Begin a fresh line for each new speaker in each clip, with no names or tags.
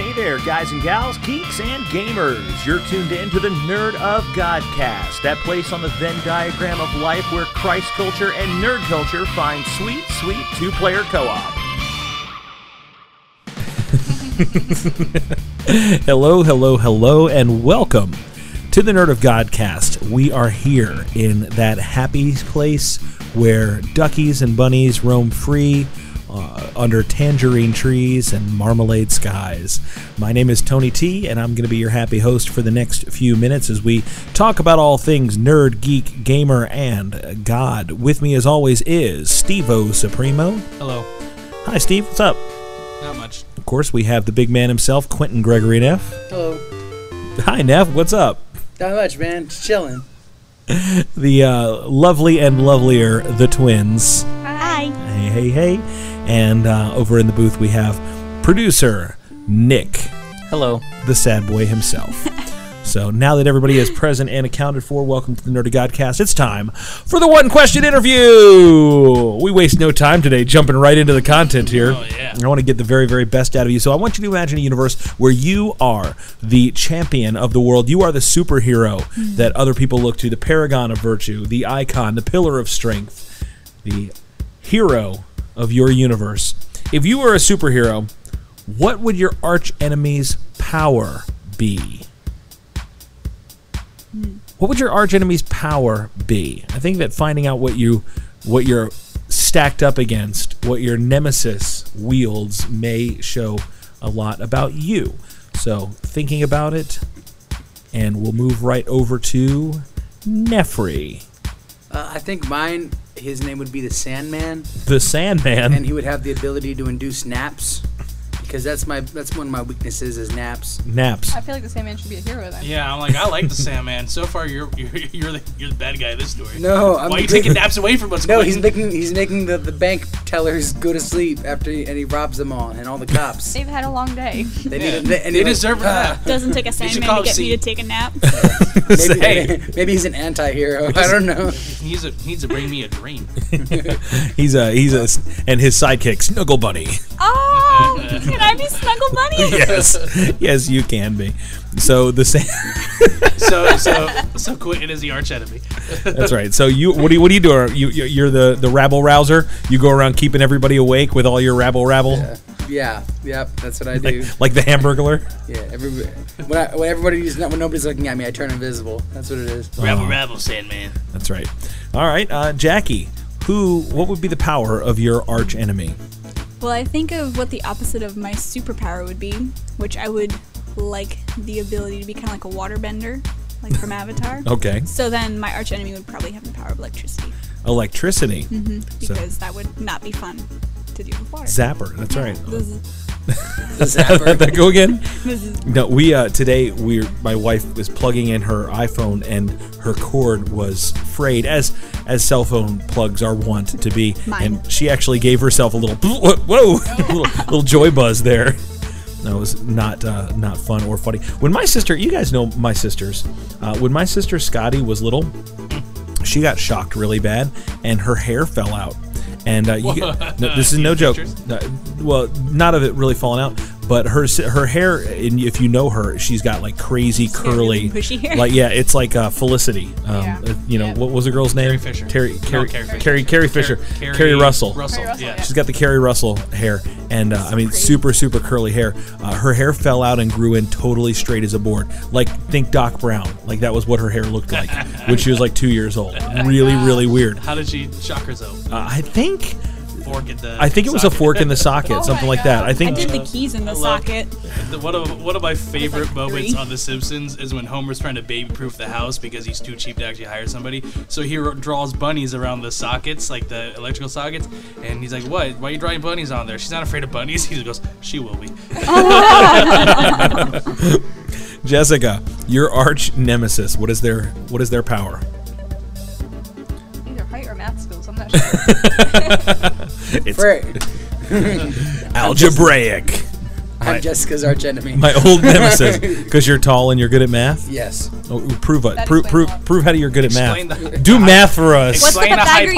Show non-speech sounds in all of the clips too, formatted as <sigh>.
Hey there, guys and gals, geeks and gamers. You're tuned in to the Nerd of Godcast, that place on the Venn diagram of life where Christ culture and nerd culture find sweet, sweet two player co op.
Hello, hello, hello, and welcome to the Nerd of Godcast. We are here in that happy place where duckies and bunnies roam free uh, under tangerine trees and marmalade skies. My name is Tony T, and I'm going to be your happy host for the next few minutes as we talk about all things nerd, geek, gamer, and uh, God. With me, as always, is Steve O Supremo.
Hello.
Hi, Steve. What's up?
Not much.
Of course, we have the big man himself, Quentin Gregory Neff.
Hello.
Hi, Neff. What's up?
Not much, man. Just chilling.
The uh, lovely and lovelier, the twins.
Hi.
Hey, hey, hey. And uh, over in the booth, we have producer Nick,
Hello.
the sad boy
<laughs>
himself. so now that everybody is present and accounted for, welcome to the Nerdy Godcast. It's time for the one question interview. We waste no time today, jumping right into the content here.
Oh, yeah.
I want to get the very, very best out of you. So I want you to imagine a universe where you are the champion of the world. You are the superhero
Mm-hmm.
that other people look to, the paragon of virtue, the icon, the pillar of strength, the hero of your universe. If you were a superhero, what would your arch enemy's power be? What would your arch enemy's power be? I think that finding out what you what you're stacked up against, what your nemesis wields may show a lot about you. So, thinking about it and we'll move right over to Nefri,
Uh, I think mine, his name would be the Sandman,
the Sandman.
and he would have the ability to induce naps, because that's my that's one of my weaknesses is naps.
Naps.
I feel like the Sandman should be a hero then.
Yeah, I'm like I like the Sandman. So far, you're <laughs> you're you're the, you're the bad guy in this story.
No, I'm
Why are you
the good-
taking naps away from us?
No, he's
Quentin?
making he's making the, the bank tellers go to sleep after he, and he robs them all and all the cops.
They've had a long day.
They
Yeah,
need a, and
they
he- "Ah,
deserve for
<laughs>
<laughs>
that.
Doesn't take a
should
Sandman
call
to get
him
me to
Seed.
take a nap.
<laughs>
<laughs>
Maybe,
Hey.
<laughs> maybe he's an anti-hero. I don't
<laughs>
know.
He needs to he needs to bring me
<laughs>
a dream.
He's a he's a and his sidekick Snuggle Bunny.
Oh, can I be Snuggle
<laughs>
Bunny?
yes, yes, you can be. So the same.
So so so Quentin is the arch enemy.
<laughs> That's right. So you what do you what do you do? Are you you- you're the the rabble rouser. You go around keeping everybody awake with all your rabble rabble,
Yeah, yep, that's what I do.
like, like the Hamburglar.
Yeah, every, when, I, when everybody's not, when nobody's looking at me, I turn invisible. That's what it is.
Rabble rabble Sandman.
That's right. All right, uh, Jackie. Who? What would be the power of your arch enemy?
Well, I think of what the opposite of my superpower would be, which I would like the ability to be kind of like a waterbender, like
<laughs>
from Avatar.
Okay,
So then my arch enemy would probably have the power of electricity,
electricity So-
because that would not be fun to do with water.
zapper. That's right.
Zzz,
The
<laughs>
zapper. <laughs>
That go again?
zzz.
No, we uh, today we my wife was plugging in her iPhone and her cord was frayed as as cell phone plugs are wont to be,
Mine.
and she actually gave herself a little <laughs> whoa little, little joy buzz there. That was not uh, not fun or funny. When my sister, you guys know my sisters, uh, when my sister Scotty was little, she got shocked really bad and her hair fell out. And uh, you get, no, this is no joke.
pictures?
No, well, not of it really falling out, but her s- her hair. And if you know her, she's got like crazy
got really
curly,
bushy hair.
like yeah, it's like uh, Felicity. Um,
Yeah.
uh, You know
Yeah.
what was the girl's name?
Carrie Fisher.
Terry.
No,
Carrie.
Carrie Fisher.
Carrie. Carrie Fisher.
Carrie
Carrie Russell.
Russell.
Russell,
Yeah.
yeah.
She's got the Carrie Russell hair, and uh, I mean, super, super curly hair. Uh, her hair fell out and grew in totally straight as a board. Like, think Doc Brown. Like, that was what her hair looked like when she was like two years old. Really, really weird.
How did she shock herself?
Uh, I think,
Fork at the.
I think it was a
socket.
fork in the socket,
Oh
something
my
like that.
God.
I
I
think
did the keys in the
love-
socket.
The- One of one of my favorite moments
three.
on The Simpsons is when Homer's trying to baby-proof the house because he's too cheap to actually hire somebody. So he r- draws bunnies around the sockets, like the electrical sockets, and he's like, "What? Why are you drawing bunnies on there? She's not afraid of bunnies." <laughs> He just goes, "She will be."
Jessica, your arch nemesis. What is their What is their power?
Either height or math skills, I'm not sure.
It's
Fray.
algebraic.
I'm Jessica's arch enemy.
My old nemesis, because you're tall and you're good at math.
yes.
Oh, prove it.
That
Prove
explains
prove
a lot.
prove how you're good at
Explain
math.
the-
Do math for us.
What's the
Explain the
Pythagorean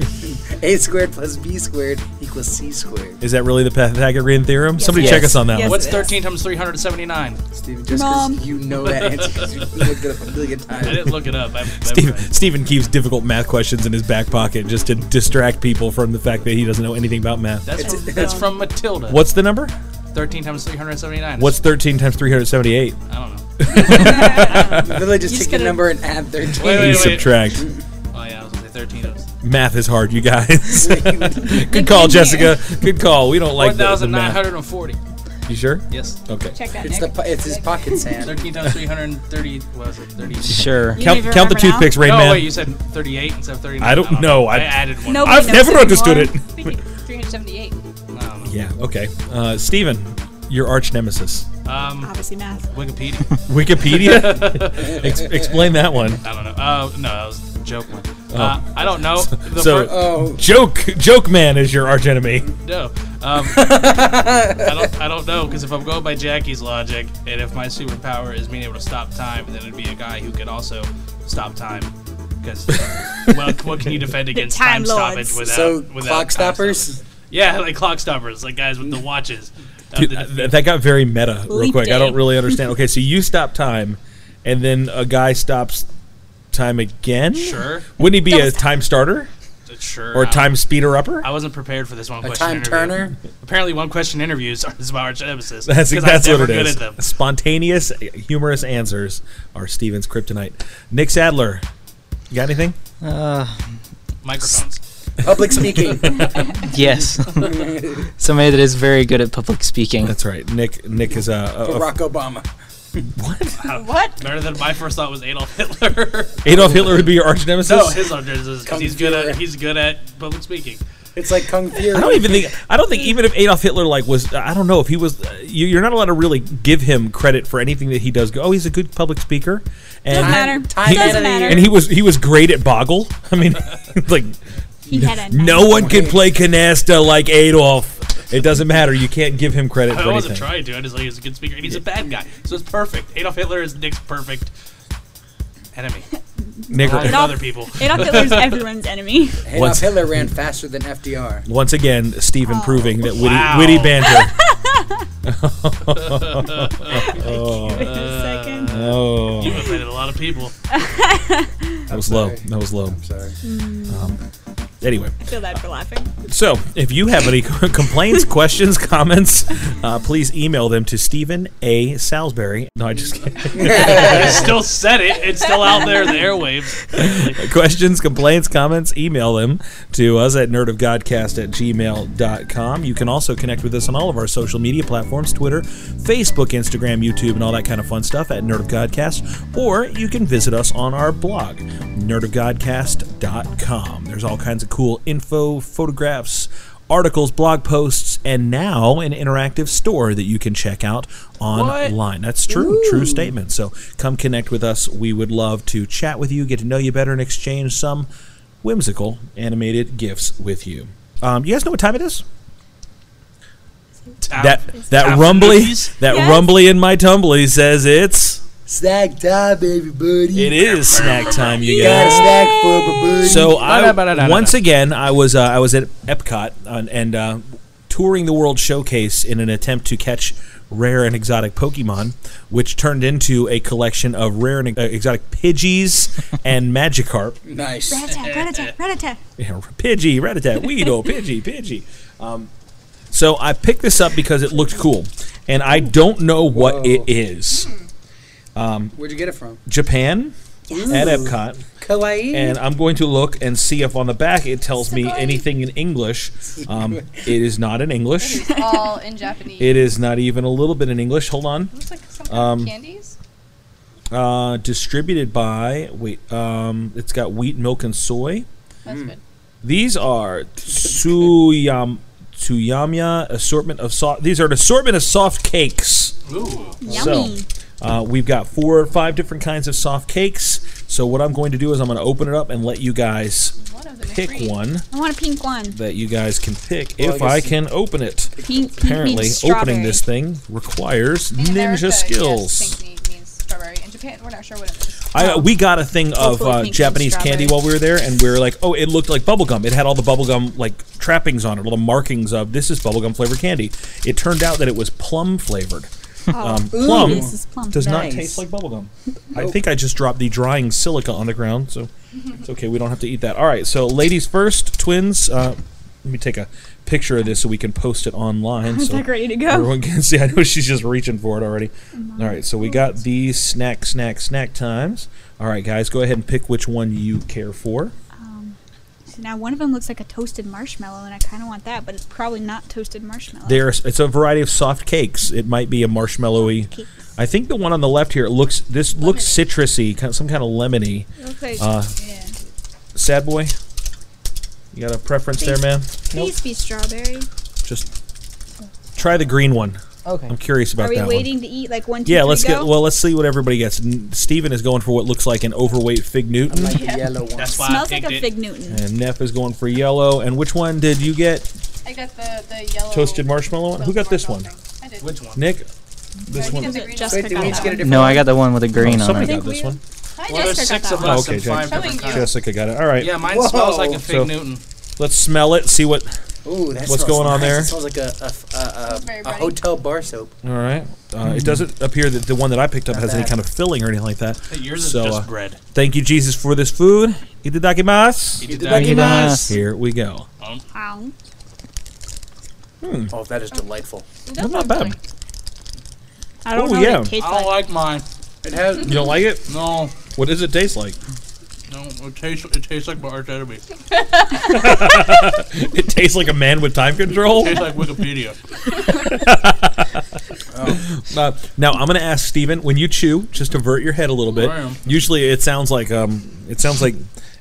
hypotenuse.
theorem?
A squared plus B squared equals C squared.
Is that really the Pythagorean theorem?
Yes,
Somebody
it
check
is.
us on that
Yes,
one.
What's
it is.
13 times 379?
Steven, just
Mom.
because you know that answer <laughs> because you looked it up a million
I
times.
didn't look
<laughs>
it up. I,
Steven, Steven keeps difficult math questions in his back pocket just to distract people from the fact that he doesn't know anything about math.
That's,
It's-
from, that's from Matilda.
What's the number?
13 times 379.
What's 13 times 378?
I don't know.
Literally just
You just
take the
gotta-
number and add 13.
Wait,
You
wait, wait.
subtract.
Oh, yeah, I was going
<laughs>
to say 13. It was
Math is hard, you
<laughs>
guys. <laughs> Good
Like
call,
in here.
Jessica. Good call. We don't like the, the math.
1,940.
You sure?
Yes.
Okay.
<laughs> Check that.
It's, the,
Nick.
po- it's his pocket sand.
13 times 330. What was it? 30.
Sure.
You don't
Count,
even
count the
remember now?
toothpicks, Rain
no,
Man.
wait, you said 38 instead of 39.
I don't know,
I,
I-
added one.
Nobody
I've
knows
never
anymore.
understood
<laughs>
it.
Three hundred seventy-eight.
I don't know.
Yeah, okay. Uh, Steven, your arch nemesis.
Um,
Obviously, math.
<laughs>
Wikipedia.
Wikipedia?
<laughs>
Ex- explain that one.
I don't know. Uh, no, that was a joke one. Uh, I don't know. The
Oh. so-
fir- uh,
Oh,
Joke Joke Man is your arch enemy.
no. Um, I don't. I don't know because if I'm going by Jackie's logic, and if my superpower is being able to stop time, then it'd be a guy who could also stop time.
<laughs>
Because well, what can you defend against time,
Time Lords.
stoppage without
so
without
clock
time stoppage?
stoppers?
Yeah, like clock stoppers, like guys with the watches. Uh,
Dude,
the-
uh, th- that got very meta real
Leap
quick. I don't
day.
<laughs>
really understand. Okay, so you stop time, and then a guy stops time again?
Sure.
Wouldn't he be
Double
a
stop.
time starter?
sure.
Or
I-
time speeder <laughs> upper?
I wasn't prepared for this one
A
question.
time
interview.
turner?
Apparently, one question interviews are <laughs> is my arch nemesis.
That's
'cause
that's
I'm
what
never
it
good
is.
At them.
Spontaneous, humorous answers are Steven's kryptonite. Nick Sadler, you got anything?
Microphones.
Public speaking.
<laughs>
Yes. <laughs> Somebody that is very good at public speaking.
That's right. Nick Nick is a, a, a
Barack Obama.
What?
Better than my first thought was Adolf Hitler. <laughs>
Adolf Hitler would be your arch nemesis.
Oh,
no, his arch nemesis. 'cause He's good at
Computer.
he's good at public speaking.
It's like Kung Fury.
I don't even think I don't think even if Adolf Hitler like was I don't know if he was uh, you, you're not allowed to really give him credit for anything that he does. Go, oh, he's a good public speaker, and
Doesn't matter.
time
Doesn't
and-
matter.
and he was he was great at Boggle. I mean, <laughs> like
He had a
no one could play canasta like Adolf. It doesn't matter. You can't give him credit for
I wasn't
anything.
trying to. I just like he's a good speaker and he's a bad guy, so it's perfect. Adolf Hitler is Nick's perfect
<laughs>
enemy.
Nick,
Along with
Adolf- <laughs>
other people.
Adolf
<laughs>
Hitler's everyone's enemy. <laughs>
Adolf
Once-
Hitler ran faster than FDR.
once again, Stephen
Oh.
proving that witty,
Wow.
witty
<laughs>
banter.
Wait
Uh,
a second.
oh,
Offended a lot of people.
that was low. That was low. Um,
Sorry.
Anyway.
I feel bad for laughing.
So, if you have any <laughs> complaints, questions, comments, uh, please email them to Stephen A. Salisbury. No, I just kidding.
I still said it. It's still out there in the
<laughs>
airwaves.
questions, complaints, comments, email them to us at nerdofgodcast at gmail.com. You can also connect with us on all of our social media platforms Twitter, Facebook, Instagram, YouTube, and all that kind of fun stuff at Nerd of Godcast. Or you can visit us on our blog, nerdofgodcast.com. There's all kinds of cool info, photographs, articles, blog posts, and now an interactive store that you can check out online. That's true, true statement. So come connect with us. We would love to chat with you, get to know you better, and exchange some whimsical animated gifts with you. Um, you guys know what time it is? That that rumbly that
Yes.
rumbly in my tumbly says it's
Snack time, baby buddy.
it is snack time, you
Got a
guys.
snack for my buddy.
So I, once again, I was uh, I was at Epcot on, and uh, touring the World Showcase in an attempt to catch rare and exotic Pokemon, which turned into a collection of rare and uh, exotic Pidgeys and Magikarp.
nice.
Ratata, ratata, ratata.
Yeah, Pidgey, Ratatat, Weedle, Pidgey, Pidgey. Um, so I picked this up because it looked cool, and I don't know what it
Whoa.
is.
Whered you get it from?
Japan at Epcot.
Kawaii.
and I'm going to look and see if on the back it tells me
Sugoi.
anything in English. Um, it is not in English.
<laughs>
All in Japanese.
It is not even a little bit in English. Hold on.
looks like some kind
Um,
of candies.
Uh, distributed by wait. Um, it's got wheat, milk, and soy. hmm.
That's good.
These are tsuyam tsuyamya assortment of soft. These are an assortment of soft cakes.
Ooh.
Yummy.
So, uh, we've got four or five different kinds of soft cakes. So what I'm going to do is I'm going to open it up and let you guys
One of them is
pick
green.
one
I want a pink one.
that you guys can pick
Well, I
if
guess-
I can open it.
Pink, pink
apparently
means
opening
strawberry.
this thing requires
In
ninja
America, yes,
skills.
pink mean- means strawberry. In Japan, we're not sure what it is.
I, uh, we got a thing of
Hopefully
uh,
Oh. pink
Japanese
and
candy
strawberry.
while we were there, and we were like, oh, it looked like bubblegum. It had all the bubblegum like trappings on it, all the markings of this is bubblegum flavored candy. It turned out that it was plum flavored.
Oh,
Um, plum
this is plum. Oh.
does not
Nice.
taste like
<laughs>
bubblegum. I think I just dropped the drying silica on the ground, so it's okay. We don't have to eat that. All right, so ladies first, twins. Uh, let me take a picture of this so we can post it online.
I'm
so
like ready to go.
Everyone can see. I know she's just reaching for it already. All right, so we got these snack, snack, snack times. All right, guys, go ahead and pick which one you care for.
So now one of them looks like a toasted marshmallow, and I kind of want that, but it's probably not toasted marshmallow.
There's it's a variety of soft cakes. It might be a marshmallowy.
Cakes.
I think the one on the left here looks this looks citrusy, kind of, some kind of lemony.
It looks like
Uh,
yeah.
Sad boy, you got a preference there, man?
Please be strawberry.
Just try the green one.
Okay.
I'm curious about
Are we
that one.
waiting to eat like one, two,
Yeah,
three,
let's get
go?
well. Let's see what everybody gets. N- Steven is going for what looks like an overweight fig Newton.
Like the yellow one.
That's why
Smells
I
like
picked
a
it.
fig Newton.
And Neff is going for yellow. And which one did you get?
I got the, the yellow.
Toasted marshmallow one? Who got this one?
I did.
Which one?
Nick? This
I
one?
think it's a
Wait,
green
Jessica
Wait,
one.
did we each get a different
No, I got the one with a
Oh,
green on
somebody
it.
got this one.
Hi,
Well, there's
Jessica.
six
got
of
that
us
one.
and
Okay,
five
Jessica.
different kinds.
Jessica got it. All right.
Yeah, mine
Whoa.
smells like a fig
So-
Newton.
Let's smell it. See what.
Ooh, that
What's
smells
going on
nice.
there?
It smells like a, a, a,
very
a, a
runny.
hotel bar soap.
All right. Uh, It doesn't appear that the one that I picked up
Not
has any
bad.
kind of filling or anything like that.
Yours is
So,
just
uh,
bread.
Thank you, Jesus, for this food. Itadakimasu.
You did
Thank you,
that.
Nas.
Here we go.
Ow.
Oh, that is delightful.
Ooh,
That's
that's
not bad.
lovely.
I don't
Oh,
know
yeah.
what it tastes
I don't
uh,
like.
like mine.
It has.
You don't like it?
No,
What does it taste like? <laughs>
no, it tastes it tastes like my arch enemy. It
It tastes like a man with time control.
tastes like Wikipedia.
Uh, now I'm going to ask Steven, when you chew, just avert your head a little bit.
I am.
Usually it sounds like um, it sounds like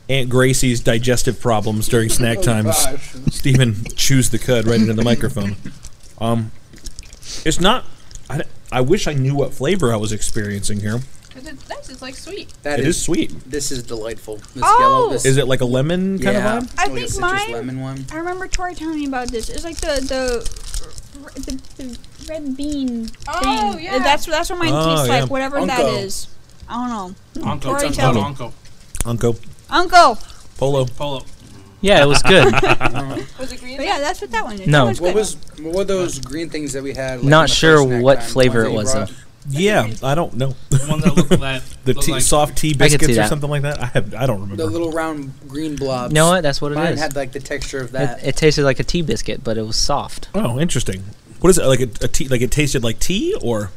Aunt Gracie's digestive problems during snack times.
Oh, gosh.
Steven chews the cud right into the microphone. Um, it's not. I, d- I wish I knew what flavor I was experiencing here.
It's nice. It's like sweet.
That
it is, sweet.
This is delightful. This
Oh!
yellow. This
Is it like a lemon kind
yeah. Oh,
of vibe?
I
like a
think
citrus
mine-
lemon one.
I remember Tori telling me about this. It's like the the the, the red bean
Oh,
thing. Uh,
yeah.
That's that's what mine
Oh,
tastes
yeah.
like. Whatever that
Uncle.
is. I don't know.
Onko,
Tori,
it's
tell me.
Onko, Onko,
Unco,
Uncle.
Polo.
Polo.
Yeah, it was
<laughs>
good.
Was it green?
But yeah, that's what that one is.
No.
That one's
What
good.
was what were those green things that we had? Like,
Not
on the
sure
first snack
what
time? The ones that
flavor it
you
was,
brought?
though.
Yeah, I don't know.
The one that looked like
<laughs> The
looked
tea,
like,
soft tea
could see
biscuits or
that.
something like that. I have. I don't remember.
The little round green blobs.
You know what? That's what it
Mine
is.
had like the texture of
It,
that.
it tasted like a tea biscuit, but it was soft.
oh, interesting. What is it like? A, a tea? Like it tasted like tea or?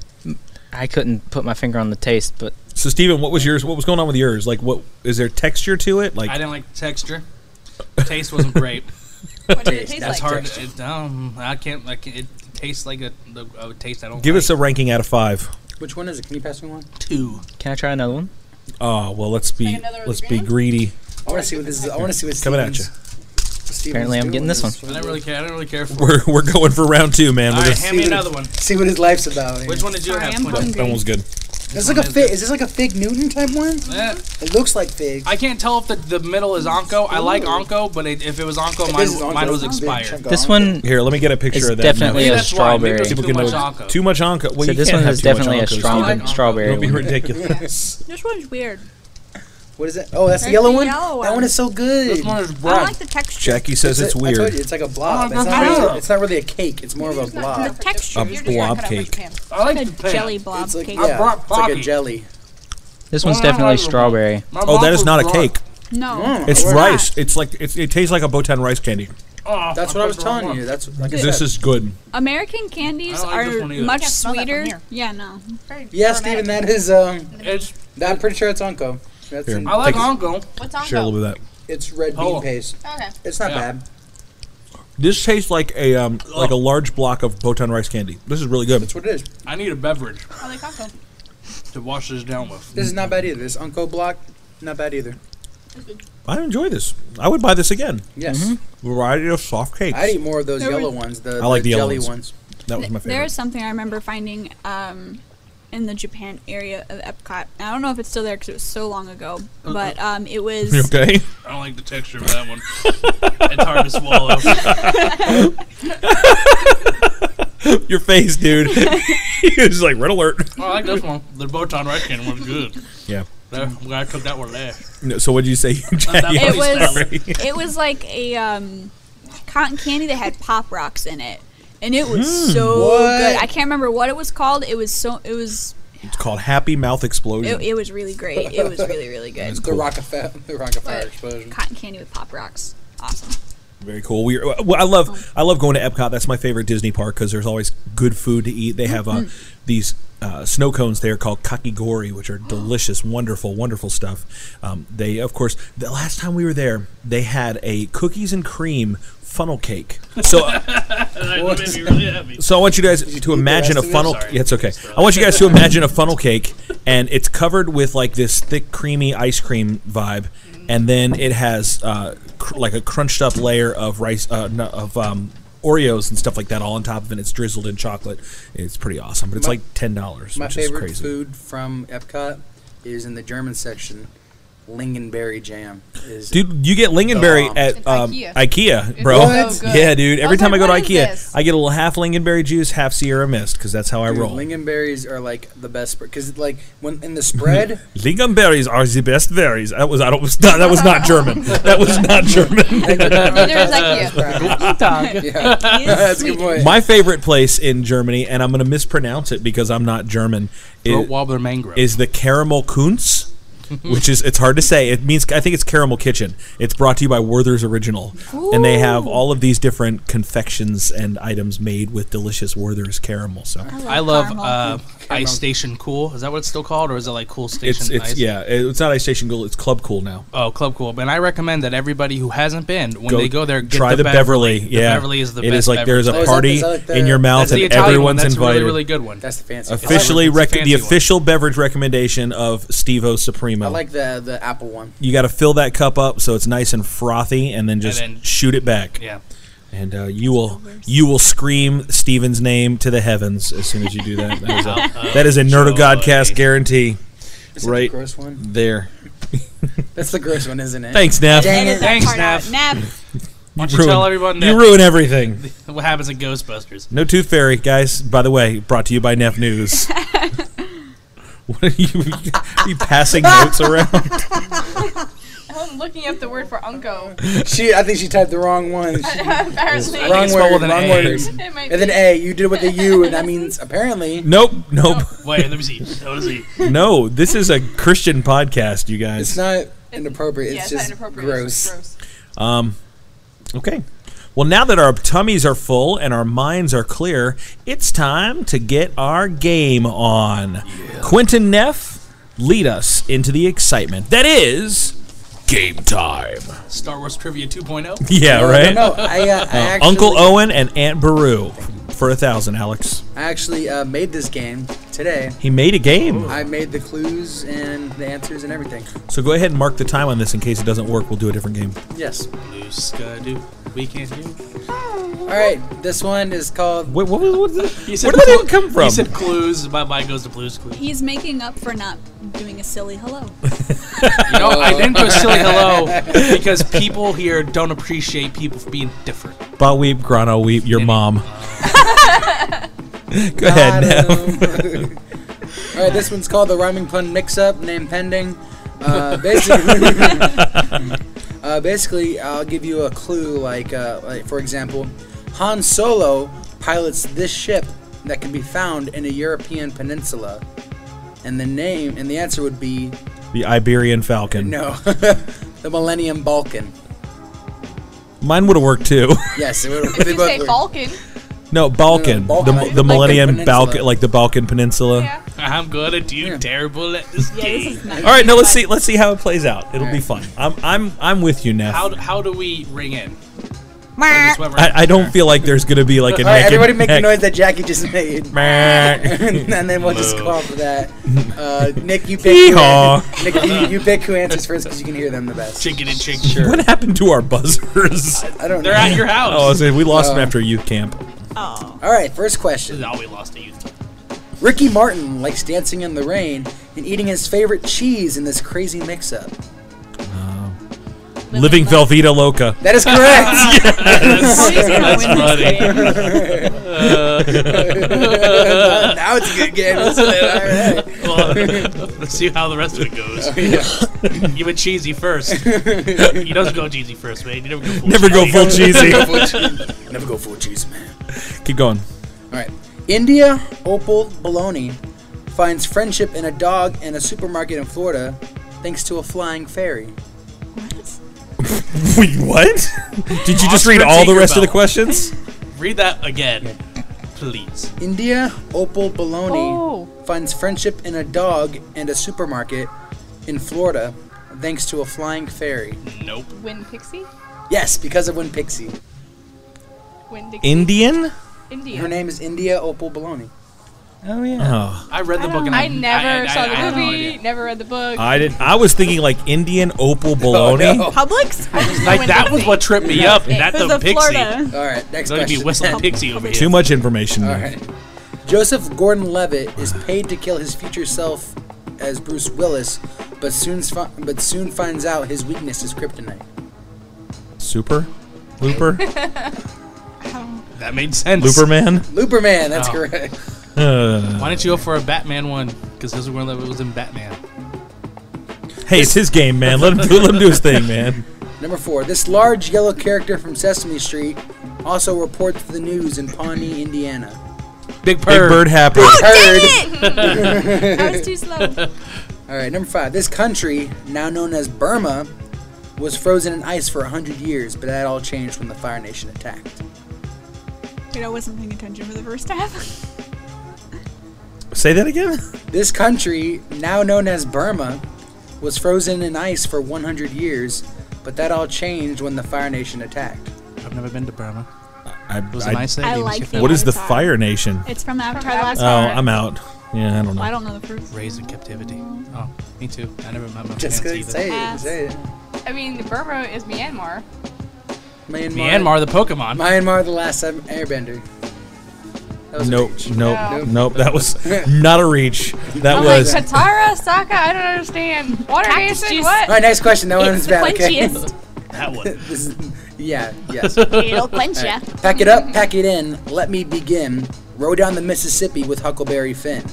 I couldn't put my finger on the taste, but
So Steven, what was yours? What was going on with yours? Like, what is there texture to it?
I
Like,
didn't like the texture. Taste wasn't great.
What did it taste
That's
It's
like?
hard. It, um, I can't. I can't it tastes like a, the- a taste I don't.
give
like.
us a ranking out of five.
Which one is it? Can you pass me one?
two.
can I try another one?
Oh well, let's be
Like another
let's be
green?
greedy.
I want to see what this is. I want to see what
Coming at
Steven's- Steven's
Apparently I'm
doing
getting this
with
I don't
one.
really care. I don't really care for. it.
We're we're going for round two, man.
All
We're
right,
just-
hand me another one.
See what his life's about.
Which one did you
Sorry,
have?
I'm
Quinn?
hungry.
that one's good.
This like a fig. Is this like a fig Newton type one?
Eh,
It looks like fig.
I can't tell if the, the middle is Onko. I like Onko, but it, if it was Onko,
If
mine,
this is on-
mine was
big
expired.
chunk of
This
on-
one
Here, let me get a picture
is
of that.
definitely
Maybe
a
that's why. Maybe
strawberry.
it's
People
too
can
much
know-
Onko.
Too much Anka. Well,
So
you
this
can't
one
have
is
too much
definitely a
Anka.
strawberry,
Onko.
Don't be
strawberry. one. <laughs>
ridiculous.
This one's weird.
What is it? Oh, that's the
There's
yellow
the
one.
yellow
That
one.
one is so good.
This one is
I
red.
like the texture.
Jackie says it's
a- I told you,
weird.
it's like a blob.
Oh,
it's,
that's
not really,
weird.
it's not really a cake. It's more of a
It's not
blob.
The texture.
A
You're just not
blob
cut out for
cake.
Japan.
I like
It's
the
a
pan.
jelly blob
It's like,
cake.
yeah,
brought
it's like a
Pocky.
jelly.
This
Well,
one's
I don't
definitely
like the
strawberry.
My
Oh,
mouth
that is
was
not a
dry.
cake.
No.
Mm.
It's
Or-
rice. It's like it's, it tastes like a Botan rice candy.
Oh,
That's
I
what I was
put the wrong
telling
one.
you. That's like I
This
said.
is good.
American candies
I don't like this
are
one either.
much
Yeah, smell that from
sweeter.
here.
Yeah, no.
Very
Yeah,
dramatic.
Steven, that is. Um,
It's
that, I'm pretty sure it's Onko. That's
Here.
in,
I like
Take it.
Onko.
What's on
Share a
go?
little bit of that.
it's red bean
Oh.
paste.
Okay.
It's not
Yeah.
bad.
This tastes like a um, like
Oh.
a large block of Botan rice candy. This is really good.
That's what it is.
I need a beverage
I like Uncle.
<laughs>
to wash this down with.
This is not bad either. This Onko block, not bad either.
I enjoy this. I would buy this again.
Yes,
Variety of soft cakes.
I'd eat more of those
There
yellow
was-
ones. The,
Mm-hmm. I like the yellow
jelly
ones.
ones.
That was my favorite.
There is something I remember finding um, in the Japan area of Epcot. I don't know if it's still there because it was so long ago,
Uh-uh.
but um, it
<laughs>
was.
You okay?
I don't like the texture of that one. it's hard
<laughs>
to swallow.
Your face,
<laughs>
dude. <laughs> He was like red alert.
Oh, I like this one. The Botan Red Can one's good.
Yeah.
There, I'm gonna cook that one there.
No, so what did you say, <laughs> Jackie?
It
It was
Sorry.
<laughs> it was like a um, cotton candy that had pop rocks in it, and it was
Hmm,
so good. I can't remember what it was called. It was so it was
It's called Happy Mouth Explosion.
it, it was really great. It was really really good.
The Rockefeller, the Rockefeller
But
explosion.
cotton candy with pop rocks, awesome.
Very cool. We well, I love I love going to Epcot. That's my favorite Disney park because there's always good food to eat. They have uh,
Mm-hmm.
these uh, snow cones there called kakigori, which are
Oh.
delicious, wonderful, wonderful stuff. Um, they of course the last time we were there, they had a cookies and cream funnel cake. So
That made me really happy.
so I want you guys to
eat the
imagine a
rest of it?
funnel.
Sorry.
Yeah, it's okay. I want you guys to imagine a funnel cake, and it's covered with like this thick, creamy ice cream vibe, and then it has uh, cr- like a crunched up layer of rice uh, no, of um, Oreos and stuff like that all on top of it. and It's drizzled in chocolate. It's pretty awesome, but it's
My-
like ten dollars,
My
which is
favorite
crazy.
food from Epcot is in the German section. Lingonberry jam is
Dude, you get lingonberry
bomb.
at
It's
um,
IKEA.
IKEA, bro.
What?
so good.
Yeah, dude. Every
was
time
like,
I go
"What
to
is
IKEA,
this?"
I get a little half lingonberry juice, half Sierra Mist, because that's how I
Dude,
roll.
Lingonberries are like the best because like when in the spread,
<laughs> Lingonberries are the best berries. That was I don't <laughs> was not, that was not German. That was not German.
<laughs> Neither is
<laughs>
IKEA.
yeah, <laughs> that's a good point.
My favorite place in Germany, and I'm going to mispronounce it because I'm not German,
Throat
is,
wobbler mangrove.
is the caramel Kunz, which is it's hard to say. It means I think it's caramel kitchen. It's brought to you by Werther's Original, and they have all of these different confections and items made with delicious Werther's caramel. So
I love
caramel.
uh, Ice Station Cool. Is that what it's still called, or is it like Cool Station
it's it's
Ice?
yeah, it's not Ice Station Cool. It's Club Cool now.
Oh, Club Cool. And I recommend that everybody who hasn't been, when they go there, get
try the,
Bev-
Beverly. Yeah,
Beverly is the
It
best
is like there's
beverage.
a
Oh, is that-
party
is that like the-
in your mouth
That's the
and
Italian one.
everyone's
That's a
invited.
really, really good one.
That's the fancy. one.
officially
It's a
rec- the
fancy one.
official beverage recommendation of Stevo Supremo.
I like the the apple one.
you got to fill that cup up so it's nice and frothy, and then just
then-
shoot it back.
yeah.
And uh, you will you will scream Steven's name to the heavens as soon as you do that. That is
<laughs>
a, that is a Nerd of Godcast guarantee,
Is that the
right
gross one.
there.
That's the gross one, isn't it?
Thanks, Neff.
Dang
Edit
it.
that
Thanks,
part out. Nap.
Why don't
You
you tell
ruined-
everyone that
You ruin everything.
what happens in Ghostbusters?
No Tooth Fairy, guys. By the way, brought to you by Neff News. what are you, are you passing notes around?
<laughs> I'm looking up the word for
<laughs>
unco.
She, I think she typed the wrong one.
<laughs>
She-
Apparently.
I think
wrong
it's
word.
spelled
Wrong
with an A.
word.
It might
And then
be.
A, you did it with a U, and that
<laughs>
means apparently
Nope, nope.
Wait, let me see. Let me see.
No, this is a Christian podcast, you guys.
it's not inappropriate.
yeah,
It's
not
just
inappropriate, it's
gross.
just gross.
Okay. Well, now that our tummies are full and our minds are clear, it's time to get our game on. Quentin Neff, lead us into the excitement. That is game time.
Star Wars Trivia oh? 2.0.
Yeah, right?
No, no, I, uh, I actually,
Uncle Owen and Aunt Baru for a thousand, Alex.
I actually uh, made this game today.
He made a game.
I made the clues and the answers and everything.
So go ahead and mark the time on this in case it doesn't work. We'll do a different game.
Yes.
Loose gonna do. We can't do.
All right. This one is called.
What, what, was- what, was-
<laughs> He
where did that
clu-
even come from?
He said clues. My mind goes to blues clues.
He's making up for not doing a silly hello.
You know, I didn't go
<laughs>
silly hello because people here don't appreciate people for being different.
Ba weep, grano weep, your
<laughs>
mom. Go ahead, Neff.
Bottom. <laughs> All right. This one's called the rhyming pun mix-up. Name pending.
<laughs>
Uh, basically, <laughs> uh, basically, I'll give you a clue. Like, uh, like, for example, Han Solo pilots this ship that can be found in a European peninsula, and the name and the answer would be
The Iberian Falcon.
no, <laughs> the Millennium Balkan.
Mine would have worked too. <laughs>
Yes, it would.
If you say Falcon,
no, Balkan.
No, no,
the
Balkan.
the
Balkan
Millennium
Peninsula.
Balkan, like the Balkan Peninsula.
yeah.
I'm gonna do terrible at this
Yeah,
game.
this is not.
All right, no, let's see. Let's see how it plays out. It'll be fun. I'm I'm I'm with you, Neff.
How, do- how do we ring in? I,
I, I don't feel like there's gonna be like a.
All right,
neck and
everybody make the
neck.
noise that Jackie just
<laughs>
made. <laughs> and then we'll just
Moo.
call for
<laughs>
that. Uh, Nick, you pick. Who
Yeehaw.
Nick, you, you pick who answers first because you can hear them the best.
chicken and chicken. Sure.
What happened to our
<laughs>
buzzers?
I don't
They're
know.
at your house.
Oh, I was saying, we lost them
Uh,
after youth camp.
Oh,
All right, first question.
now we lost a youth.
Ricky Martin likes dancing in the rain and eating his favorite cheese in this crazy mix-up.
Living
Lo-
Velveeta Loca.
That is
<laughs>
correct.
That's,
He's gonna
that's
win this
funny.
game.
now it's a good game. Let's play it.
<laughs>
All right.
Well, let's see how the rest of it goes. you went cheesy first. You don't go cheesy first, man. You never go full
Never go
cheesy.
full cheesy.
Never go full cheese, man.
<laughs> Keep going.
All right. India Opal Baloney finds friendship in a dog in a supermarket in Florida thanks to a flying fairy.
What?
Wait, what? Did you just
Oscar
read all the rest of the
Tinkerbell.
questions?
Read that again, please.
India Opal Baloney
Oh.
finds friendship in a dog and a supermarket in Florida thanks to a flying fairy.
Nope.
Win Pixie?
Yes, because of Win Pixie.
Win Dixie?
Indian?
India.
Her name is India Opal Baloney.
Oh yeah.
Oh,
I read the book and I,
I never
I- I-
saw
I have
the
no
movie,
idea.
never read the book.
I didn't. I was thinking like Indian opal baloney.
Oh,
<laughs> Publix?
I just know
Like
Win
that was
Dixie.
what tripped me up, not
It
the
was a
pixie.
Florida.
All right, next
It's gonna be
question. <laughs>
whistling pixie over
Too
here.
much information.
All
there.
right. Joseph Gordon-Levitt is paid to kill his future self as Bruce Willis, but soon fi- but soon finds out his weakness is kryptonite.
Super, Looper,
That made sense.
Looperman.
Looperman, that's
Oh.
correct.
Uh,
Why don't you go for a Batman one? Because this is where it was in Batman.
hey, it's his game, man. Let him do, let him do his thing, man.
Number four. This large yellow character from Sesame Street also reports the news in Pawnee, Indiana.
Big
Big
Bird.
Bird happy.
I was too slow.
All right, number five. This country, now known as Burma, was frozen in ice for 100 years, but that all changed when the Fire Nation attacked.
Wait, I wasn't paying attention for the first half.
Say that again.
This country, now known as Burma, was frozen in ice for 100 years, but that all changed when the Fire Nation attacked.
I've never been to Burma.
I,
It was
I-
a nice
I
lady.
like
She
the-
what is the
Avatar.
Fire Nation?
<laughs> It's from Avatar:
From
The
Avatar.
Oh,
Last
I'm out. Yeah, I don't know.
I don't know the first.
was raised in captivity. Oh, me too. I never met my
Just gonna
parents either.
say, it,
Ass.
say it.
I mean, Burma is Myanmar.
Myanmar,
Myanmar, the Pokemon.
Myanmar, the last seven- airbender. That was a
Nope,
reach.
nope,
No.
nope. That was not a reach. That
I'm
was
like, Katara, Sokka, I don't understand. Water
Cactus
Nation,
juice.
All
what?
right, next question.
<laughs>
That
It's
one's
the
bad. Okay.
quenchiest.
that
<laughs>
<laughs>
one.
This is- yeah. Yes.
<laughs> It'll quench
<laughs>
ya.
Pack it up. Pack it in. Let me begin. Row down the Mississippi with Huckleberry Finn.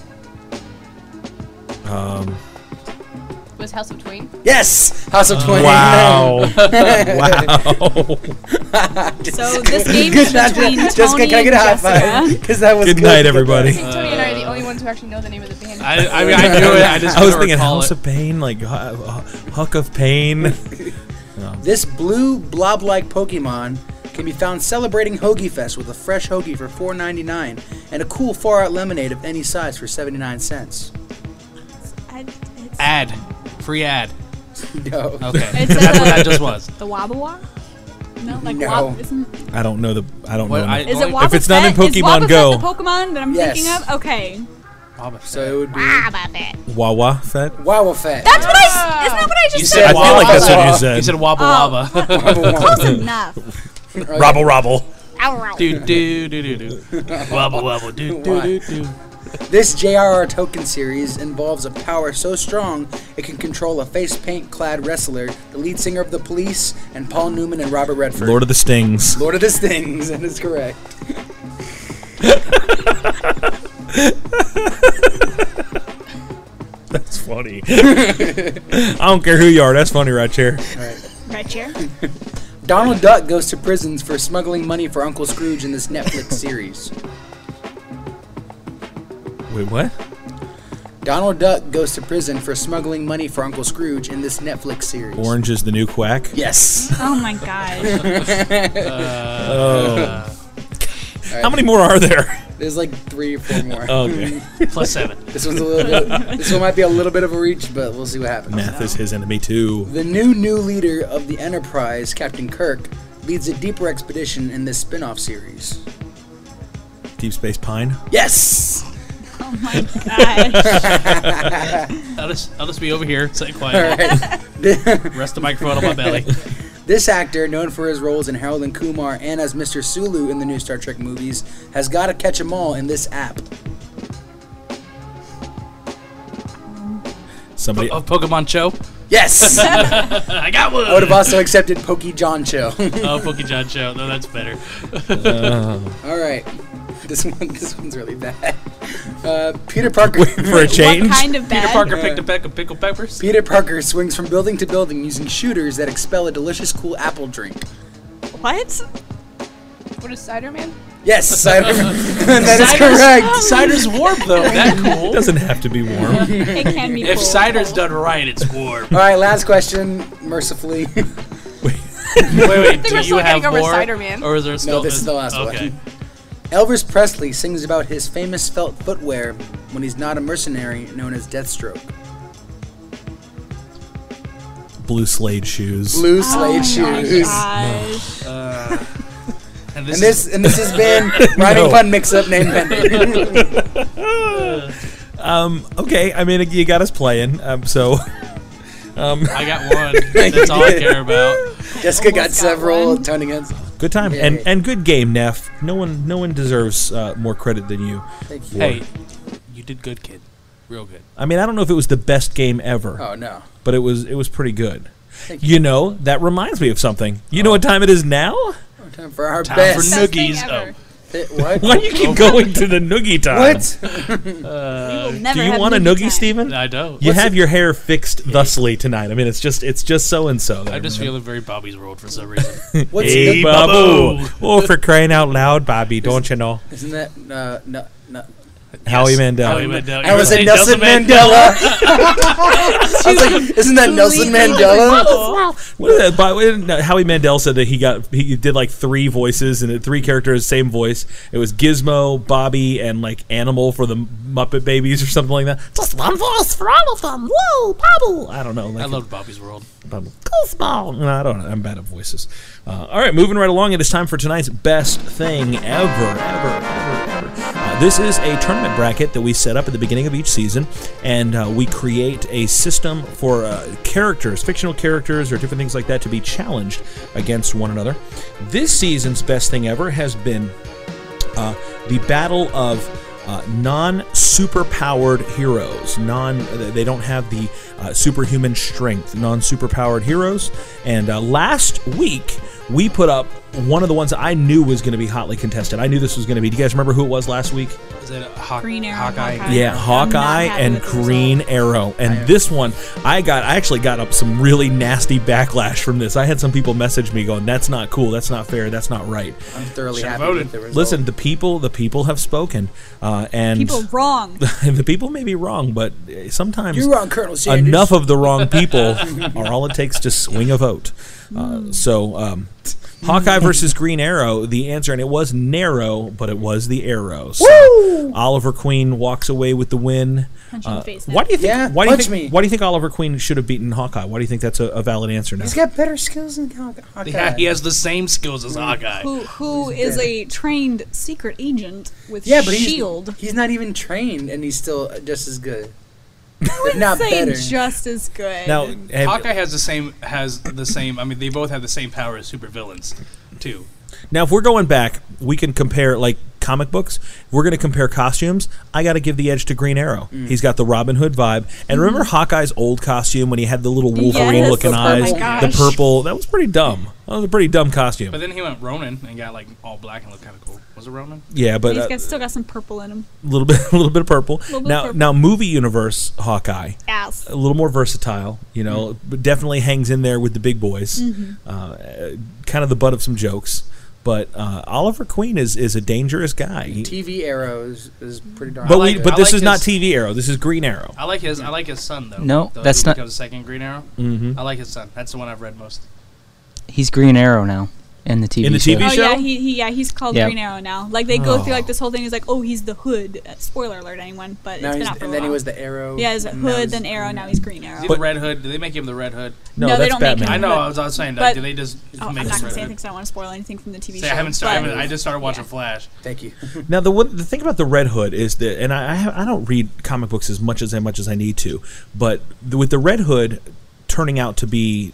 Was House of Twain?
Yes. House of Twenty.
Oh,
<laughs>
wow, wow.
So this game is
Good night,
between Tony
Jessica, can I get a
and
high <laughs>
Jessica.
five? Because that was
Good night, everybody.
I think Tony and I are the only ones who actually know the name of the band.
I, I mean, I knew it. I just
I was
couldn't
thinking
recall
House
it.
of Pain, like uh, uh, Huck of Pain.
This blue blob-like Pokemon can be found celebrating Hoagie Fest with a fresh hoagie for $4.99 and a cool far out lemonade of any size for 79 cents. <laughs>
I- it's-
Ad. Free ad.
No.
Okay.
It's,
That's what
uh,
that just was.
<laughs> The Wabba Wab? No, like
No.
Wab. Isn't,
I don't know the. I don't
What,
know.
I-
is it
Only-
Wabba
If it's not in
Fett? Is
Pokemon
Wabba
Go.
Fett the Pokemon that I'm
Yes.
thinking of? Okay.
So it would be
Wawa Fett.
Wawa Fett.
That's what I. s- Isn't that what I just
You
I
said
feel like that's what you
Wawa.
said.
You said wobble
Oh. <laughs>
wobble. <laughs>
Close enough.
Robble Robble.
do do
<laughs>
do do do. Wobble wobble do do do do.
This JRR token series involves a power so strong it can control a face paint clad wrestler, the lead singer of The Police, and Paul Newman and Robert Redford.
Lord of the Stings.
Lord of the Stings, <laughs> that is correct.
That's <laughs> funny. I don't care who you are. That's funny right here.
Right here.
Donald Duck goes to prisons for smuggling money for Uncle Scrooge in this Netflix <laughs> series.
Wait, what?
Donald Duck goes to prison for smuggling money for Uncle Scrooge in this Netflix series.
Orange is the new quack.
Yes. <laughs>
Oh my gosh.
How many more are there?
There's like three or four more.
Okay.
Plus seven.
This one's a little bit. This one might be a little bit of a reach, but we'll see what happens.
Math is his enemy too.
The new new leader of the Enterprise, Captain Kirk, leads a deeper expedition in this spin-off series.
Deep Space Pine.
Yes.
Oh my gosh.
I'll just I'll just be over here, sit
All
quiet,
right.
<laughs> rest the microphone on my
<laughs>
belly.
This actor, known for his roles in Harold and Kumar and as Mr. Sulu in the new Star Trek movies, has got to catch 'em all in this app.
Somebody. <laughs>
Uh, Of Oh, Pokemon Show. Uh,
Yes! I
I got one.
would have also accepted Pokey John Cho.
Oh, Pokey John Show. No, that's better.
All right. This one, this one's really bad. Uh, Peter Parker. <laughs>
for a change.
What kind of bad?
Peter Parker picked a peck of pickled peppers.
Peter Parker swings from building to building using shooters that expel a delicious cool apple drink.
What?
What is Cider Man?
Yes, cider. <laughs> that is
Cider's-
correct.
Cider's warm though. That cool.
Doesn't have to be warm. <laughs>
It can be.
If
cool.
cider's done right, it's warm.
All right, last question, mercifully. <laughs>
Wait, wait. Do
we're
you
still
have
getting over
more,
cider, man.
or is there still?
this is the last one.
okay.
Elvis Presley sings about his famous felt footwear when he's not a mercenary known as Deathstroke.
Blue slade shoes.
Blue
Oh
suede
my
shoes.
gosh.
And
And this,
this and this has been rhyming
No.
pun mix up name pending.
Okay, I mean you got us playing. Um, so <laughs>
I
<laughs>
got one. That's all I care about.
Jessica got
got
several.
one.
Tony got.
good time
Yeah,
and
yeah.
and good game, Neff. No one no one deserves uh, more credit than you.
Thank you.
Hey, you did good, kid. Real good.
I mean I don't know if it was the best game ever,
Oh no.
but it was it was pretty good. You know that reminds me of something. You
Oh.
know what time it is now? <laughs>
Time for our
Time
best.
for
Best thing
noogies.
ever.
Oh,
Eh, what?
Why do you keep going to the noogie time?
What?
we will never
Do you
have
want a
noogie
noogie,
time.
Steven?
Oh, I don't.
You have your hair fixed thusly tonight. I mean, it's just it's just so and so.
I'm just feeling very Bobby's World for some
<laughs>
reason.
What's
Hey,
noogie?
Babu! oh, for crying out loud, Bobby, don't you
<laughs>
know?
Isn't that uh, no no?
Howie Mandel.
Howie Mandel.
I was
You're
in
right,
Nelson
<laughs>
Mandela. <laughs> I was like, isn't that Nelson Mandela?
What is that? By, when- no, Howie Mandel said that he got he did like three voices and three characters, same voice. It was Gizmo, Bobby, and like Animal for the Muppet Babies or something like that. Just one voice for all of them. Whoa, Bobble! I don't know. Like
I loved Bobby's World.
Bubble. Goofball. No, I don't. know. I'm bad at voices. Uh, all right, moving right along. It is time for tonight's best thing ever, ever, ever, ever. Uh, this is a tournament bracket that we set up at the beginning of each season, and uh, we create a system for uh, characters, fictional characters, or different things like that to be challenged against one another. This season's best thing ever has been uh, the battle of uh, non-superpowered heroes. Non, they don't have the uh, superhuman strength. Non-superpowered heroes. And uh, last week we put up one of the ones I knew was going to be hotly contested. I knew this was going to be. Do you guys remember who it was last week?
Is it Hawk-
Green Arrow,
Hawkeye?
Hawkeye.
Yeah,
I'm not
Hawkeye
happy
and
with the
Green Arrow. And this one, I got I actually got up some really nasty backlash from this. I had some people message me going, "That's not cool. That's not fair. That's not right."
I'm thoroughly
Should've
happy
voted.
with the result.
Listen, the people, the people have spoken, uh, and
People
<laughs>
wrong.
the people may be wrong, but uh, sometimes
you're wrong, Colonel Sanders.
enough of the wrong
<laughs>
people are all it takes to swing a vote. Uh, so, um, Hawkeye versus Green Arrow, the answer, and it was narrow, but it was the arrow. So Oliver Queen walks away with the win.
Punch you in the face now.
Uh, Why do you think?
Yeah,
why do you
punch
think?
me.
Why do you think Oliver Queen should have beaten Hawkeye? Why do you think that's a, a valid answer now?
He's got better skills than Haw- Hawkeye.
Yeah, he has the same skills as Hawkeye.
Who, who is a trained secret agent with
Yeah, but he's,
shield?
he's not even trained, and he's still uh, just as good. <laughs> If not
Say
better.
just as good.
Now, have-
Hawkeye has the same has the same. I mean, they both have the same power as supervillains, too.
Now, if we're going back, we can compare like comic books. We're going to compare costumes. I got to give the edge to Green Arrow. He's got the Robin Hood vibe. And remember Hawkeye's old costume when he had the little Wolverine
Mm-hmm. Yes,
looking
oh my
eyes, the
gosh.
purple. That was pretty dumb. That was a pretty dumb costume.
But then he went Ronin and got like all black and looked kind of cool. Was it Ronin?
yeah, but uh,
he's
a
got, still got some purple in him.
little bit, <laughs> a little bit of purple.
Little bit of
now,
purple.
now movie universe Hawkeye.
Ass.
a little more versatile, you know, but definitely hangs in there with the big boys.
Mm-hmm.
Uh, Uh, kind of the butt of some jokes. But uh, Oliver Queen is, is a dangerous guy. He-
TV arrows is pretty darn.
but
good.
we,
like-
but
I
this
like
is not
his-
TV Arrow. This is Green Arrow.
I like his I like his son though.
No,
The-
that's
who
not-
Becomes second Green Arrow. Mm-hmm. I like his son. That's the one I've read most.
He's Green Arrow now in the TV
In the
show.
TV
Oh
show?
yeah, he, he yeah he's called
Yeah.
Green Arrow now. Like they go through like this whole thing. He's like, oh, he's the Hood. Uh, spoiler alert, anyone? But
now
it's been
he's,
out for
and
a
then he
while.
was the arrow.
yeah, he's
and now
Hood,
he's-
then Arrow, now he's Green Arrow.
Is he the Red Hood? Did they make him the Red Hood?
No,
No, they
that's
don't make
Batman.
I
him.
know.
But-
I was, I was saying.
but-
did they just
Oh, I'm not
make
gonna
him Red
say anything
Hood?
because I don't want to spoil anything from the TV
Say,
show.
I haven't started. I,
but-
haven't- I just started watching Flash.
Thank you.
Now the one, the thing about the Red Hood is that, and I I, have, I don't read comic books as much as as much as I need to, but the, with the Red Hood turning out to be,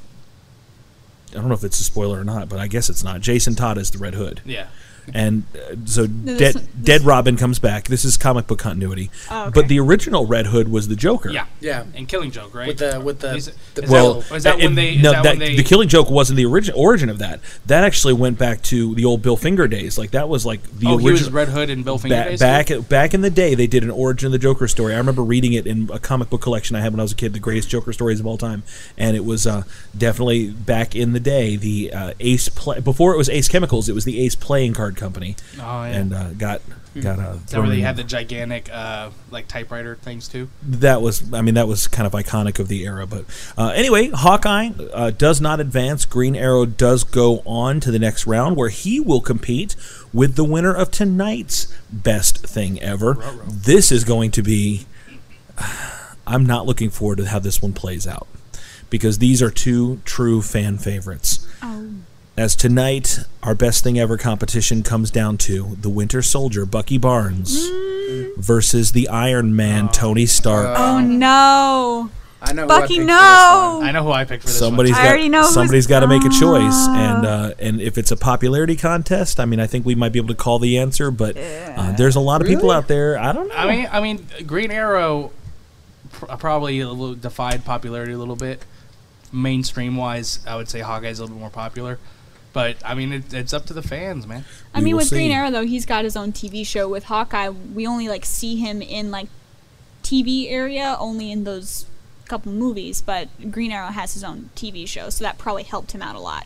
I don't know if it's a spoiler or not, but I guess it's not. Jason Todd is the Red Hood.
Yeah.
and uh, so
No,
dead
this one-
Dead Robin comes back. This is comic book continuity,
Oh, okay.
but the original Red Hood was the Joker.
Yeah.
Yeah.
And Killing Joke, right?
With the- with the-
Is,
the
is
Well,
that, or Oh, is that, when
it-
they? Is
no,
that,
that-
when they?
the Killing Joke wasn't the origin origin of that. That actually went back to the old Bill Finger days. Like that was like the
oh, he was
original.
Red Hood and Bill Finger.
Ba-
days?
back back in the day, they did an origin of the Joker story. I remember reading it in a comic book collection I had when I was a kid, the greatest Joker stories of all time, and it was uh, definitely back in the day. The uh, Ace play- before it was Ace Chemicals, it was the Ace Playing Card Company,
Oh yeah. Hmm.
and uh, got got uh,
is that where
thrown
they
in.
had the gigantic uh, like typewriter things too?
that was I mean that was kind of iconic of the era. But uh, anyway, Hawkeye uh, does not advance. Green Arrow does go on to the next round where he will compete with the winner of tonight's best thing ever. This is going to be. I'm not looking forward to how this one plays out because these are two true fan favorites.
Oh.
As tonight, our best thing ever competition comes down to the Winter Soldier, Bucky Barnes, versus the Iron Man, Tony Stark.
Mm. Oh no!
Uh, I know. who I
Bucky,
picked for this
no!
I know who I picked for this
Somebody's
one.
I
got
already know who's-
somebody's got to make a choice,
Ah.
and uh, and if it's a popularity contest, I mean, I think we might be able to call the answer, but uh, there's a lot of people
Really?
out there. I don't know.
I mean, I mean, Green Arrow pr- uh, probably a little defied popularity a little bit. Mainstream wise, I would say Hawkeye's a little bit more popular, but I mean, it, it's up to the fans, man.
I
We
mean,
will
with Green
see.
Arrow though, he's got his own TV show. With Hawkeye, we only like see him in like TV area, only in those couple movies. But Green Arrow has his own TV show, so that probably helped him out a lot.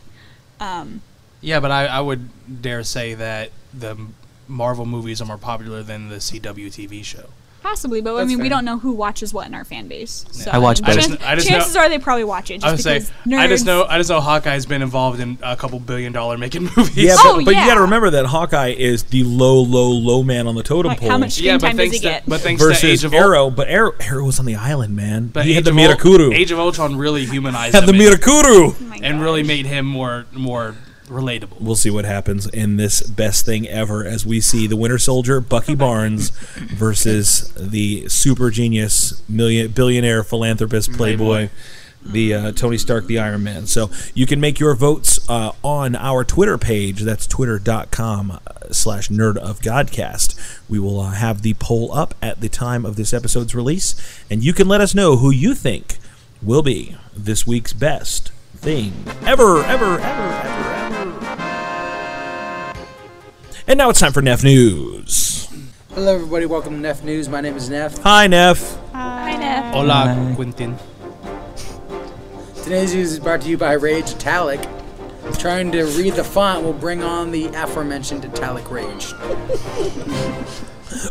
Um,
Yeah, but I, I would dare say that the Marvel movies are more popular than the CW TV show.
possibly, but I
That's
mean, we
fair.
don't know who watches what in our fan base. So,
I watch
mean,
both. I
just- I just know-
chances are they probably watch it. Just
I would say
because
I just
nerds- <laughs> Oh
know I just know Hawkeye's been involved in a couple billion dollar making <laughs> movies.
yeah, but,
Oh,
but you
yeah.
got to remember that Hawkeye is the low, low, low man on the totem
Like,
pole
how much screen
Yeah, but
time does
thanks
he
to
get?
but thanks
versus
to Age of Ul-
Arrow. But Arrow, Arrow was on the island, man.
but
he had
Age
the
of Ul-
Mirakuru.
Age of Ultron really humanized
had the
him and-
Mirakuru.
Oh my
and
God.
really made him more more relatable.
We'll see what happens in this best thing ever as we see the Winter Soldier, Bucky Barnes, versus the super genius million billionaire philanthropist playboy. The uh, Tony Stark, the Iron Man. So you can make your votes uh, on our Twitter page. That's twitter.com uh, slash nerd of Godcast. We will uh, have the poll up at the time of this episode's release, and you can let us know who you think will be this week's best thing ever, ever, ever, ever, ever. And now it's time for Neff News.
one. Hello, everybody. Welcome to Neff News. My name is Neff.
Hi, Neff.
Hi, Neff.
Hola, Quentin.
Today's news is brought to you by Rage Italic. Trying to read the font will bring on the aforementioned italic rage.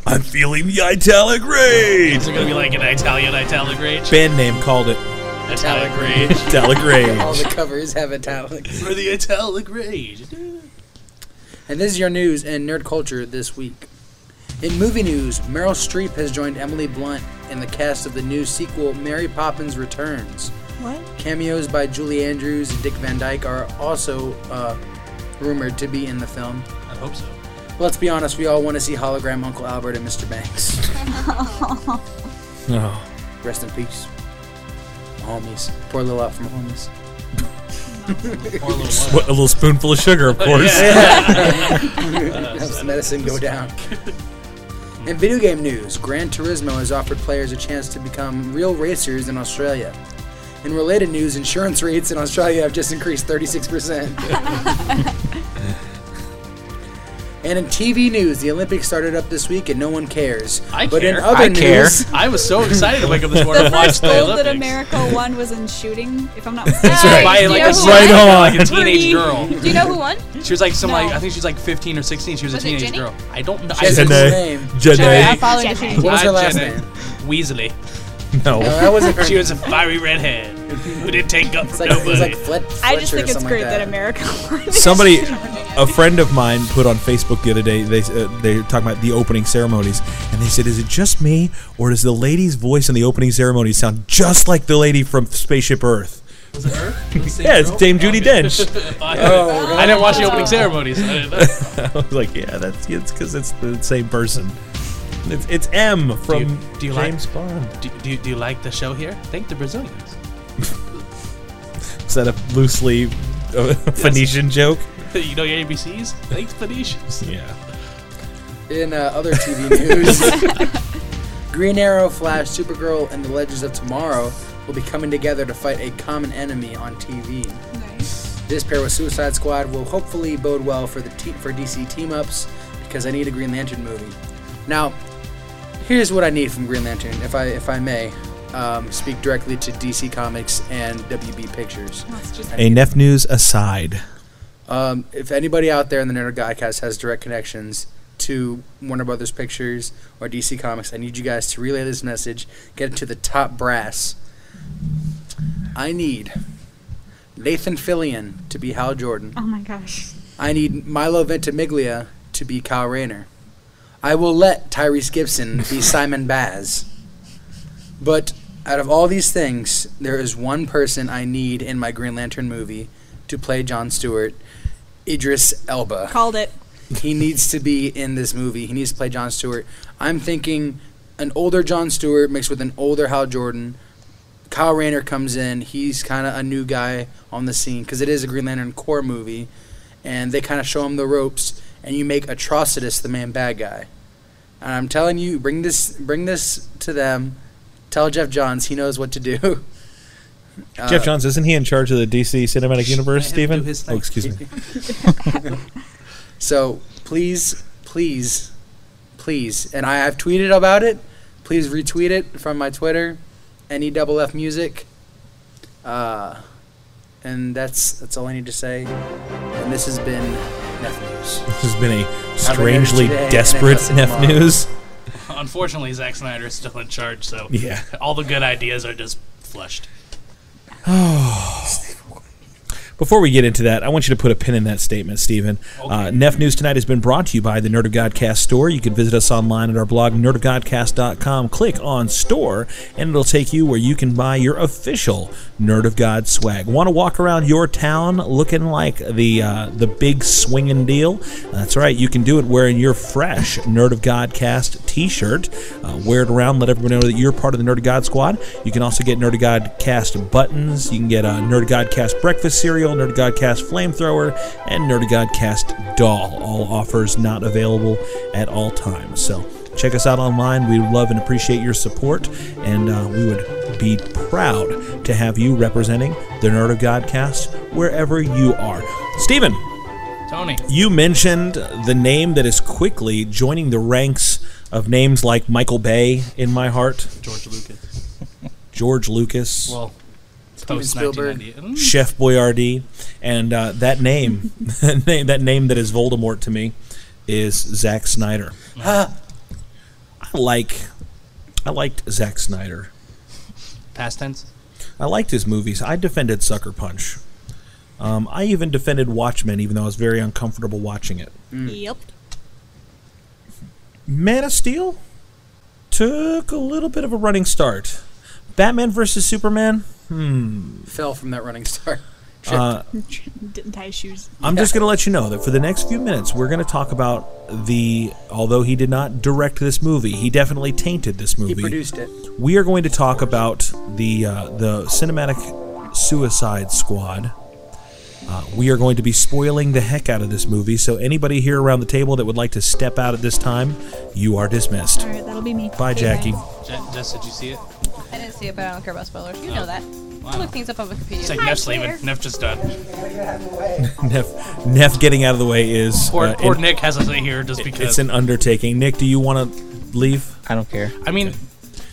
I'm feeling the italic rage.
Is it gonna be like an Italian italic rage?
Band name called it
Italic rage.
Italic
All the
Rage.
covers have italic.
For the italic rage.
And this is your news and nerd culture this week. In movie news, Meryl Streep has joined Emily Blunt in the cast of the new sequel Mary Poppins Returns.
What?
Cameos by Julie Andrews and Dick Van Dyke are also uh, rumored to be in the film.
I hope so.
Let's be honest, we all want to see hologram Uncle Albert and Mr. Banks.
Oh,
Rest in peace. Homies. Poor little out from homies.
Or a little
what, a little spoonful of sugar, of
<laughs>
course.
Helps the medicine go down. In video game news, Gran Turismo has offered players a chance to become real racers in Australia. In related news, insurance rates in Australia have just increased
<laughs>
36%. and in TV news, the Olympics started up this week and no one cares.
I
but in
care.
other
I care.
news,
I was so excited to wake up this morning
The
and <laughs> watch
first
the
gold that
Olympics. <laughs>
America won was in shooting, if I'm not mistaken.
By
Do you
like,
know
a,
<laughs>
who
Right
won?
on.
like a teenage
Pretty.
girl.
Do you know who won?
She was like some
No.
like I think she was like 15 or 16. She was,
Was
a
it
teenage
Jenny?
girl. I don't know.
Yes,
I
and
don't <laughs>
Janae.
Jenny. name.
know.
Sorry, I
Janae.
followed
Jenny.
you.
What was her
Not
last
Jenny.
name?
Weasley.
No,
No.
Uh, that wasn't her.
She was a fiery redhead who didn't take up
It's
for
like, it
nobody.
was like Flet-
I just
Fletcher or
think it's
something
great
like
that America <laughs> won.
Somebody, a friend of mine, put on Facebook the other day. They uh, they were talking about the opening ceremonies, and they said, "Is it just me, or does the lady's voice in the opening ceremony sound just like the lady from Spaceship Earth?"
was it her? The same
Yeah, it's
girl?
Dame Judi Dench.
I, <laughs>
Oh,
didn't- I didn't watch the opening ceremonies. <laughs> I didn't know.
<laughs> I was like, "Yeah, that's it's because it's the same person." It's, it's M from
do you like-
James Bond.
do, do, do you like the show here? Thank the Brazilians.
<laughs> Is that a loosely uh, Phoenician joke?
<laughs> you know your ABCs? Thanks, Phoenicians.
<laughs> Yeah.
In uh, other TV news,
<laughs>
Green Arrow, Flash, Supergirl, and the Legends of Tomorrow will be coming together to fight a common enemy on TV.
Nice.
This pair with Suicide Squad will hopefully bode well for the te- for DC team ups because I need a Green Lantern movie. Now, here's what I need from Green Lantern, if I if I may um, speak directly to DC Comics and WB Pictures.
That's just
A Nef News aside.
Um, if anybody out there in the Nerd Godcast has direct connections to Warner Brothers Pictures or DC Comics, I need you guys to relay this message, get it to the top brass. I need Nathan Fillion to be Hal Jordan.
Oh my gosh.
I need Milo Ventimiglia to be Kyle Rayner. I will let Tyrese Gibson be Simon Baz. But out of all these things, there is one person I need in my Green Lantern movie to play John Stewart, Idris Elba.
Called it.
He needs to be in this movie. He needs to play John Stewart. I'm thinking an older John Stewart mixed with an older Hal Jordan. Kyle Rayner comes in. He's kind of a new guy on the scene because it is a Green Lantern core movie, and they kind of show him the ropes. And you make Atrocitus the main bad guy. And I'm telling you, bring this, bring this to them. Tell Jeff Johns he knows what to do. <laughs> Uh,
Jeff Johns, isn't he in charge of the DC Cinematic Universe,
let him do
Stephen?
his
Oh,
thing.
excuse me.
<laughs> So please, please, please, and I have tweeted about it. Please retweet it from my Twitter, any double F music. Uh, and that's that's all I need to say. And this has been nothing news.
This has been a strangely
today and
desperate
another
Nef
tomorrow.
News.
Unfortunately, Zack Snyder is still in charge, so
Yeah.
all the good ideas are just flushed.
Before we get into that, I want you to put a pin in that statement, Stephen. Uh, Nef News Tonight has been brought to you by the Nerd of Godcast store. You can visit us online at our blog, nerdofgodcast.com. Click on store, and it'll take you where you can buy your official Nerd of God swag. Want to walk around your town looking like the uh, the big swinging deal? That's right. You can do it wearing your fresh Nerd of Godcast t-shirt. Uh, wear it around. Let everyone know that you're part of the Nerd of God squad. You can also get Nerd of God Cast buttons. You can get a Nerd of God Cast breakfast cereal, Nerd of God Cast flamethrower, and Nerd of God Cast doll. All offers not available at all times. So check us out online. We would love and appreciate your support, and uh, we would be proud to have you representing the Nerd of God Cast wherever you are. Stephen,
Tony,
you mentioned the name that is quickly joining the ranks of names like Michael Bay in my heart,
George Lucas.
George Lucas.
Well, post
Spielberg.
1990. Mm,
Chef Boyardee, and uh, that name, <laughs> that name- that name that is Voldemort to me, is Zack Snyder. Uh, I like, I liked Zack Snyder.
Hmm? Past tense.
I liked his movies. I defended Sucker Punch. Um, I even defended Watchmen, even though I was very uncomfortable watching it.
Yep.
Man of Steel took a little bit of a running start. Batman versus Superman.
Fell from that running start.
Didn't tie his shoes.
I'm just going to let you know that for the next few minutes, we're going to talk about the. Although he did not direct this movie, he definitely tainted this
he
movie.
produced it.
We are going to talk about the uh, the cinematic Suicide Squad. Uh, we are going to be spoiling the heck out of this movie, so anybody here around the table that would like to step out at this time, you are dismissed.
All right, that'll be me.
Bye,
Okay,
Jackie. <laughs>
Je- Jess, did you see it?
I didn't see it, but I don't care about spoilers. You know that. I look things up on Wikipedia.
It's like
I
Neff's
care.
leaving. Neff just done.
Uh, Neff, Neff getting out of the way is
Poor,
uh,
poor
an-
Nick has us in here just because.
it's an undertaking. Nick, do you want to leave?
I don't care.
I mean,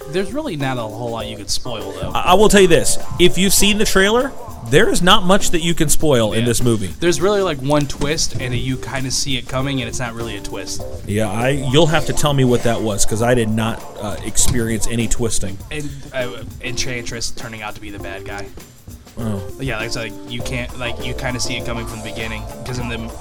there's really not a whole lot you could spoil though.
I I will tell you this: if you've seen the trailer, there is not much that you can spoil in
Yeah.
this movie.
There's really like one twist, and you kind of see it coming, and it's not really a twist.
Yeah, I you'll have to tell me what that was because I did not uh, experience any twisting.
And uh, Enchantress turning out to be the bad guy.
Oh.
Yeah, like, it's like you can't like you kind of see it coming from the beginning because in the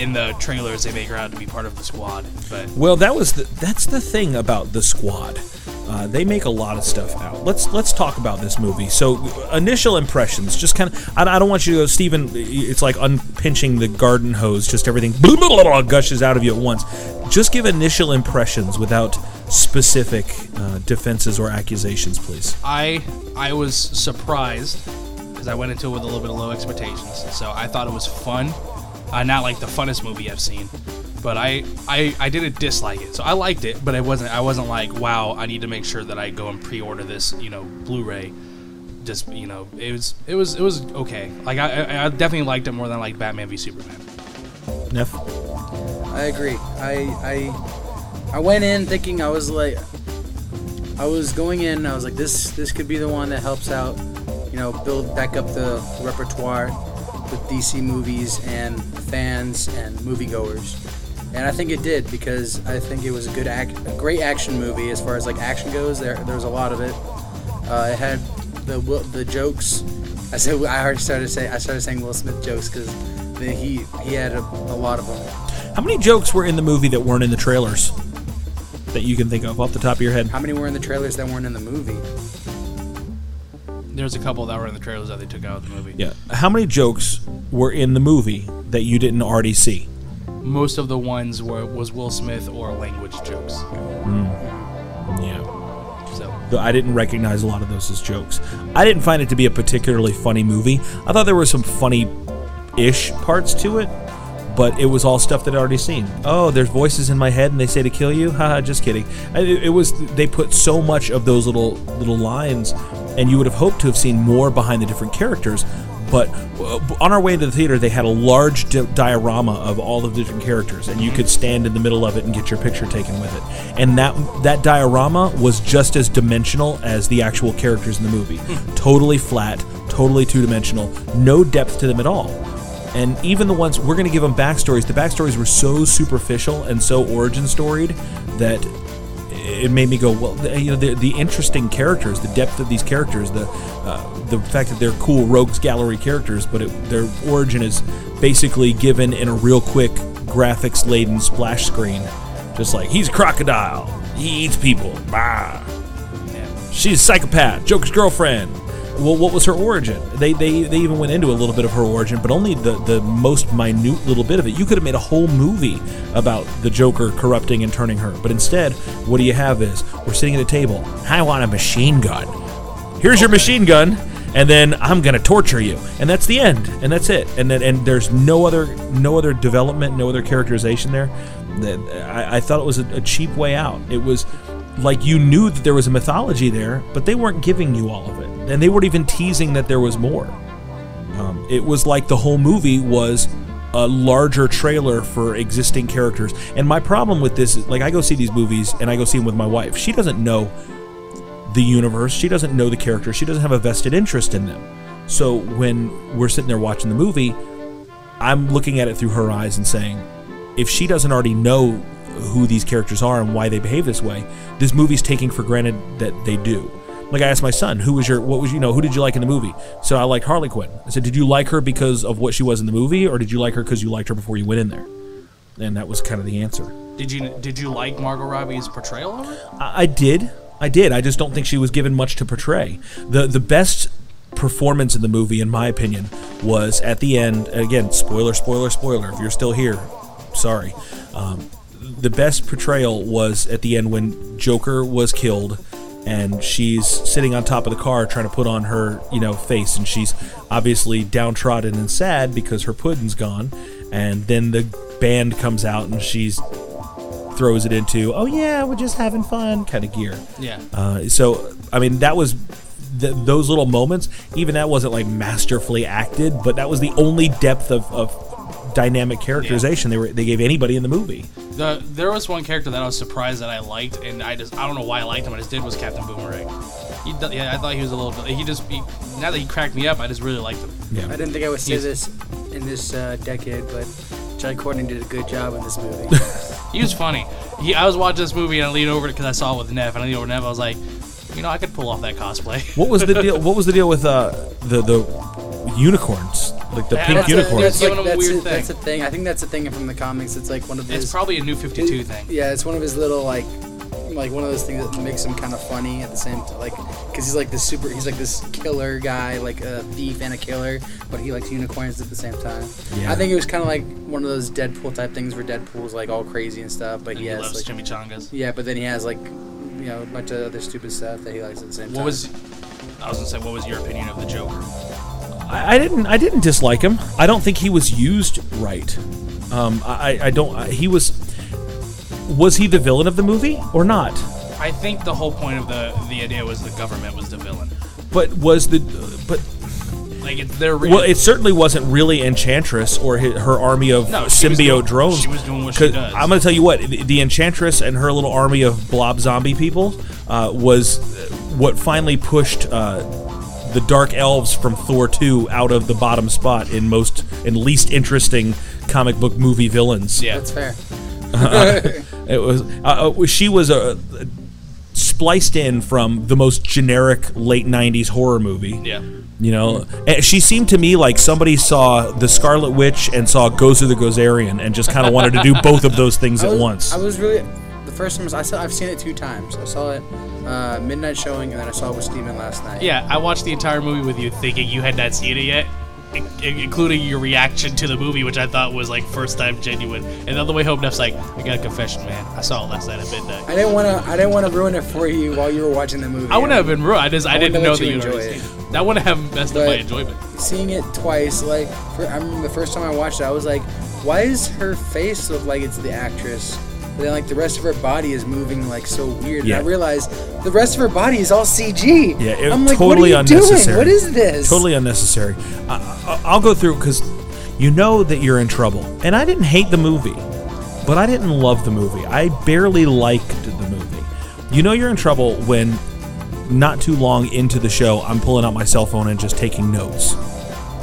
in the trailers they make her out to be part of the squad, but
Well, that was the, that's the thing about the squad. Uh, they make a lot of stuff out. Let's let's talk about this movie. So initial impressions, just kind of. I, I don't want you to go, Stephen. It's like unpinching the garden hose. Just everything <laughs> blah, blah, blah, blah, gushes out of you at once. Just give initial impressions without specific uh, defenses or accusations, please.
I I was surprised because I went into it with a little bit of low expectations. So I thought it was fun. uh, not like the funnest movie I've seen. But I, I, I didn't dislike it, so I liked it. But I wasn't, I wasn't like, wow, I need to make sure that I go and pre-order this, you know, Blu-ray. Just, you know, it was, it was, it was okay. Like I, I- I definitely liked it more than like Batman v Superman.
Neff?
I agree. I I I went in thinking I was like I was going in. I was like this this could be the one that helps out, you know, build back up the repertoire with DC movies and fans and moviegoers. And I think it did because I think it was a good act, a great action movie as far as like action goes. There there was a lot of it. Uh, it had the Will- the jokes. I said I already started say I started saying Will Smith jokes because he he had a, a lot of them.
How many jokes were in the movie that weren't in the trailers that you can think of off the top of your head?
How many were in the trailers that weren't in the movie?
There's a couple that were in the trailers that they took out of the movie.
Yeah. How many jokes were in the movie that you didn't already see?
Most of the ones were was Will Smith or language jokes.
Yeah.
So
Though I didn't recognize a lot of those as jokes. I didn't find it to be a particularly funny movie. I thought there were some funny ish parts to it, but it was all stuff that I'd already seen. Oh, there's voices in my head and they say to kill you? <laughs> Haha, just kidding. I- It, it was, they put so much of those little, little lines, and you would have hoped to have seen more behind the different characters. But uh, on our way to the theater, they had a large di- diorama of all of the different characters, and you could stand in the middle of it and get your picture taken with it. And that that diorama was just as dimensional as the actual characters in the movie. totally flat, totally two dimensional, no depth to them at all. And even the ones we're going to give them backstories, the backstories were so superficial and so origin storied that it made me go, well, th- you know, the, the interesting characters, the depth of these characters, the uh, the fact that they're cool rogues gallery characters, but it, their origin is basically given in a real quick graphics laden splash screen, just like he's a crocodile, he eats people, bah. She's a psychopath, Joker's girlfriend. Well, what was her origin? They, they they even went into a little bit of her origin, but only the, the most minute little bit of it. You could have made a whole movie about the Joker corrupting and turning her, but instead, what do you have is we're sitting at a table. I want a machine gun. Here's your machine gun, and then I'm gonna torture you, and that's the end, and that's it. And then and there's no other no other development, no other characterization there. That I, I thought it was a, a cheap way out. It was like you knew that there was a mythology there, but they weren't giving you all of it, and they weren't even teasing that there was more. Um, it was like the whole movie was a larger trailer for existing characters. And my problem with this is, like, I go see these movies and I go see them with my wife. She doesn't know the universe. She doesn't know the characters. She doesn't have a vested interest in them. So when we're sitting there watching the movie, I'm looking at it through her eyes and saying, if she doesn't already know who these characters are and why they behave this way, this movie's taking for granted that they do. Like I asked my son, who was your, what was you know, who did you like in the movie? So I like Harley Quinn. I said, did you like her because of what she was in the movie, or did you like her because you liked her before you went in there? And that was kind of the answer.
did you did you like Margot Robbie's portrayal of it?
I, I did. I did. I just don't think she was given much to portray. The the best performance in the movie, in my opinion, was at the end. Again, spoiler, spoiler, spoiler. If you're still here, sorry. Um, the best portrayal was at the end when Joker was killed, and she's sitting on top of the car trying to put on her you know face, and she's obviously downtrodden and sad because her pudding's gone. And then the band comes out, and she's throws it into oh yeah we're just having fun kind of gear
Yeah.
uh, so i mean that was th- those little moments even that wasn't like masterfully acted but that was the only depth of, of dynamic characterization they were they gave anybody in the movie
The there was one character that I was surprised that I liked, and I just I don't know why I liked him. I just did was Captain Boomerang. He, d- yeah, I thought he was a little. He just he, now that he cracked me up, I just really liked him.
I didn't think I would say
Yes.
this in this uh, decade, but Jai Courtney did a good job in this <laughs> movie.
He was funny. He, I was watching this movie and I leaned over because I saw it with Nev, and I leaned over to Nev. I was like, you know, I could pull off that cosplay. <laughs>
what was the deal what was the deal with uh the the unicorns like the
Yeah,
pink
that's a-
unicorns
that's Giving him a
that's,
weird
a, that's a
thing.
thing. I think that's a thing from the comics. It's like one of his.
It's probably a new 52 thing.
Yeah, it's one of his little like, like one of those things that makes him kind of funny at the same time, like, because he's like this super, he's like this killer guy, like a thief and a killer, but he likes unicorns at the same time.
Yeah.
I think it was kind of like one of those Deadpool type things where Deadpool's like all crazy and stuff, but he
He
has
loves
like,
chimichangas.
Yeah, but then he has like, you know, a bunch of other stupid stuff that he likes at the same time.
What was? I was gonna say, what was your opinion of the Joker?
I, I didn't. I didn't dislike him. I don't think he was used right. Um, I, I- I don't. I, he was. Was he the villain of the movie or not?
I think the whole point of the the idea was the government was the villain.
But was the. But
Like it's their
well, it certainly wasn't really Enchantress or hi her army of
No, she was doing-
symbiote drones.
she was doing what she
'Cause
does.
I'm going to tell you what the, the Enchantress and her little army of blob zombie people uh, was uh, what finally pushed. Uh, the dark elves from Thor 2 out of the bottom spot in most and least interesting comic book movie villains.
yeah.
That's fair.
It was uh, uh, she was uh, spliced in from the most generic late '90s horror movie.
Yeah.
you know, And she seemed to me like somebody saw the Scarlet Witch and saw Gozer the Gozerian and just kind of wanted to do both of those things
I
at
was-
once.
I was really the first time I saw. I've seen it two times. I saw it uh, midnight showing, and then I saw it with Steven last night.
Yeah, I watched the entire movie with you, thinking you had not seen it yet, in- in- including your reaction to the movie, which I thought was like first time genuine. And on the way home, Neff's like, "I got a confession, man. I saw it last night at midnight."
I didn't want to. I didn't want to ruin it for you while you were watching the movie.
I wouldn't have been rude. I just I,
wouldn't
didn't
let
know that
you
you
enjoy
already seen it. That wouldn't have messed up my
But-
enjoyment.
Seeing it twice, like for, I remember the first time I watched it, I was like, "Why is her face look like it's the actress?" But then, like the rest of her body is moving like so weird.
Yeah.
And I realized the rest of her body is all CG.
Yeah, it,
I'm like,
totally
what are you
unnecessary.
doing? What is this?
Totally unnecessary. I, I, I'll go through because you know that you're in trouble. And I didn't hate the movie, but I didn't love the movie. I barely liked the movie. You know you're in trouble when not too long into the show, I'm pulling out my cell phone and just taking notes.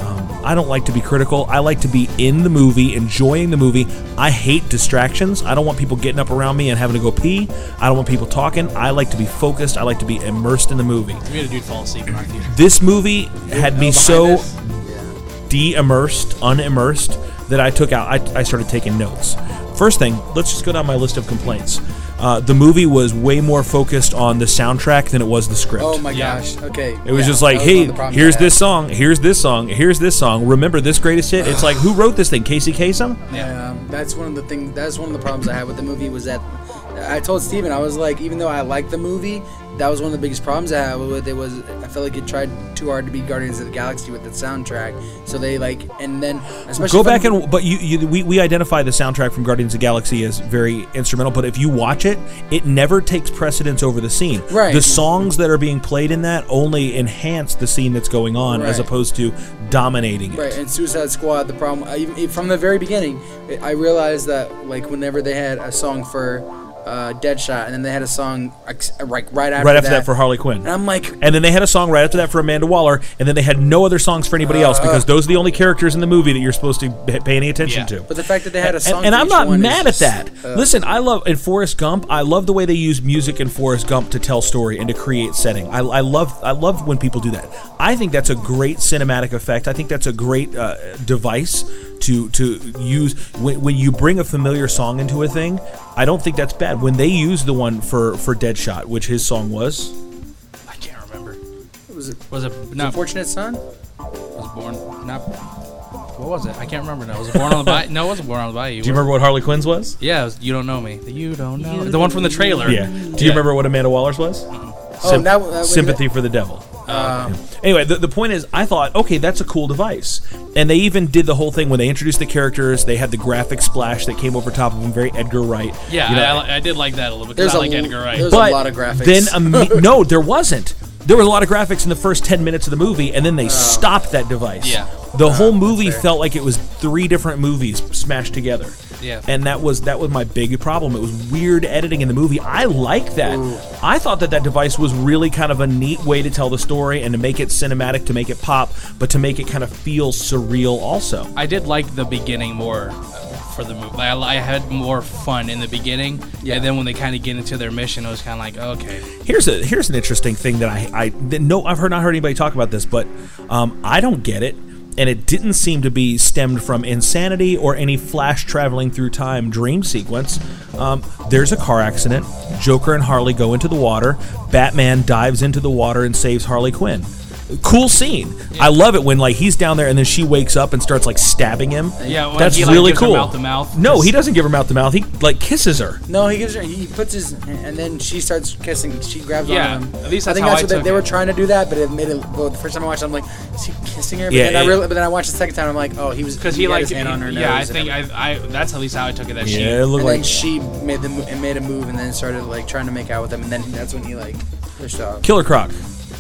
Um, I don't like to be critical. I like to be in the movie, enjoying the movie. I hate distractions. I don't want people getting up around me and having to go pee. I don't want people talking. I like to be focused. I like to be immersed in the movie.
We had a dude fall asleep in our theater.
This movie had me so
us?
de-immersed, unimmersed, that I took out. I, I started taking notes. First thing, let's just go down my list of complaints. Uh, the movie was way more focused on the soundtrack than it was the script.
Oh my
Yeah.
gosh. Okay.
It was
Yeah,
just like,
that was one
hey,
of the problems I
here's
had.
this song, here's this song, here's this song. Remember this greatest hit? It's like, who wrote this thing? Casey Kasem?
Yeah, Um, that's one of the things. That's one of the problems I had with the movie was that I told Steven, I was like, even though I liked the movie, that was one of the biggest problems I had with it was I felt like it tried too hard to be Guardians of the Galaxy with the soundtrack. So they like, and then especially
Go
if
back
I'm-
and but you, you we, we identify the soundtrack from Guardians of the Galaxy as very instrumental. But if you watch it, it never takes precedence over the scene.
Right.
The songs that are being played in that only enhance the scene that's going on, as
Right.
opposed to dominating it.
Right, and Suicide Squad, the problem I, even- from the very beginning, I I realized that like whenever they had a song for uh, Deadshot, and then they had a song like right right after
Right after that, for Harley Quinn.
and I'm like,
And then they had a song right after that for Amanda Waller, and then they had no other songs for anybody
Uh,
else because those are the only characters in the movie that you're supposed to be- pay any attention
Yeah.
to.
but the fact that they had a song,
and, and
for
I'm
each
not
one is
mad at
just,
that.
uh,
Listen, I love in Forrest Gump. I love the way they use music in Forrest Gump to tell story and to create setting. I, I love I love when people do that. I think that's a great cinematic effect. I think that's a great uh, device to to use when, when you bring a familiar song into a thing. I don't think that's bad. When they use the one for for Deadshot, which his song was,
I can't remember.
was it
Was it not
Fortunate Son?
was born not what was it? I can't remember now. Was it born on the bayou? No, it wasn't born on the bayou.
do you remember what Harley Quinn's was?
Yeah, it was, you don't know me. The you don't know. the one from the trailer.
Yeah. Do you remember what Amanda Waller's was?
Uh-huh.
Oh, that- that- wait a
sympathy for the devil.
Um,
Yeah. Anyway, the, the point is, I thought, okay, that's a cool device. And they even did the whole thing when they introduced the characters. They had the graphic splash that came over top of them, very Edgar Wright.
Yeah,
you know.
I- I, I did like that a little bit. 'cause
There's
I
a
like
l-
Edgar Wright.
there's-
but
a lot of graphics.
Then imme-
<laughs>
no, there wasn't. There was a lot of graphics in the first ten minutes of the movie, and then
Oh.
they stopped that device.
Yeah.
The whole movie felt like it was three different movies smashed together.
Yeah.
And that was that was my big problem. It was weird editing in the movie. I like that. I thought that that device was really kind of a neat way to tell the story and to make it cinematic, to make it pop, but to make it kind of feel surreal also.
I did like the beginning more uh, for the movie. I, I had more fun in the beginning,
Yeah.
and then when they kind of get into their mission, it was kind of like okay.
Here's a here's an interesting thing that I I that no I've heard not heard anybody talk about this, but um, I don't get it, and it didn't seem to be stemmed from insanity or any flash traveling through time dream sequence. Um, there's a car accident. Joker and Harley go into the water. Batman dives into the water and saves Harley Quinn. cool scene. I love it when like he's down there and then she wakes up and starts like stabbing him.
Yeah, well,
that's
he, like,
really
gives her
cool.
mouth to mouth.
No, he doesn't give her mouth to mouth. He like kisses her.
No, he gives her. He puts his, and then she starts kissing. She grabs
Yeah,
on him.
at least
I
that's
think
how
that's
I
what they,
took
they
it.
were trying to do that, but it made it. Well, the first time I watched, it, I'm like, is he kissing her? But
Yeah,
then I
it-
really, but then I watched the second time, I'm like, oh, he was
because he
had
like
his hand on her
yeah. I
nose and
think I, I that's at least how I took it. That she
Yeah, it looked
and
like
then she made the mo- and made a move, and then started like trying to make out with him, and then that's when he like pushed off.
Killer Croc.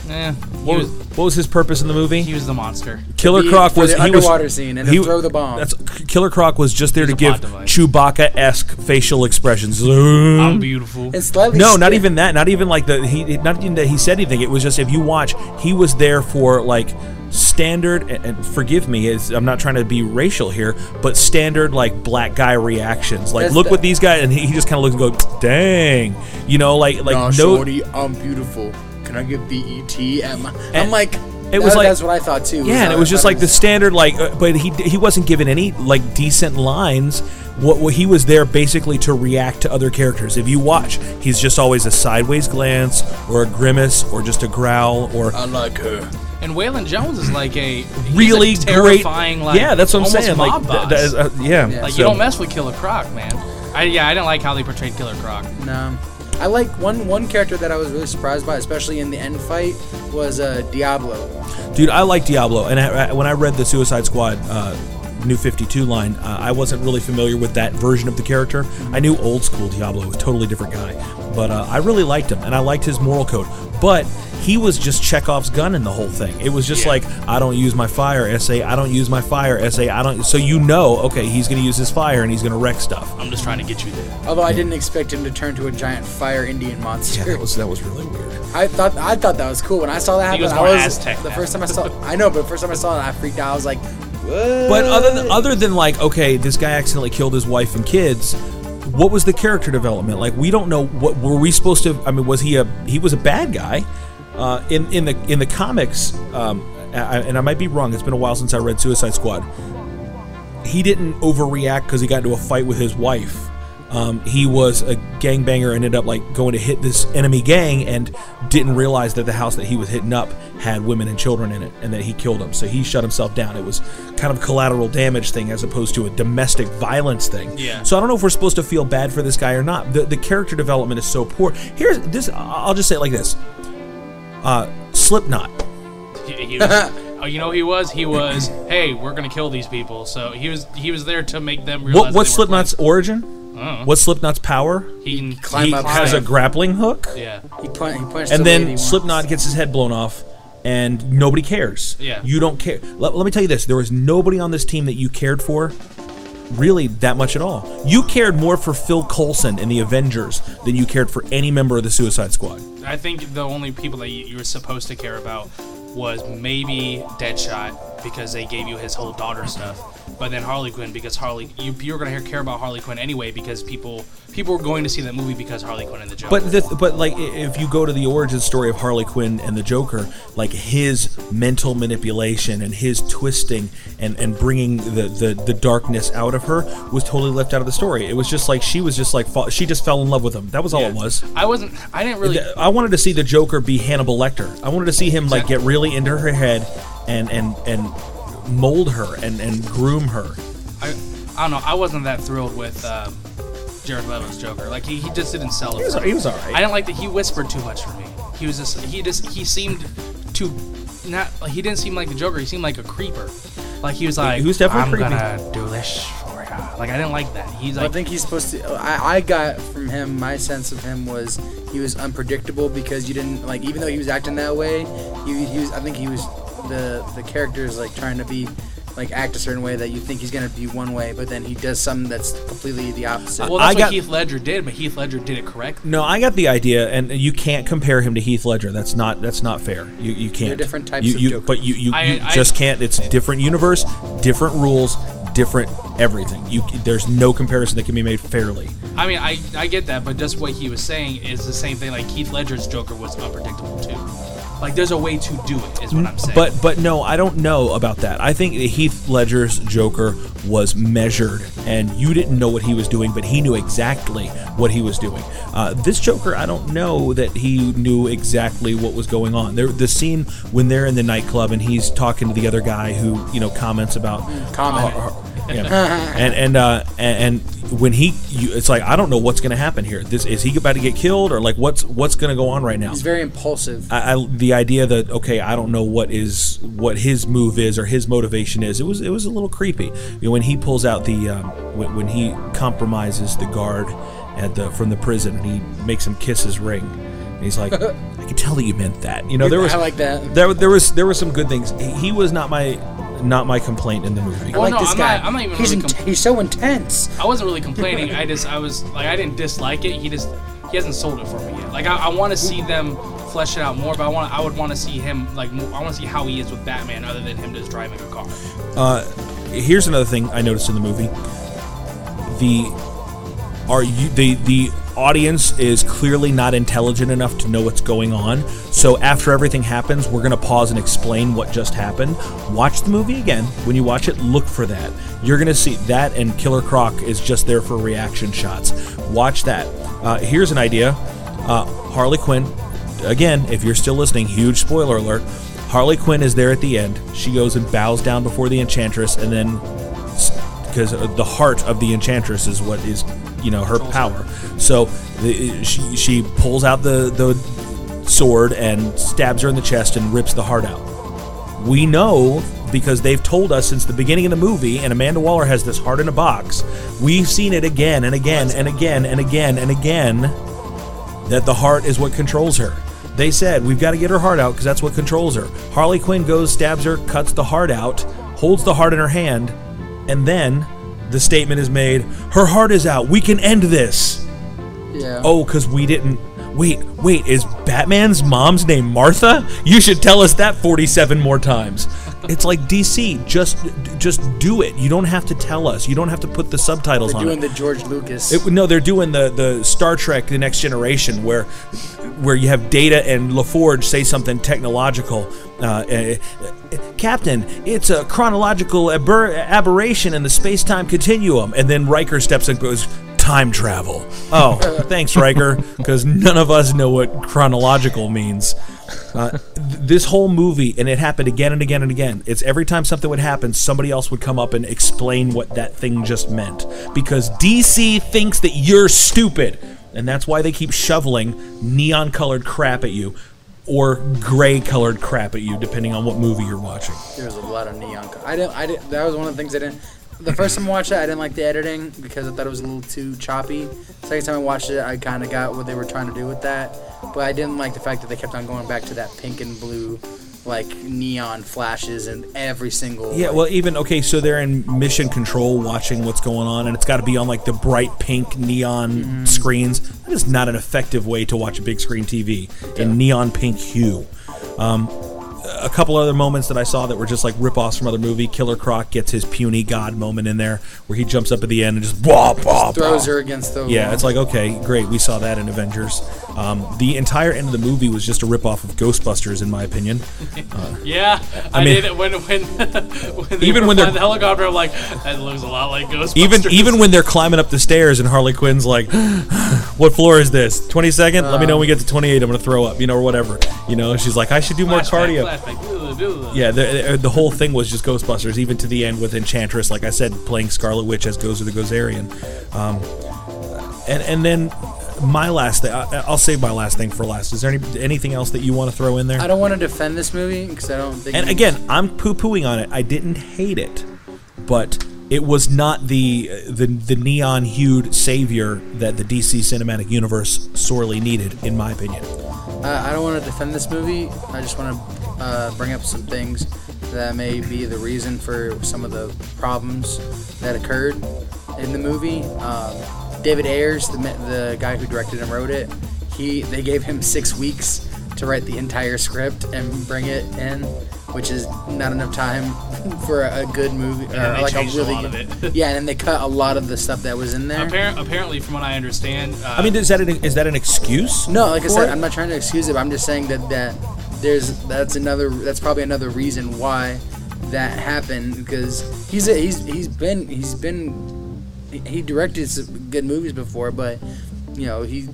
Eh, he,
What was,
was, Mm-hmm.
what was his purpose in the movie?
he was the monster.
Killer
Be-
Croc
for
was
the
he was
underwater scene and then throw the bomb.
That's Killer Croc was just there to
He's a
give
plot device.
Chewbacca esque facial expressions.
I'm beautiful.
And slightly
No, not
stiff.
even that. Not even like the he. Not even that he said anything. It was just if you watch, he was there for like standard. And, and forgive me, it's, I'm not trying to be racial here, but standard like black guy reactions. Like
That's
look
the-
what these guys, and he, he just kind of looks and goes, "Dang," you know, like like no.
I'm beautiful. Can I get E BET at my?
And-
I'm like,
it
that-
was like-
that's what I thought too.
Yeah, and
how
it was
I
just
thought
like the standard, like, uh, but he he wasn't given any like decent lines. What, what he was there basically to react to other characters. If you watch, he's just always a sideways glance or a grimace or just a growl or
I like her.
And Waylon Jones is like a Uh, he's
really
a
great.
terrifying like
yeah, that's what I'm
almost
saying. Like,
mob
th-
boss.
that is, uh, yeah,
Yeah.
like
so-
you don't mess with Killer Croc, man. I yeah, I didn't like how they portrayed Killer Croc.
No, I like one one character that I was really surprised by, especially in the end fight, was uh, Diablo.
dude. I like Diablo, and I, I, when I read the Suicide Squad. Uh, New 52 line. Uh, I wasn't really familiar with that version of the character. I knew old school Diablo, a totally different guy, but uh, I really liked him and I liked his moral code. But he was just Chekhov's gun in the whole thing. It was just
Yeah.
like I don't use my fire essay. I don't use my fire essay. I don't. So you know, okay, he's going to use his fire and he's going to wreck stuff.
I'm just trying to get you there.
Although I didn't expect him to turn to a giant fire Indian monster.
Yeah, that was that was really weird.
<laughs> I thought I thought that was cool when I saw that
He
happen.
was
I
more
was
Aztec
the
now.
first time I saw. I know, but the first time I saw it, I freaked out. I was like, what?
But other than, other than like, okay, this guy accidentally killed his wife and kids. What was the character development like? We don't know. What were we supposed to? I mean, was he a he was a bad guy? Uh, in in the in the comics, um, I, and I might be wrong. It's been a while since I read Suicide Squad. He didn't overreact because he got into a fight with his wife. Um, he was a gangbanger and ended up like going to hit this enemy gang and didn't realize that the house that he was hitting up had women and children in it and that he killed them. So he shut himself down. It was kind of collateral damage thing as opposed to a domestic violence thing.
Yeah.
So I don't know if we're supposed to feel bad for this guy or not. The, the character development is so poor. Here's this. I'll just say it like this. Uh, Slipknot.
<laughs>
He, he was, oh, you know who he was? He was. Hey, we're gonna kill these people. So he was he was there to make them realize.
What, what's
they were playing.
Slipknot's origin?
Uh-huh.
What's Slipknot's power?
He can
Climb
he
up
has
high.
a grappling hook.
Yeah.
he, pun- he punched
and
the lady
then
once.
Slipknot gets his head blown off, and nobody cares.
Yeah.
you don't care. Let, let me tell you this: there was nobody on this team that you cared for, really that much at all. You cared more for Phil Coulson in the Avengers than you cared for any member of the Suicide Squad.
I think the only people that you, you were supposed to care about was maybe Deadshot because they gave you his whole daughter stuff, but then Harley Quinn because Harley you you were gonna hear- care about Harley Quinn anyway because people people were going to see that movie because Harley Quinn and the Joker.
But the, but like i- if you go to the origin story of Harley Quinn and the Joker, like his mental manipulation and his twisting and and bringing the the, the darkness out of her was totally left out of the story. It was just like she was just like fa- she just fell in love with him. That was all it was.
I wasn't. I didn't really.
Th- I wanted to see the Joker be Hannibal Lecter. I wanted to see him like get really into her head and and and mold her and and groom her.
I, I don't know. I wasn't that thrilled with um, Jared Leto's Joker. Like he, he just didn't sell it.
He was-
for me.
he was alright.
I didn't like that he whispered too much for me. He was just he just he seemed too not. He didn't seem like the Joker. He seemed like a creeper. Like he was like
he was definitely
I'm
creepy."
gonna do this for ya." Like I didn't like that. He's
I
like
think he's supposed to. I, I got from him my sense of him was he was unpredictable because you didn't like even though he was acting that way, he, he was. I think he was the the character is like trying to be like act a certain way that you think he's gonna be one way, but then he does something that's completely the opposite.
well
I
that's what
got-
Heath Ledger did, but Heath Ledger did it correctly.
No, I got the idea, and you can't compare him to Heath Ledger. That's not that's not fair. You you can't.
different types
you,
of
you,
Joker.
But you you,
I-
you
I-
just can't. It's different universe, different rules, different everything. You there's no comparison that can be made fairly.
I mean I I get that, but just what he was saying is the same thing. Like Heath Ledger's Joker was unpredictable too. Like there's a way to do it, is what I'm
Mm-hmm.
saying.
But but no, I don't know about that. I think that Heath Ledger's Joker was measured, and you didn't know what he was doing, but he knew exactly what he was doing. Uh, this Joker, I don't know that he knew exactly what was going on. There, the scene when they're in the nightclub and he's talking to the other guy who you know comments about
<laughs> Comment.
oh,
yeah. and and uh, and and when he, you, it's like I don't know what's going to happen here. This is he about to get killed or like what's what's going to go on right now?
He's very impulsive.
I, I, the idea that okay, I don't know what is what his move is or his motivation is. It was it was a little creepy you know, when he pulls out the um, when, when he compromises the guard at the from the prison and he makes him kiss his ring. And he's
<laughs>
like, I could tell that you meant that. You know, there was
I like that.
there there was there were some good things. He- He was not my not my complaint in the movie.
I
Well,
like
Oh, no,
this
I'm
guy.
not- I'm not even
he's,
really
int-
com-
he's so intense.
I wasn't really complaining. I just I was like I didn't dislike it. He just he hasn't sold it for me yet. Like I, I want to see them flesh it out more, but I want I would want to see him like mo- I want to see how he is with Batman other than him just driving a car.
here's another thing I noticed in the movie. The are you the the audience is clearly not intelligent enough to know what's going on. So after everything happens, we're gonna pause and explain what just happened. Watch the movie again. When you watch it, look for that. You're gonna see that, and Killer Croc is just there for reaction shots. Watch that. Uh, here's an idea. Uh, Harley Quinn again, if you're still listening, huge spoiler alert. Harley Quinn is there at the end. She goes and bows down before the Enchantress, and then because uh, the heart of the Enchantress is what is, you know, her power. So the, she she pulls out the the sword and stabs her in the chest and rips the heart out we know because they've told us since the beginning of the movie, and Amanda Waller has this heart in a box. We've seen it again and again and again and again and again that the heart is what controls her. They said, We've got to get her heart out because that's what controls her. Harley Quinn goes, stabs her, cuts the heart out, holds the heart in her hand, and then the statement is made Her heart is out. We can end this.
Yeah.
Oh, because we didn't. Wait, wait, is Batman's mom's name Martha? You should tell us that 47 more times. It's like DC, just just do it. You don't have to tell us. You don't have to put the subtitles
they're
on.
doing
it.
the George Lucas.
It- no, they're doing the, the Star Trek The Next Generation where where you have Data and LaForge say something technological. Uh, eh, eh, Captain, it's a chronological aber- aberration in the space time continuum. And then Riker steps in and goes, Time travel. Oh, thanks, Riker, because none of us know what chronological means. Uh, th- this whole movie, and it happened again and again and again. It's every time something would happen, somebody else would come up and explain what that thing just meant. Because DC thinks that you're stupid, and that's why they keep shoveling neon colored crap at you, or gray colored crap at you, depending on what movie you're watching.
there was a lot of neon. co- I didn't. I didn't. That was one of the things I didn't. The first time I watched it, I didn't like the editing because I thought it was a little too choppy. Second time I watched it, I kind of got what they were trying to do with that, but I didn't like the fact that they kept on going back to that pink and blue, like neon flashes in every single.
Yeah,
like,
well, even okay, so they're in mission control watching what's going on, and it's got to be on like the bright pink neon
Mm-hmm.
screens. That is not an effective way to watch a big screen TV in neon pink hue. Um, a couple other moments that I saw that were just like ripoffs from other movie. Killer Croc gets his puny god moment in there where he jumps up at the end and just blah blah
throws
blah.
her against the.
Yeah,
wall.
it's like okay, great. We saw that in Avengers. Um, the entire end of the movie was just a ripoff of Ghostbusters, in my opinion.
Yeah, I,
mean-
did it when when, <laughs> when they
Even
were
when they're-
flying the helicopter. I'm like that looks a lot like Ghostbusters.
even even when they're climbing up the stairs and Harley Quinn's like, <gasps> "What floor is this? 22nd? Let me know when we get to 28. I'm gonna throw up, you know, or whatever. You know, she's like, I should do more cardio.
Flashback, flashback.
Yeah, the, uh, the whole thing was just Ghostbusters, even to the end with Enchantress, like I said, playing Scarlet Witch as Gozer the Gozerian. Um, and and then my last thing, I- I'll save my last thing for last. Is there any anything else that you want to throw in there?
I don't want to defend this movie because I don't think.
And
it-
again, I'm poo-pooing on it. I didn't hate it, but it was not the uh, the, the neon-hued savior that the DC cinematic universe sorely needed, in my opinion.
Uh, I, I don't want to defend this movie. I just want to uh, bring up some things that may be the reason for some of the problems that occurred in the movie. Um, David Ayers, the, ma- the guy who directed and wrote it, he they gave him six weeks to write the entire script and bring it in, which is not enough time <laughs> for a, a good movie
then
or
they
like a
changed a
really
lot of it.
<laughs> yeah. And then they cut a lot of the stuff that was in there.
Appar- apparently, from what I understand, uh,
I mean, is that an, is that an excuse?
No, like I
for
said,
it?
I'm not trying to excuse it. But I'm just saying that that there's that's another that's probably another reason why that happened because he's a, he's he's been he's been he- he directed some good movies before, but you know he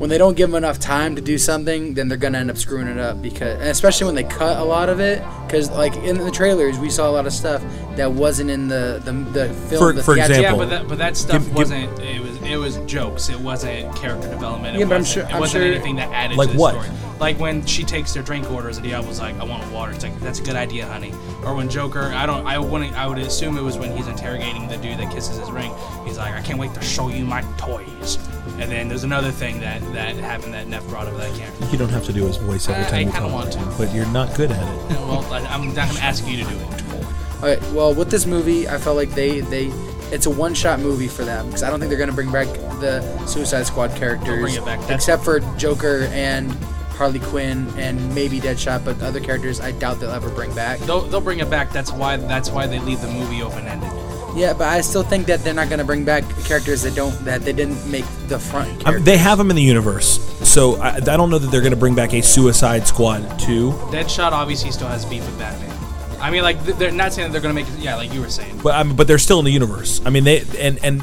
when they don't give him enough time to do something, then they're gonna end up screwing it up because and especially when they cut a lot of it because like in the trailers we saw a lot of stuff that wasn't in the the, the film.
For-
the
for
theatrical-
example,
Yeah, but that but that stuff
Give- give-
wasn't. It was it was jokes. It wasn't character development. It
Yeah, but I'm
wasn't,
sure-
It
I'm
wasn't
sure-
anything that added
Like
to the
what?
story. Like when she takes their drink orders and Diablo's like, "I want water." It's like that's a good idea, honey. Or when Joker, I don't, I wouldn't, I would assume it was when he's interrogating the dude that kisses his ring. He's like, "I can't wait to show you my toys." And then there's another thing that that happened that Neff brought up that I can't.
You don't have to do his voice every
Uh,
time
I
you
kinda
talk,
want to.
but you're not good at it.
<laughs> Well, I, I'm not gonna ask you to do it.
Alright, well, with this movie, I felt like they they it's a one-shot movie for them because I don't think they're gonna bring back the Suicide Squad characters,
bring it back. That's-
except for Joker and Harley Quinn and maybe Deadshot, but other characters I doubt they'll ever bring back.
They'll, they'll bring it back. That's why that's why they leave the movie open ended.
Yeah, but I still think that they're not gonna bring back characters that don't that they didn't make the front.
I
Characters.
mean, they have him in the universe, so I, I don't know that they're going to bring back a Suicide Squad 2.
Deadshot obviously still has beef with Batman. I mean, like th- they're not saying that they're gonna make it. Yeah, like you were saying.
but I mean, but they're still in the universe. I mean, they and and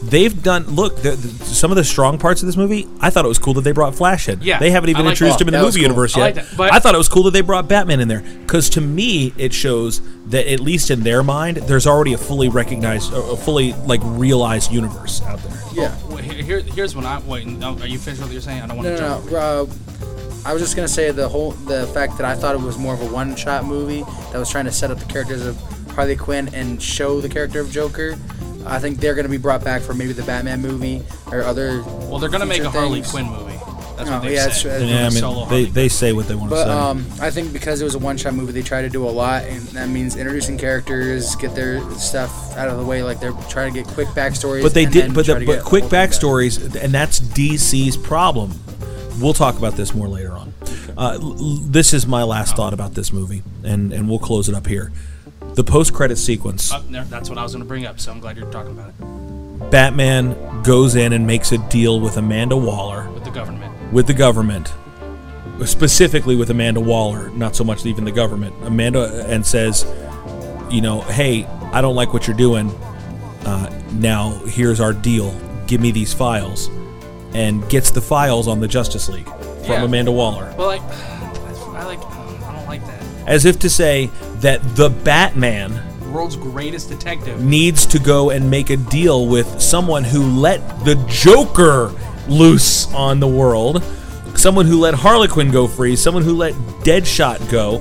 they've done. Look, the, the, some of the strong parts of this movie. I thought it was cool that they brought Flash in.
Yeah,
they haven't even
I like
introduced
that.
him in the
That was
movie
cool.
universe
I
yet.
like that, but-
I thought it was cool that they brought Batman in there because to me it shows that at least in their mind, there's already a fully recognized, a a fully like realized universe out there.
yeah.
Wait, here, here- here's when I wait. No, are you finished with what you're saying? I don't want
No,
to
no,
jump.
no. Uh, I was just gonna say the whole the fact that I thought it was more of a one-shot movie that was trying to set up the characters of Harley Quinn and show the character of Joker. I think they're gonna be brought back for maybe the Batman movie or other.
Well, they're gonna make a
future
Harley
things.
Quinn movie. That's
Oh,
what they
yeah,
said.
that's right.
Yeah, I
Solo
mean,
Harley
they, they say what they want to
But
say.
um, I think because it was a one-shot movie, they try to do a lot, and that means introducing characters, get their stuff out of the way. Like they're trying to get quick backstories.
But they
and
did.
then
But
try
the,
to
but
get
quick
the whole thing done.
backstories, and that's DC's problem. We'll talk about this more later on. Uh, l- l- this is my last thought about this movie, and and we'll close it up here. The post-credit sequence:
Uh, no, that's what I was gonna bring up. So I'm glad you're talking about it
Batman goes in and makes a deal with Amanda Waller
with the government.
with the government, specifically with Amanda Waller, not so much even the government. Amanda uh, and says, you know, hey, I don't like what you're doing. Uh, now here's our deal. Give me these files, and gets the files on the Justice League from
Yeah.
Amanda Waller,
But like, <sighs> I like. I don't like that.
as if to say that the Batman
World's greatest detective.
needs to go and make a deal with someone who let the Joker loose on the world, someone who let Harlequin go free, someone who let Deadshot go.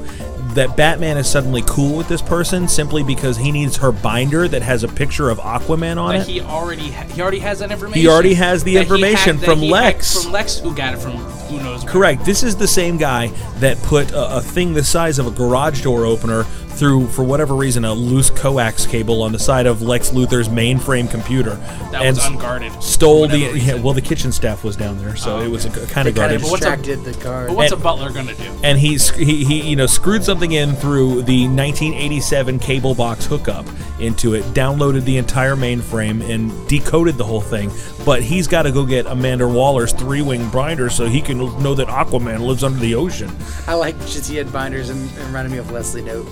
That Batman is suddenly cool with this person simply because he needs her binder that has a picture of Aquaman on
That
it.
he already ha- he already has that information.
He already has the
That he
information
had- that
from
he hacked
Lex.
From Lex, who got it from who knows. where.
Correct. This is the same guy that put a, a thing the size of a garage door opener through, for whatever reason, a loose coax cable on the side of Lex Luthor's mainframe computer.
That
and
was unguarded.
Stole
for
the
whatever
yeah,
reason.
well the kitchen staff was down there so
Oh,
it was a, kind
They
of
kind
guarded
of
But what's up-
distracted the guard.
But what's
and-
a butler gonna do?
and he's he, he you know screwed something in through the 1987 cable box hookup into it downloaded the entire mainframe and decoded the whole thing but he's got to go get Amanda Waller's three wing binder so he can know that Aquaman lives under the ocean
I like just he had binders and, and reminded me of Leslie Nope.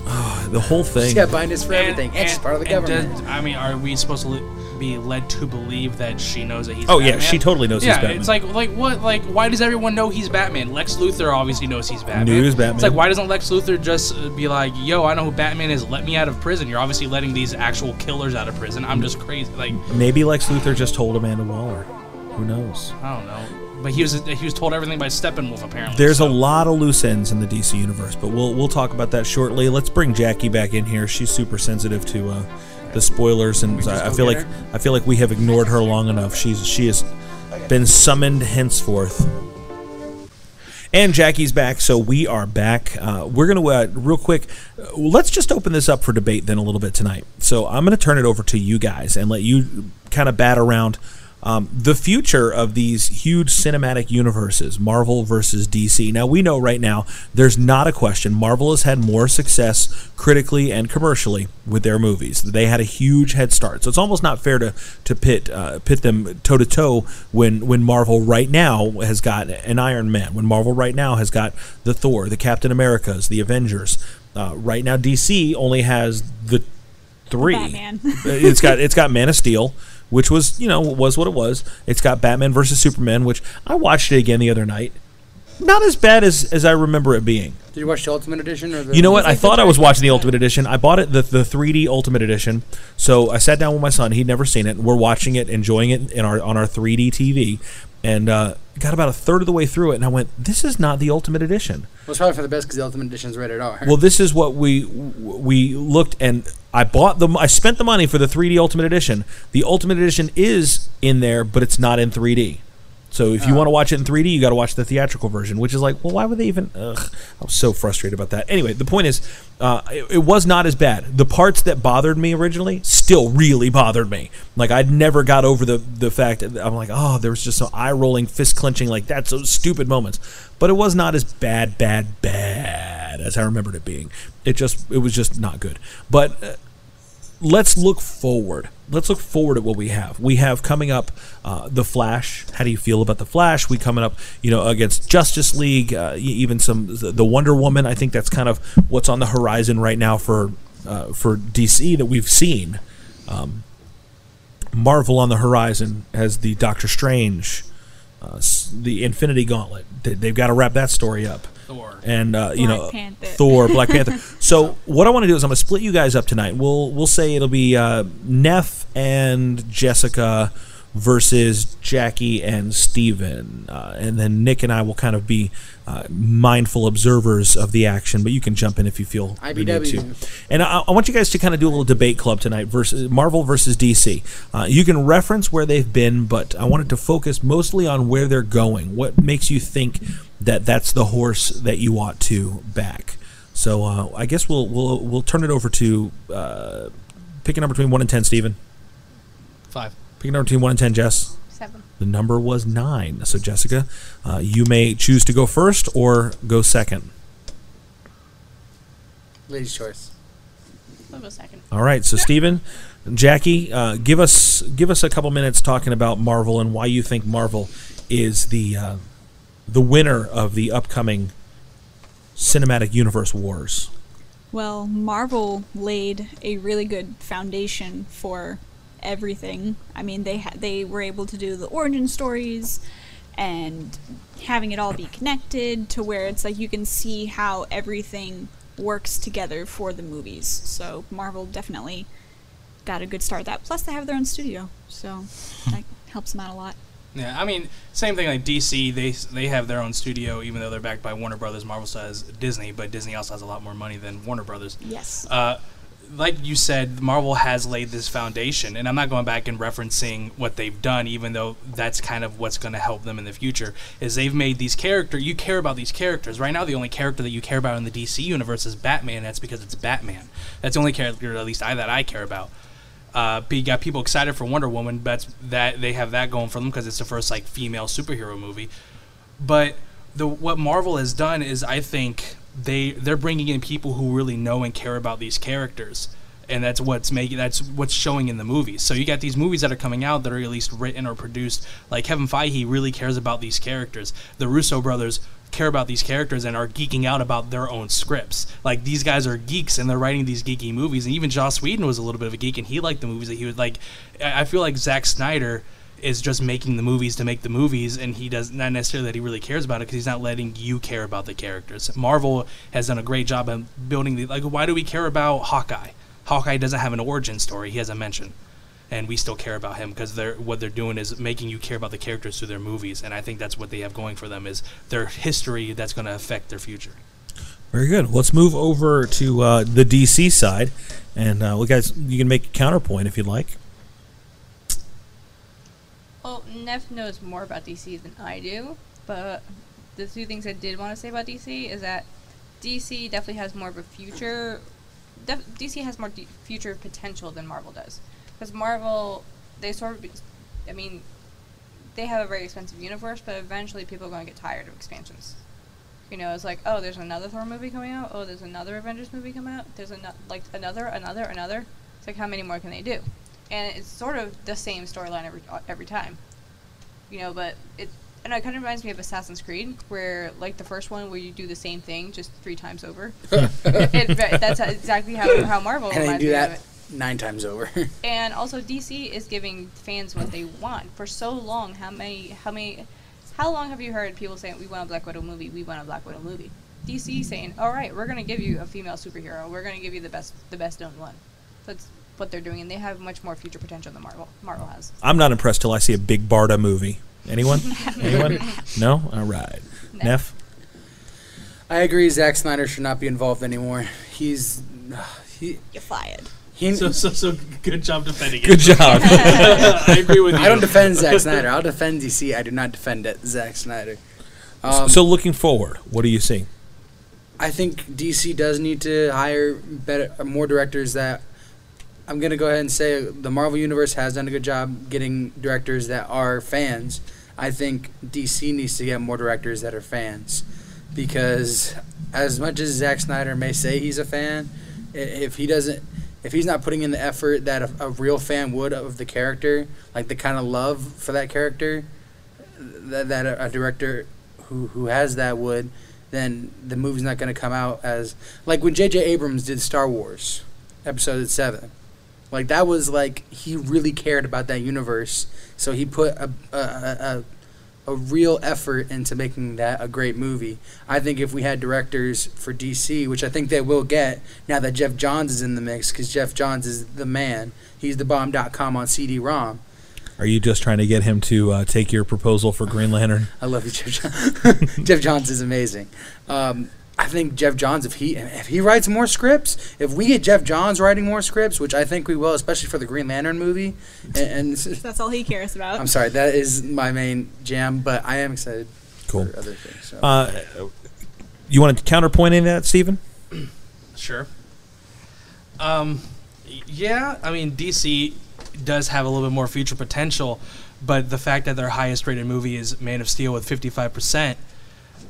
the whole thing
She's got binders for
And-
everything. And she's
and-
part of the
and
government.
does- I mean, are we supposed to le- be led to believe that she knows that he's?
Oh, yeah,
Batman?
she totally knows he's
yeah,
Batman.
it's like like what like why does everyone know he's Batman? Lex Luthor obviously knows he's Batman.
Knew he was
It's
Batman.
like why doesn't Lex Luthor just uh, be like, "Yo, I know who Batman is. Let me out of prison." You're obviously letting these actual killers out of prison. I'm just crazy. Like
maybe Lex Luthor just told Amanda Waller who knows
I don't know. But he was he was told everything by Steppenwolf apparently.
There's a
so.
lot of loose ends in the DC universe, but we'll we'll talk about that shortly. Let's bring Jackie back in here. She's super sensitive to uh, the spoilers, and I, I
go
feel
get
like I feel like we have ignored her long enough. She's she has been summoned henceforth. And Jackie's back, so we are back. Uh, we're going to, uh, real quick, uh, let's just open this up for debate then a little bit tonight. So I'm going to turn it over to you guys and let you kind of bat around Um, the future of these huge cinematic universes, Marvel versus DC. Now, we know right now there's not a question. Marvel has had more success critically and commercially with their movies. They had a huge head start. So it's almost not fair to, to pit, uh, pit them toe to toe when when Marvel right now has got an Iron Man, when Marvel right now has got the Thor, the Captain Americas, the Avengers. Uh, right now, DC only has the three. Uh,
Batman.
it's got it's got Man of Steel, which was you know was what it was. It's got Batman versus Superman, which I watched it again the other night. Not as bad as as I remember it being.
Did you watch the Ultimate Edition or the?
You know what? I thought I was watching the Ultimate Edition. I bought it the the 3D Ultimate Edition. So I sat down with my son. He'd never seen it. We're watching it, enjoying it in our on our 3D TV, and uh, got about a third of the way through it, and I went, "This is not the Ultimate Edition."
Well, it's probably for the best because the Ultimate Edition's rated R.
Well, this is what we we looked and I bought the I spent the money for the 3D Ultimate Edition. The Ultimate Edition is in there, but it's not in 3D. So if you want to watch it in 3D, you got to watch the theatrical version, which is like, well, why would they even? Ugh, I was so frustrated about that. Anyway, the point is, uh, it, it was not as bad. The parts that bothered me originally still really bothered me. Like I'd never got over the the fact that I'm like, oh, there was just some eye rolling, fist clenching, like that's those stupid moments. But it was not as bad, bad, bad as I remembered it being. It just it was just not good. But uh, let's look forward. Let's look forward at what we have. We have coming up uh, the Flash. How do you feel about the Flash? We coming up, you know, against Justice League, uh, e- even some the the Wonder Woman. I think that's kind of what's on the horizon right now for uh, for DC that we've seen. Um, Marvel on the horizon has the Doctor Strange, uh, s- the Infinity Gauntlet. They, they've got to wrap that story up.
Thor.
And uh, you
Black
know,
Panther.
Thor, Black Panther. So what I want to do is I'm going to split you guys up tonight. We'll we'll say it'll be uh, Neff and Jessica versus Jackie and Steven. Uh, and then Nick and I will kind of be uh, mindful observers of the action, but you can jump in if you feel the need
IBW.
to. And I, I want you guys to kind of do a little debate club tonight versus Marvel versus DC. Uh, you can reference where they've been, but I wanted to focus mostly on where they're going. What makes you think that that's the horse that you ought to back? So uh, I guess we'll we'll we'll turn it over to uh, pick a number between one and ten, Steven.
Five.
Pick a number between one and ten, Jess.
Seven.
The number was nine. So Jessica, uh, you may choose to go first or go second.
Ladies' choice.
I'll go second.
All right, so Steven, Jackie, uh, give us give us a couple minutes talking about Marvel and why you think Marvel is the uh, the winner of the upcoming cinematic universe wars.
Well, Marvel laid a really good foundation for everything. I mean, they ha- they were able to do the origin stories and having it all be connected to where it's like you can see how everything works together for the movies. So Marvel definitely got a good start at that. Plus, they have their own studio, so
Hmm.
that helps them out a lot.
Yeah, I mean, same thing like DC. They they have their own studio, even though they're backed by Warner Brothers. Marvel still has Disney, but Disney also has a lot more money than Warner Brothers.
Yes.
Uh, like you said, Marvel has laid this foundation, and I'm not going back and referencing what they've done, even though that's kind of what's going to help them in the future. Is they've made these character you care about these characters right now. The only character that you care about in the DC universe is Batman. That's because it's Batman. That's the only character, at least I that I care about. Uh, but you got people excited for Wonder Woman. That's that they have that going for them because it's the first like female superhero movie but the what Marvel has done is I think they they're bringing in people who really know and care about these characters and that's what's making that's what's showing in the movies. So you got these movies that are coming out that are at least written or produced like Kevin Feige really cares about these characters. The Russo brothers care about these characters and are geeking out about their own scripts. Like these guys are geeks and they're writing these geeky movies and even Joss Whedon was a little bit of a geek and he liked the movies that he would like I I feel like Zack Snyder is just making the movies to make the movies, and he does not necessarily that he really cares about it because he's not letting you care about the characters. Marvel has done a great job of building the like. Why do we care about Hawkeye? Hawkeye doesn't have an origin story; he has a mention, and we still care about him because they're what they're doing is making you care about the characters through their movies, and I think that's what they have going for them is their history that's going to affect their future.
Very good. Let's move over to uh, the DC side, and uh, well, guys, you can make a counterpoint if you'd like.
Well, Neff knows more about DC than I do, but the two things I did want to say about DC is that DC definitely has more of a future. Def- DC has more d- future potential than Marvel does, because Marvel they sort of, be- I mean, they have a very expensive universe, but eventually people are going to get tired of expansions. You know, it's like, oh, there's another Thor movie coming out. Oh, there's another Avengers movie coming out. There's another, like another, another, another. It's like, how many more can they do? And it's sort of the same storyline every uh, every time. You know, but it and it kind of reminds me of Assassin's Creed, where like the first one, where you do the same thing just three times over. it, that's exactly how how
Oh,
Marvel
And they
reminds
do
me of
that
it.
nine times over. <laughs>
And also, DC is giving fans what they want for so long. How many? How many? How long have you heard people saying we want a Black Widow movie? We want a Black Widow movie. DC saying, all right, we're gonna give you a female superhero. We're gonna give you the best, the best known one. That's what they're doing, and they have much more future potential than Marvel. Marvel has.
I'm not impressed till I see a big Barda movie. Anyone? Anyone? No? All right.
No.
Neff?
I agree. Zack Snyder should not be involved anymore. He's <sighs> he
You're fired.
he.
So, so, so good job defending it.
Good job.
<laughs> I agree with you.
I don't defend Zack Snyder. I'll defend DC. I do not defend it, Zack Snyder. Um,
so looking forward, what do you see?
I think DC does need to hire better, more directors. That I'm gonna go ahead and say the Marvel Universe has done a good job getting directors that are fans. I think DC needs to get more directors that are fans, because as much as Zack Snyder may say he's a fan, i- if he doesn't, if he's not putting in the effort that a, a real fan would of the character, like the kind of love for that character, that, that a, a director who who has that would, then the movie's not going to come out as like when J.J. Abrams did Star Wars, Episode Seven. Like that was like he really cared about that universe, so he put a a, a, a, a real effort into making that a great movie. I think if we had directors for DC, which I think they will get now that Jeff Johns is in the mix, because Jeff Johns is the man. He's the bomb.com on CD-ROM.
Are you just trying to get him to uh, take your proposal for Green Lantern?
I love you, Jeff. Johns. <laughs> Jeff Johns is amazing. Um, I think Jeff Johns, if he if he writes more scripts, if we get Jeff Johns writing more scripts, which I think we will, especially for the Green Lantern movie, and, and <laughs> this is-
That's all he cares about.
I'm sorry, that is my main jam, but I am excited
Cool.
for other things. So.
Uh, you want to counterpoint any of that, Stephen?
Sure. Um, y- yeah, I mean DC does have a little bit more future potential, but the fact that their highest rated movie is Man of Steel with fifty five percent.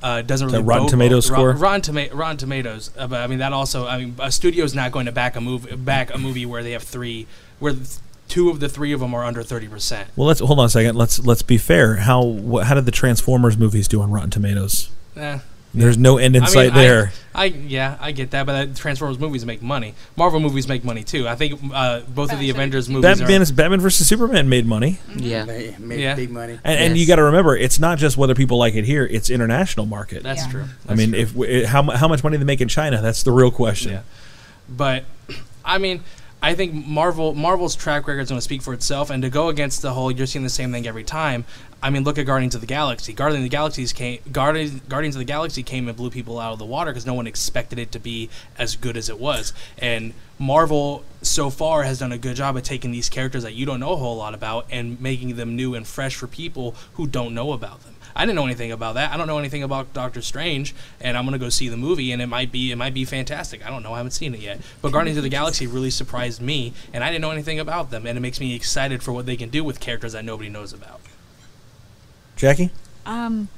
Uh, doesn't
The
really
Rotten
bode
Tomatoes
well. Ro-
score?
Rotten, Toma- Rotten Tomatoes, uh, but I mean that also. I mean, a studio's not going to back a movie back a movie where they have three, where th- two of the three of them are under thirty percent.
Well, let's hold on a second. Let's let's be fair. How wh- how did the Transformers movies do on Rotten Tomatoes?
Eh.
There's no end in
I mean,
sight
I-
there.
I, yeah, I get that, but uh, Transformers movies make money. Marvel movies make money too. I think uh, both of the
Actually,
Avengers movies are.
Batman Batman versus Superman made money,
Yeah.
They made
Yeah.
big money.
and, and you
Yes.
got to remember, it's not just whether people like it here; it's international market.
That's
Yeah.
true.
I mean, if w- how mu- how much money they make in China? That's the real question.
Yeah. But I mean, I think Marvel Marvel's track record is going to speak for itself, and to go against the whole "you're seeing the same thing every time." I mean, look at Guardians of the Galaxy. Guardians of the Galaxies came Guardians Guardians of the Galaxy came and blew people out of the water because no one expected it to be as good as it was. And Marvel so far has done a good job at taking these characters that you don't know a whole lot about and making them new and fresh for people who don't know about them. I didn't know anything about that. I don't know anything about Doctor Strange, and I'm gonna go see the movie, and it might be it might be fantastic. I don't know. I haven't seen it yet. But Guardians of the Galaxy really surprised me, and I didn't know anything about them, and it makes me excited for what they can do with characters that nobody knows about.
Jackie,
Um,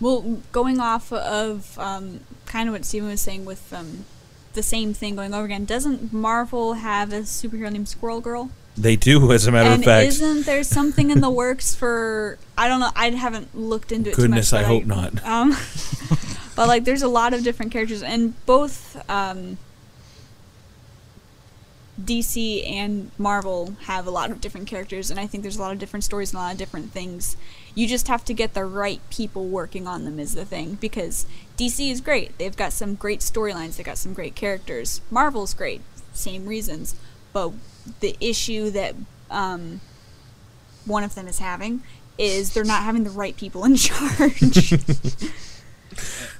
well, going off of um, kind of what Steven was saying with um, the same thing going over again, doesn't Marvel have a superhero named Squirrel Girl?
they do. As a matter
and
of fact,
isn't there something in the works for? I don't know. I haven't looked into it.
goodness,
too much,
I
but
hope not.
<laughs> Um, but like, there's a lot of different characters, and both um, DC and Marvel have a lot of different characters, and I think there's a lot of different stories and a lot of different things. You just have to get the right people working on them is the thing because DC is great. They've got some great storylines. They've got some great characters. Marvel's great, same reasons. But the issue that um, one of them is having is they're not having the right people in <laughs> charge.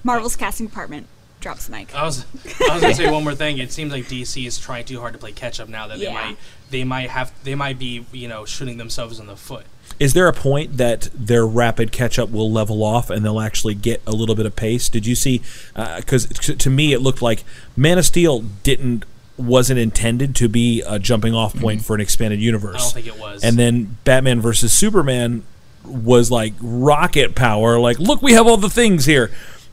Marvel's casting department drops the mic.
I was I was gonna say one more thing. It seems like DC is trying too hard to play catch up now that
Yeah.
they might they might have they might be you know shooting themselves in the foot.
Is there a point that their rapid catch up will level off and they'll actually get a little bit of pace? Did you see? Because to me, it looked like Man of Steel didn't wasn't intended to be a jumping off point for an expanded universe.
I don't think it was.
And then Batman versus Superman was like rocket power. Like, look, we have all the things here.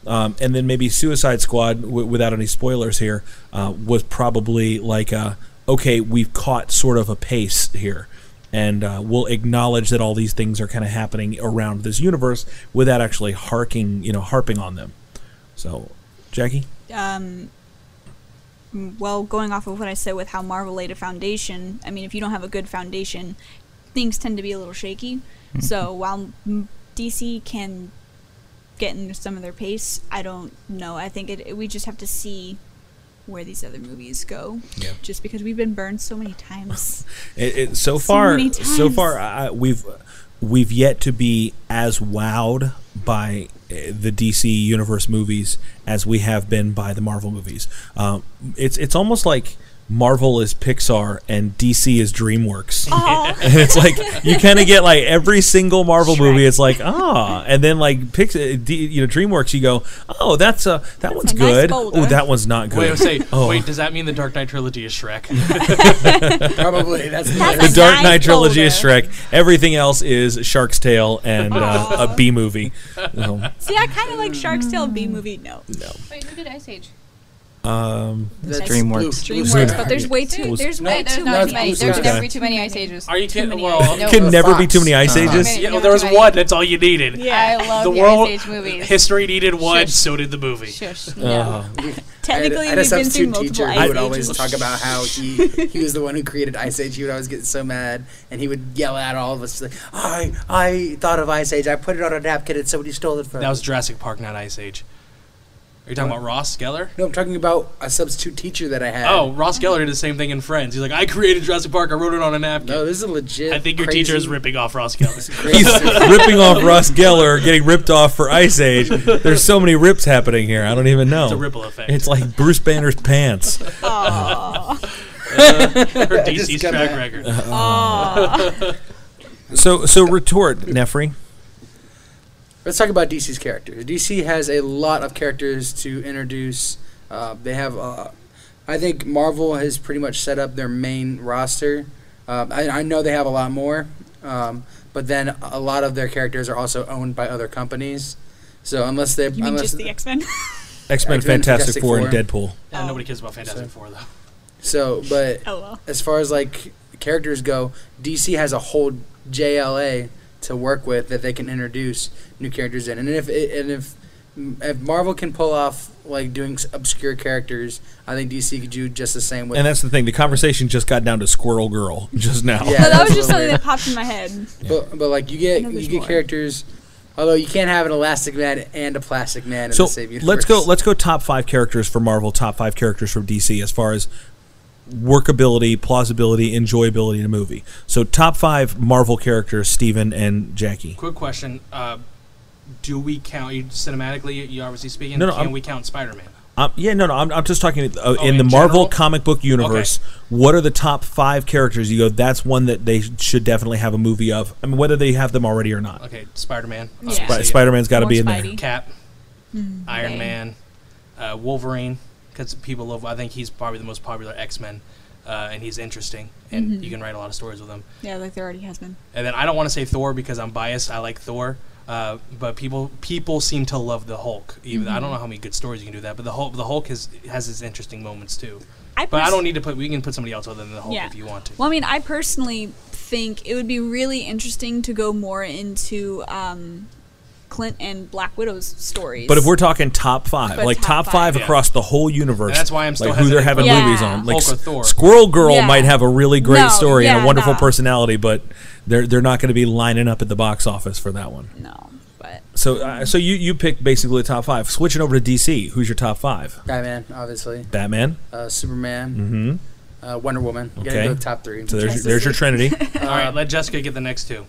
Um, and then maybe Suicide Squad, w- without any spoilers here, uh, was probably like, a, okay, we've caught sort of a pace here. And uh, we'll acknowledge that all these things are kind of happening around this universe without actually harking, you know, harping on them. So, Jackie?
um, well, going off of what I said with how Marvel laid a foundation, I mean, if you don't have a good foundation, things tend to be a little shaky. So while m- DC can get into some of their pace, I don't know. I think it, it- we just have to see where these other movies go.
Yeah.
Just because we've been burned so many times.
It, it, so
So
far,
many
so far,
times.
I, we've we've yet to be as wowed by uh, the DC universe movies as we have been by the Marvel movies. Um, it's it's almost like Marvel is Pixar and DC is DreamWorks.
Aw.
<laughs> And it's like you kind of get like every single Marvel
Shrek.
movie. It's like ah, and then like Pixar, D, you know, DreamWorks. You go, oh, that's uh, that one's
a nice
good.
boulder.
oh, that one's not good.
Wait, say,
oh.
wait, does that mean the Dark Knight trilogy is Shrek?
Probably that's
That's
the
a
Dark
nice
Knight trilogy is
folder.
Shrek. Everything else is Shark's Tale and uh,
<laughs>
a B movie. So,
See, I kind of like Shark's Tale B movie. No.
Wait, who did Ice Age?
um,
that's
DreMarks.
Blue- Blue
DreamWorks,
Sky.
but there's way too
Blue-
there's
No,
way
there's
too
not
much.
many.
too many.
Blue
There's
Sky.
never be too many Ice Ages.
Are you
Too
kidding?
many
Well,
Ice Ages.
can
No,
never be
Fox.
too many Ice
<laughs> Uh-huh.
Too
Ages.
many-
Yeah,
no,
well, there was
too many.
one. That's all you needed.
I
Yeah.
love
The
the,
world-
Ice Age movies.
History needed one,
Shush.
so did the movie.
Shush.
uh,
No.
Technically,
I had a
we've been through
substitute
multiple
teacher
Ice
who would
Ages.
always talk about how he he was the one who created Ice Age. He would always get so mad, and he would yell at all of us like, "I I thought of Ice Age. I put it on a napkin, and somebody stole it from."
That was Jurassic Park, not Ice Age. Are you talking about Ross Geller?
no, I'm talking about a substitute teacher that I had.
Oh, Ross Geller did the same thing in Friends. He's like, I created Jurassic Park. I wrote it on a napkin.
no, this is a legit.
I think your
crazy,
teacher is ripping off Ross Geller.
crazy-
he's ripping off Ross Geller, getting ripped off for Ice Age. There's so many rips happening here. I don't even know.
Oh. It's a ripple effect.
It's like Bruce Banner's pants.
Aw.
<laughs>
Her
just
DC's
got
track
that.
<laughs> record.
Aw.
So, so retort, Nefri.
Let's talk about DC's characters. DC has a lot of characters to introduce. Uh, they have, uh, I think Marvel has pretty much set up their main roster. Um I, I know they have a lot more, um, but then a lot of their characters are also owned by other companies. So unless they,
You mean
unless
just the X Men?
X Men,
X-Men,
Fantastic
Fantastic
Four, and
Four.
Deadpool.
Yeah,
Oh.
nobody cares about Fantastic
So-
Four though.
so, but
<laughs> oh well.
as far as like characters go, DC has a whole JLA to work with that they can introduce new characters in. And if and if if Marvel can pull off like doing s- obscure characters, I think DC could do just the same with.
And that's the thing. The conversation just got down to Squirrel Girl just now.
Yeah.
no, that was
that's
just
what
something
we're-
that popped in my head.
but, but like you get
know
you
there's
get
more.
characters. Although you can't have an Elastic Man and a Plastic Man in
so
the same universe.
let's go let's go top five characters for marvel top five characters from dc as far as workability plausibility enjoyability in a movie so top five marvel characters steven and jackie
Quick question: uh, Do we count you cinematically? You obviously speaking.
No, no,
can
I'm-
we count Spider-Man?
um, yeah no no i'm, I'm just talking uh, in
Oh, in
the marvel
general?
comic book universe what are the top five characters you go that's one that they should definitely have a movie of i mean whether they have them already or not
Okay, Spider-Man.
Yeah.
obviously.
Right, spider-man's got to
Or
be in
Spidey.
Cap, Iron
okay.
Man, uh, Wolverine, because people love. I think he's probably the most popular X-Men, uh, and he's interesting, and
Mm-hmm.
you can write a lot of stories with him.
Yeah, like there already has been.
And then I don't want to say Thor because I'm biased. I like Thor, uh, but people people seem to love the Hulk. Even
Mm-hmm.
I don't know how many good stories you can do that, but the Hulk the Hulk has has his interesting moments too.
I
But I
pers-
don't need to put. We can put somebody else other than the Hulk
Yeah.
if you want to.
Well, I mean, I personally think it would be really interesting to go more into um, Clint and Black Widow's stories.
there but if we're talking top five,
But
like top,
top
five,
five.
across the whole universe,
And that's why I'm still
like who they're having
Yeah.
hesitant.
movies on. Like
Hulk or
S-
Thor.
Squirrel Girl
Yeah.
might have a really great
No,
story and a
yeah,
wonderful
nah.
personality, but they're they're not going to be lining up at the box office for that one.
no, but
So uh, so you you pick basically the top five. Switching over to DC, who's your top five?
Batman, obviously,
Batman.
uh, Superman,
Mm-hmm.
uh, Wonder Woman. You gotta
Okay.
go with top three.
So there's your,
Justice
there's your
League.
Trinity,
<laughs>
<laughs>
All right, let Jessica get the next two.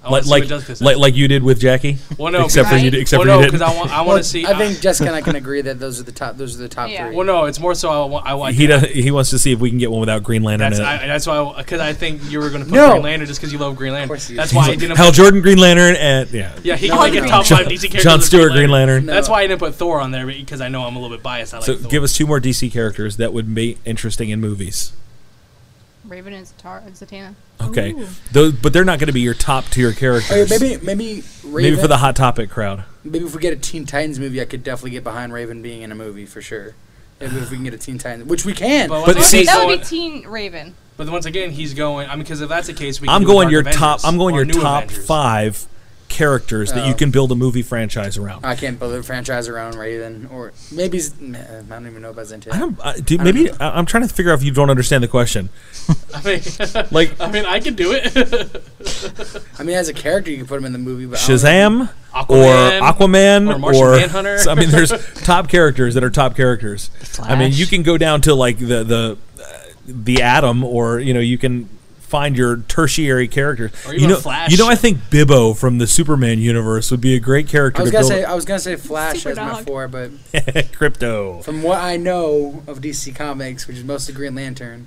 I wanna
like
see
like,
what Jessica says.
like like you did with Jackie.
well, no,
except for you,
Right.
did- except
well, no,
for you
because
didn't.
I want I
Well,
want to see.
I
<laughs>
think Jessica and I can agree that those are the top. Those are the top
Yeah.
three.
well, no, it's more so I want. I want
He does, he wants to see if we can get one without Green Lantern.
uh, that's
in it.
I, that's why because I think you were going to put
No.
Green Lantern just because you love Green Lantern.
course you
That's
do.
why
He's
I
like,
didn't.
Hal
put,
Jordan, Green Lantern, and yeah,
yeah, he
No,
can make a
no.
top
John,
five DC characters.
John
with
Stewart, Green Lantern.
No.
That's why I didn't put Thor on there because I know I'm a little bit biased. I like
So
Thor.
give us two more DC characters that would be interesting in movies.
Raven and Zatar- and Zatanna.
Okay,
Ooh.
those, but they're not going to be your top tier
Or
characters.
maybe maybe Raven,
Maybe for the hot topic crowd.
maybe if we get a Teen Titans movie, I could definitely get behind Raven being in a movie for sure. Maybe if we can get a Teen Titans, which we can.
But,
But
once
see-
again,
That would be
he's going-
Teen Raven.
but then once again, he's going. I mean, because if that's the case, we. Can
I'm
do a
going
Dark
your
Avengers
top. I'm going
or
your
New
top
Avengers.
five characters that you
Oh.
can build a movie franchise around.
I can't build a franchise around Raven, or maybe Z- nah, I don't even know about Zendaya.
I don't. Uh, do,
don't
maybe
know.
I I'm trying to figure out if you don't understand the question.
I mean,
Like
I mean, I can do it.
I mean, as a character, you could put him in the movie, but I don't know.
Shazam
Aquaman,
or Aquaman
or Martian Manhunter.
<laughs> I mean,
<laughs>
there's top characters that are top characters. I mean, you
Flash.
can go down to like the the uh, the Atom, or you know, you can find your tertiary character.
Or
you
even
know,
Flash.
you know, I think Bibbo from the Superman universe would be a great character
I was
to
gonna
build.
say I was gonna say Flash as my
Superdog.
four,
<laughs>
but
Crypto.
from what I know of DC Comics, which is mostly Green Lantern,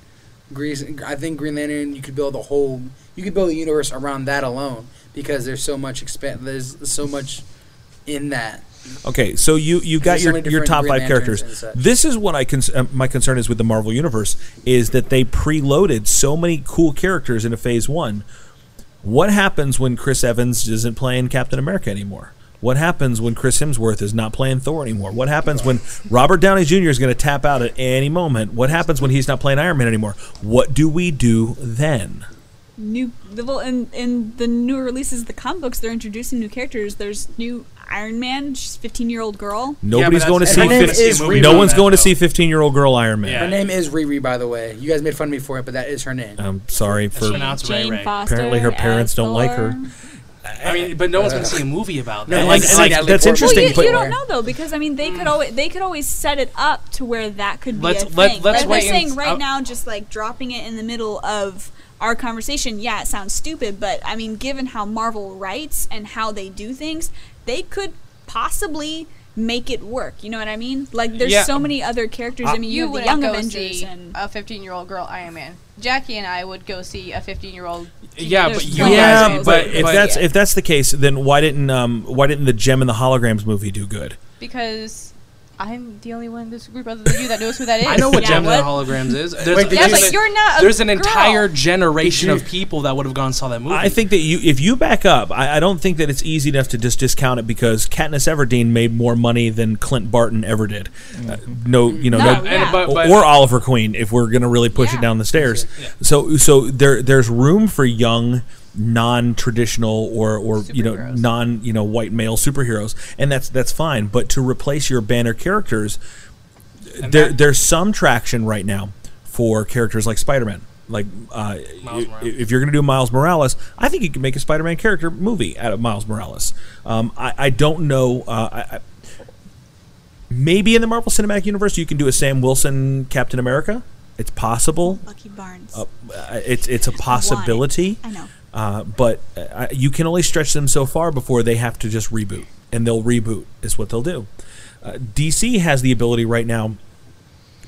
Green, I think Green Lantern you could build a whole you could build a universe around that alone because there's so much expan there's so much in that.
Okay, so you you got
There's so
your,
many
your
different
top
Green
five
Lanterns
characters.
and such.
This is what I con- uh, my concern is with the Marvel universe is that they preloaded so many cool characters into Phase One. What happens when Chris Evans isn't playing Captain America anymore? What happens when Chris Hemsworth is not playing Thor anymore? What happens when Robert Downey Jr. is going to tap out at any moment? What happens when he's not playing Iron Man anymore? What do we do then?
new the well in in the new releases of the comic books they're introducing new characters there's new iron man she's 15 year old girl
Nobody's
that's-
going to
and
see.
her name
fif-
is Reba
no one's
on
going
that,
to see fifteen-year-old girl Iron Man.
Yeah.
Her name is Riri, by the way. You guys made fun of me for it, but that is her name.
I'm sorry for
Pronounce Ray
jane
Ray.
foster
Apparently her parents
as
don't like her.
Thor.
I mean, but no one's going to see a movie about that.
No,
And
one's
like- and
seen
like-
Natalie
that's
Portman
well
interesting,
you,
play
but-
you
Blair.
don't know though because i mean they could always they could always set it up to where that could be
Let's-
a
let-
thing
let's
but
wait
they're saying
and-
right
I'll-
now just like dropping it in the middle of our conversation yeah it sounds stupid but i mean given how marvel writes and how they do things they could possibly make it work you know what i mean like there's
Yeah.
so many other characters i mean you,
Uh, You
have the young
wouldn't go
avengers
see uh,
and
a 15 year old girl Iron Man. Jackie and I would go see a 15 year old.
Yeah,
There's
but you
plenty of
Yeah,
guys,
reasons.
but
but,
if
but-
that's
yeah.
if that's the case, then why didn't um why didn't the Gem and the Holograms movie do good?
Because I'm the only one in this group other than you that knows who that is.
<laughs> I know what
Yeah,
Gemini
what-
Holograms is. There's,
Wait, did
Yeah,
you
but
say- <laughs>
you're not. A
there's an
girl.
entire generation
Did
of people that would have gone and saw that movie.
I think that you if you back up, I, I don't think that it's easy enough to just discount it because Katniss Everdeen made more money than Clint Barton ever did. Uh, no, you know,
Oh,
No,
no,
Mm-hmm. And-
yeah.
but, but,
or Oliver Queen if we're gonna really push it
Yeah.
down the stairs.
Yeah.
So so there there's room for young non-traditional or or you know
Superheroes.
non you know white male superheroes and that's that's fine but to replace your banner characters there
that-
there's some traction right now for characters like Spider-Man like uh,
Miles
i-
Morales.
if you're going to do Miles Morales, I think you can make a Spider-Man character movie out of Miles Morales. Um, I, I don't know. Uh, I, I, maybe in the Marvel Cinematic Universe, you can do a Sam Wilson Captain America. It's possible.
bucky barnes
Uh, it's it's a possibility.
I know.
Uh, but uh, you can only stretch them so far before they have to just reboot, and they'll reboot is what they'll do. Uh, DC has the ability right now.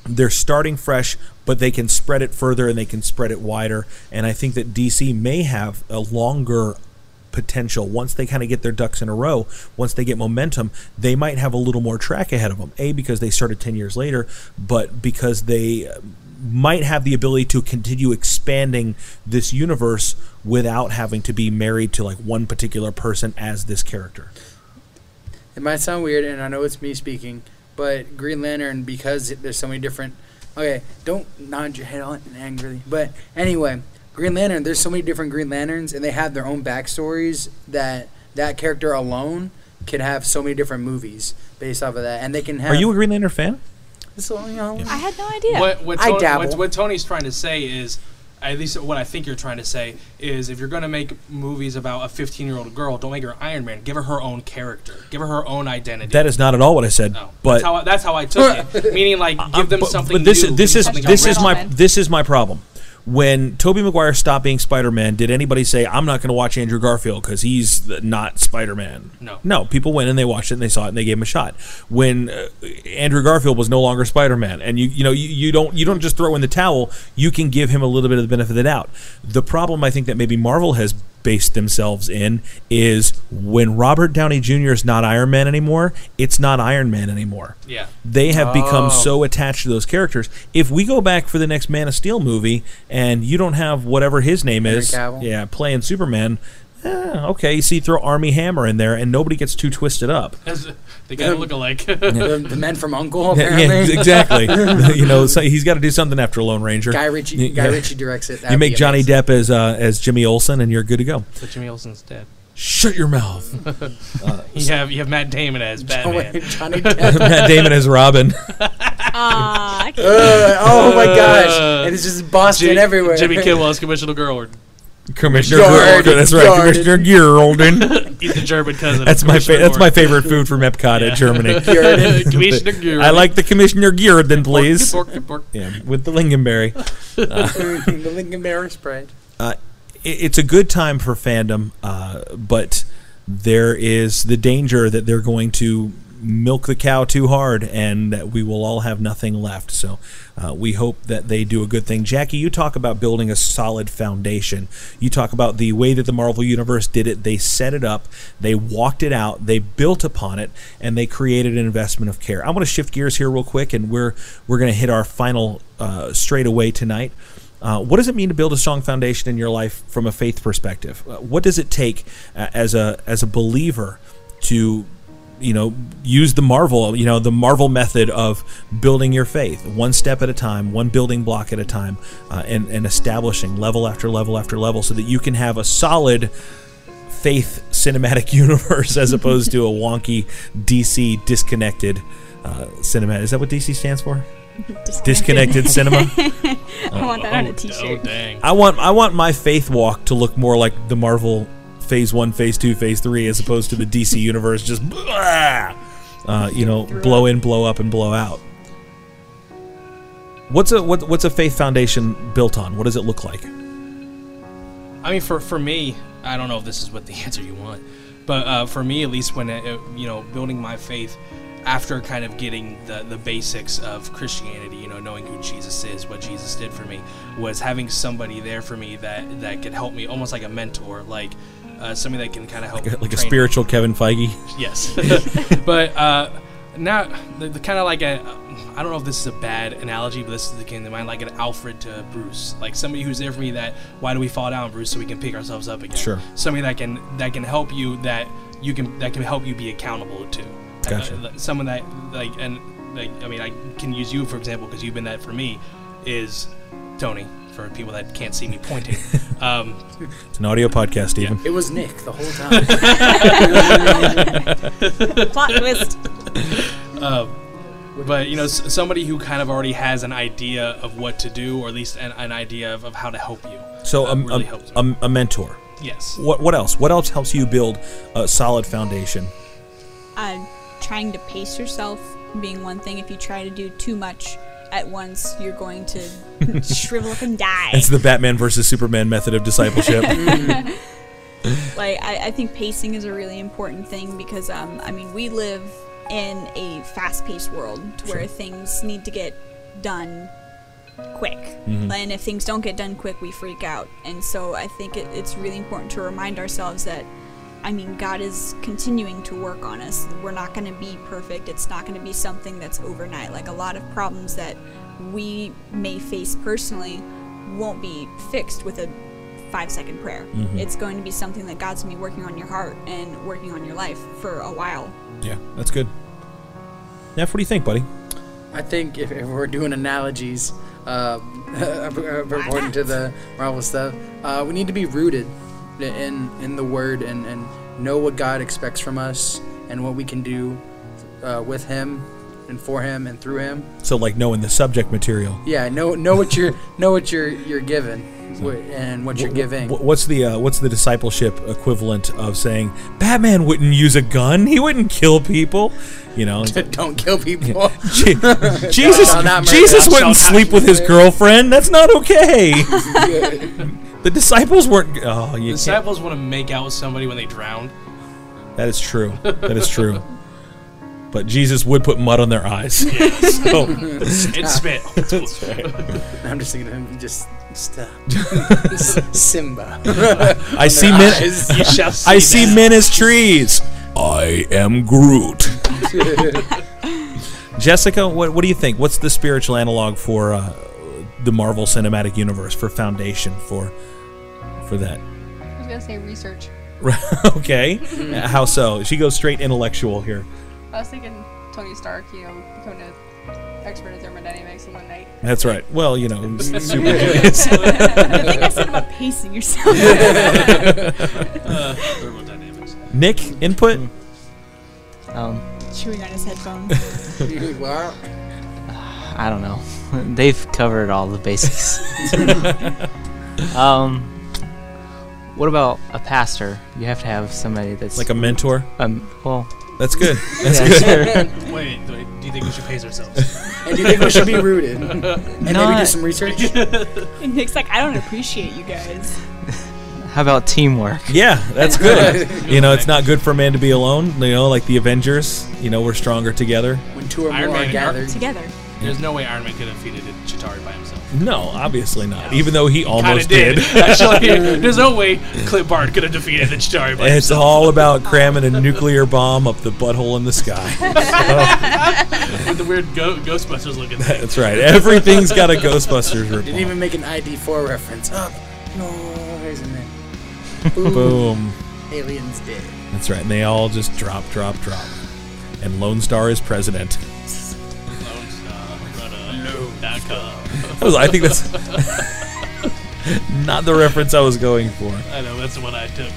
They're starting fresh, but they can spread it further and they can spread it wider. And I think that DC may have a longer potential once they kind of get their ducks in a row. Once they get momentum, they might have a little more track ahead of them. A because they started ten years later, but because they uh, might have the ability to continue expanding this universe without having to be married to like one particular person as this character.
It might sound weird, and I know it's me speaking, but Green Lantern because there's so many different. Okay, don't nod your head on angrily. But anyway, Green Lantern. There's so many different Green Lanterns, and they have their own backstories that that character alone could have so many different movies based off of that, and they can have.
Are you a Green Lantern fan?
This will- you know,
I had no idea. Uh,
What, what,
I
Tony,
dabble.
What, what Tony's trying to say is, at least what I think you're trying to say is, if you're going to make movies about a 15 year old girl, don't make her Iron Man. Give her her own character. Give her her own identity.
That is not at all what I said.
no.
But
that's, how, I- that's how I
<laughs>
took it. Meaning, like, give them
but,
something.
but this
new,
this
give
is
them something
this
else.
is my
Riddleman.
this is my problem. When Toby Maguire stopped being Spider-Man, did anybody say I'm not going to watch Andrew Garfield because he's the- not Spider-Man?
No.
no. People went and they watched it and they saw it and they gave him a shot. When uh, Andrew Garfield was no longer Spider-Man, and you you know you, you don't you don't just throw in the towel. You can give him a little bit of the benefit of the doubt. The problem I think that maybe Marvel has based themselves in is when Robert Downey Jr. is not Iron Man anymore, it's not Iron Man anymore.
Yeah.
They have become
Oh.
so attached to those characters. If we go back for the next Man of Steel movie and you don't have whatever his name
Henry
is,
Cavill.
yeah, playing Superman, eh, okay, you see, throw Army Hammer in there and nobody gets too twisted up. <laughs>
<laughs> they kind of look alike.
The, the men from Uncle,
Yeah,
apparently.
yeah, exactly. <laughs>
<laughs>
you know, so he's got to do something after Lone Ranger.
Guy Ritchie.
You-
Guy
yeah.
Ritchie directs it. That
You
would
make
be
Johnny
amazing.
Depp as uh, as Jimmy Olsen, and you're good to go.
but Jimmy Olsen's dead.
Shut your mouth.
You have you have Matt Damon
<laughs>
as Batman.
<laughs>
Oh, Johnny
<laughs>
Depp.
Matt Damon as Robin. <laughs>
Ah, I can't-
Uh, oh my
Uh,
gosh! And it's just Boston
Jim-
everywhere.
Jimmy
<laughs>
Kimmel as Commissioner Gerward.
Commissioner
Jordan,
Geraldine. That's right,
Jordan.
Commissioner
<laughs>
Geraldine.
He's the German cousin.
That's
of
my fa-
Commissioner
that's my
Gordon.
favorite food from Epcot at Germany. <laughs>
<laughs>
Jordan.
Commissioner Gerward.
I like the Commissioner Geraldine,
Bork,
please.
bork, bork.
Yeah, with the lingonberry.
the Lincoln Bear spread.
it- it's a good time for fandom, uh, but there is the danger that they're going to milk the cow too hard and that we will all have nothing left. So uh, we hope that they do a good thing. Jackie, you talk about building a solid foundation. You talk about the way that the Marvel Universe did it. They set it up, they walked it out, they built upon it, and they created an investment of care. I want to shift gears here real quick, and we're we're going to hit our final uh, straight away tonight. Uh, what does it mean to build a strong foundation in your life from a faith perspective? Uh, What does it take uh, as a as a believer to you know use the marvel you know the marvel method of building your faith one step at a time one building block at a time uh, and and establishing level after level after level so that you can have a solid faith cinematic <laughs> universe as opposed to a wonky dc disconnected uh, cinema is that what dc stands for disconnected cinema
<laughs> I want that on a
Oh, Oh,
T-shirt.
dang.
I want I want my faith walk to look more like the Marvel Phase One, Phase Two, Phase Three, as opposed to the DC universe just, blah, uh, you know, blow in, blow up, and blow out. What's a what, what's a faith foundation built on? What does it look like?
I mean, for for me, I don't know if this is what the <laughs> answer you want, but uh, for me, at least, when it, it- you know, building my faith after kind of getting the the basics of Christianity, you know, knowing who Jesus is, what Jesus did for me, was having somebody there for me that that could help me, almost like a mentor, like uh, somebody that can kind of help, me
Like a
train-
spiritual Kevin Feige? <laughs>
Yes. <laughs> but uh, now, the, the kind of like a, I don't know if this is a bad analogy, but this is again, mind like an Alfred to Bruce, like somebody who's there for me. That why do we fall down, Bruce, so we can pick ourselves up again?
Sure.
Somebody that can that can help you that you can that can help you be accountable to.
Gotcha.
Uh, someone that like and like I mean I can use you for example because you've been that for me is Tony for people that can't see me
<laughs>
pointing. um,
It's an audio podcast, Stephen.
It was Nick the whole time.
Plot twist.
but you know s- somebody who kind of already has an idea of what to do or at least an, an idea of, of how to help you
So
That
um,
really
um,
helps me.
um, a mentor.
yes
What what else? What else helps you build a solid foundation?
Uh, trying to pace yourself being one thing. If you try to do too much at once, you're going to <laughs> shrivel up and die.
It's the Batman versus Superman method of
<laughs>
discipleship.
like I, I think pacing is a really important thing because um, I mean we live in a fast-paced world to where things need to get done quick and if things don't get done quick we freak out and so i think it, it's really important to remind ourselves that i mean god is continuing to work on us we're not going to be perfect it's not going to be something that's overnight like a lot of problems that we may face personally won't be fixed with a five second prayer
Mm-hmm.
it's going to be something that god's going to be working on your heart and working on your life for a while
yeah, that's good. Neff, what do you think, buddy?
I think if, if we're doing analogies, uh, <laughs> according to the Marvel stuff, uh, we need to be rooted in in the Word and, and know what God expects from us and what we can do uh, with Him and for Him and through Him.
So like knowing the subject material.
Yeah, know know what you're know what you're you're given wh- and what you're giving.
Wh- What's the uh, what's the discipleship equivalent of saying Batman wouldn't use a gun? He wouldn't kill people, you
<laughs>
know. it's like,
<laughs> Don't kill people. <laughs>
Je- Jesus,
shalt not murder,
Jesus
thou
wouldn't
shalt not
sleep with his
murder.
girlfriend. That's not okay.
<laughs>
<laughs> the disciples weren't. Oh, you can't.
disciples want to make out with somebody when they drown
That is true. That is true. but Jesus would put mud on their eyes. <laughs>
<laughs>
so, <laughs>
and spit. <laughs>
I'm just thinking of him just stop.
<laughs>
Simba.
I see men.
you shall see
I see
that.
men as trees. I am
<laughs>
Groot. Jessica, what, what do you think? What's the spiritual analog for uh, the Marvel Cinematic Universe for Foundation for for that? <laughs>
I was gonna say research.
<laughs>
okay, Uh, how so? She goes straight intellectual here.
I was thinking Tony Stark, you know, becoming an expert at thermodynamics in one night.
That's right. Well, you
<laughs>
know, super
I think I said about pacing yourself.
Uh, thermodynamics.
Nick input.
Um,
<laughs> Chewing on his headphones. <laughs>
<laughs> wow.
I don't know. <laughs> They've covered all the <laughs> basics. um, what about a pastor? You have to have somebody that's
Like a mentor.
um, well,
That's
<laughs>
good. That's
yeah,
good.
sure.
Wait, wait, do you think we should pace ourselves?
And do you think we should be rooted? And maybe do
Not-
some
<laughs>
research?
And Nick's like, I don't appreciate you guys.
How about teamwork?
<laughs> Yeah, that's
<laughs>
good. you know, it's not good for man to be alone. You know, like the Avengers. You know, we're stronger together.
When two or
Iron
more
Man
are
and
gathered.
Together.
There's no way Iron Man could have defeated Chitari by himself.
No, obviously not. Even though he
Kinda
almost
did.
did. <laughs>
<laughs> Actually, there's no way Clip Bard could have defeated the Chitari by
It's
himself.
all about cramming a nuclear bomb up the butthole in the sky.
With the weird go- Ghostbusters looking thing.
<laughs> That's right. Everything's got a Ghostbusters
Didn't
ripoff.
even make an ID4 reference. Up. No, there's a man.
Boom.
Aliens did.
That's right. And they all just drop, drop, drop. And Lone Star is president.
uh, I
That was, I think that's <laughs> not the reference I was going for.
know that's the one I took.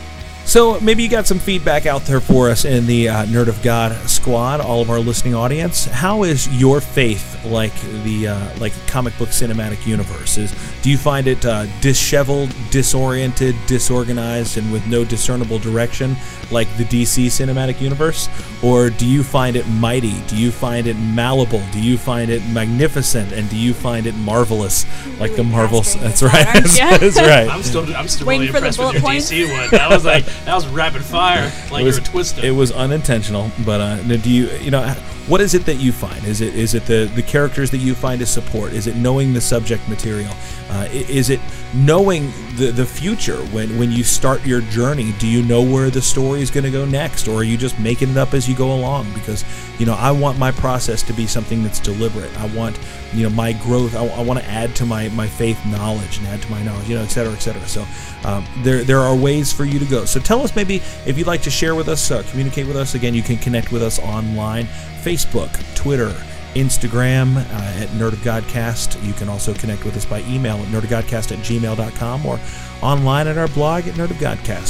So maybe you got some feedback out there for us in the uh, Nerd of God squad, all of our listening audience. How is your faith like the uh, like comic book cinematic universe? Is do you find it uh, disheveled, disoriented, disorganized, and with no discernible direction, like the DC cinematic universe, or do you find it mighty? Do you find it malleable? Do you find it magnificent? And do you find it marvelous, like the
Really
Marvels?
grasping
That's
at
right.
that,
<laughs>
aren't ya?
That's right.
I'm still I'm still
Waiting
really
for the
impressed with your
bullet points.
DC one. That was like that was
<laughs>
rapid fire. Like
was-
you're a twister.
It was unintentional, but uh, no, do you you know what is it that you find? Is it is it the the characters that you find to support? Is it knowing the subject material? Uh, i- is it knowing the the future when when you start your journey? Do you know where the story is going to go next, or are you just making it up as you go along? Because you know I want my process to be something that's deliberate. I want you know my growth. I, want to add to my my faith knowledge and add to my knowledge, you know, et cetera, et cetera. So um, there there are ways for you to go. So tell us maybe if you'd like to share with us, uh, communicate with us. Again, you can connect with us online, Facebook, Twitter. Instagram uh, at Nerd of Godcast. You can also connect with us by email at nerdofgodcast at gmail.com or online at our blog at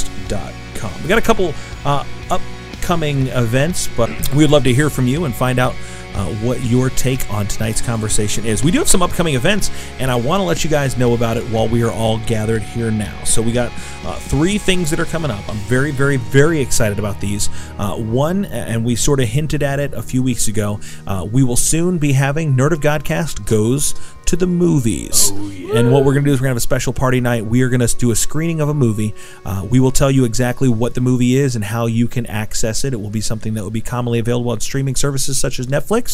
nerdofgodcast.com. We got a couple uh, upcoming events, but we would love to hear from you and find out uh, what your take on tonight's conversation is. We do have some upcoming events, and I want to let you guys know about it while we are all gathered here now. So we got uh, three things that are coming up. I'm very, very, very excited about these. Uh, one, and we sort of hinted at it a few weeks ago. Uh, we will soon be having Nerd of Godcast goes to the movies. And what we're going to do is we're going to have a special party night. We are going to do a screening of a movie. Uh, we will tell you exactly what the movie is and how you can access it. It will be something that will be commonly available on streaming services such as Netflix.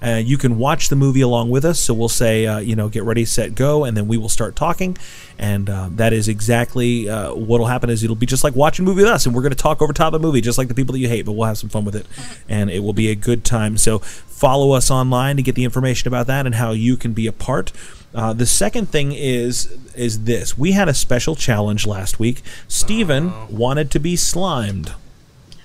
Uh, you can watch the movie along with us. So we'll say, uh, you know, get ready, set, go, and then we will start talking. And uh, that is exactly uh, what will happen. Is it'll be just like watching a movie with us, and we're going to talk over top of the movie, just like the people that you hate. But we'll have some fun with it, and it will be a good time. So follow us online to get the information about that and how you can be a part. Uh, the second thing is is this: we had a special challenge last week. Steven
Oh.
wanted to be slimed,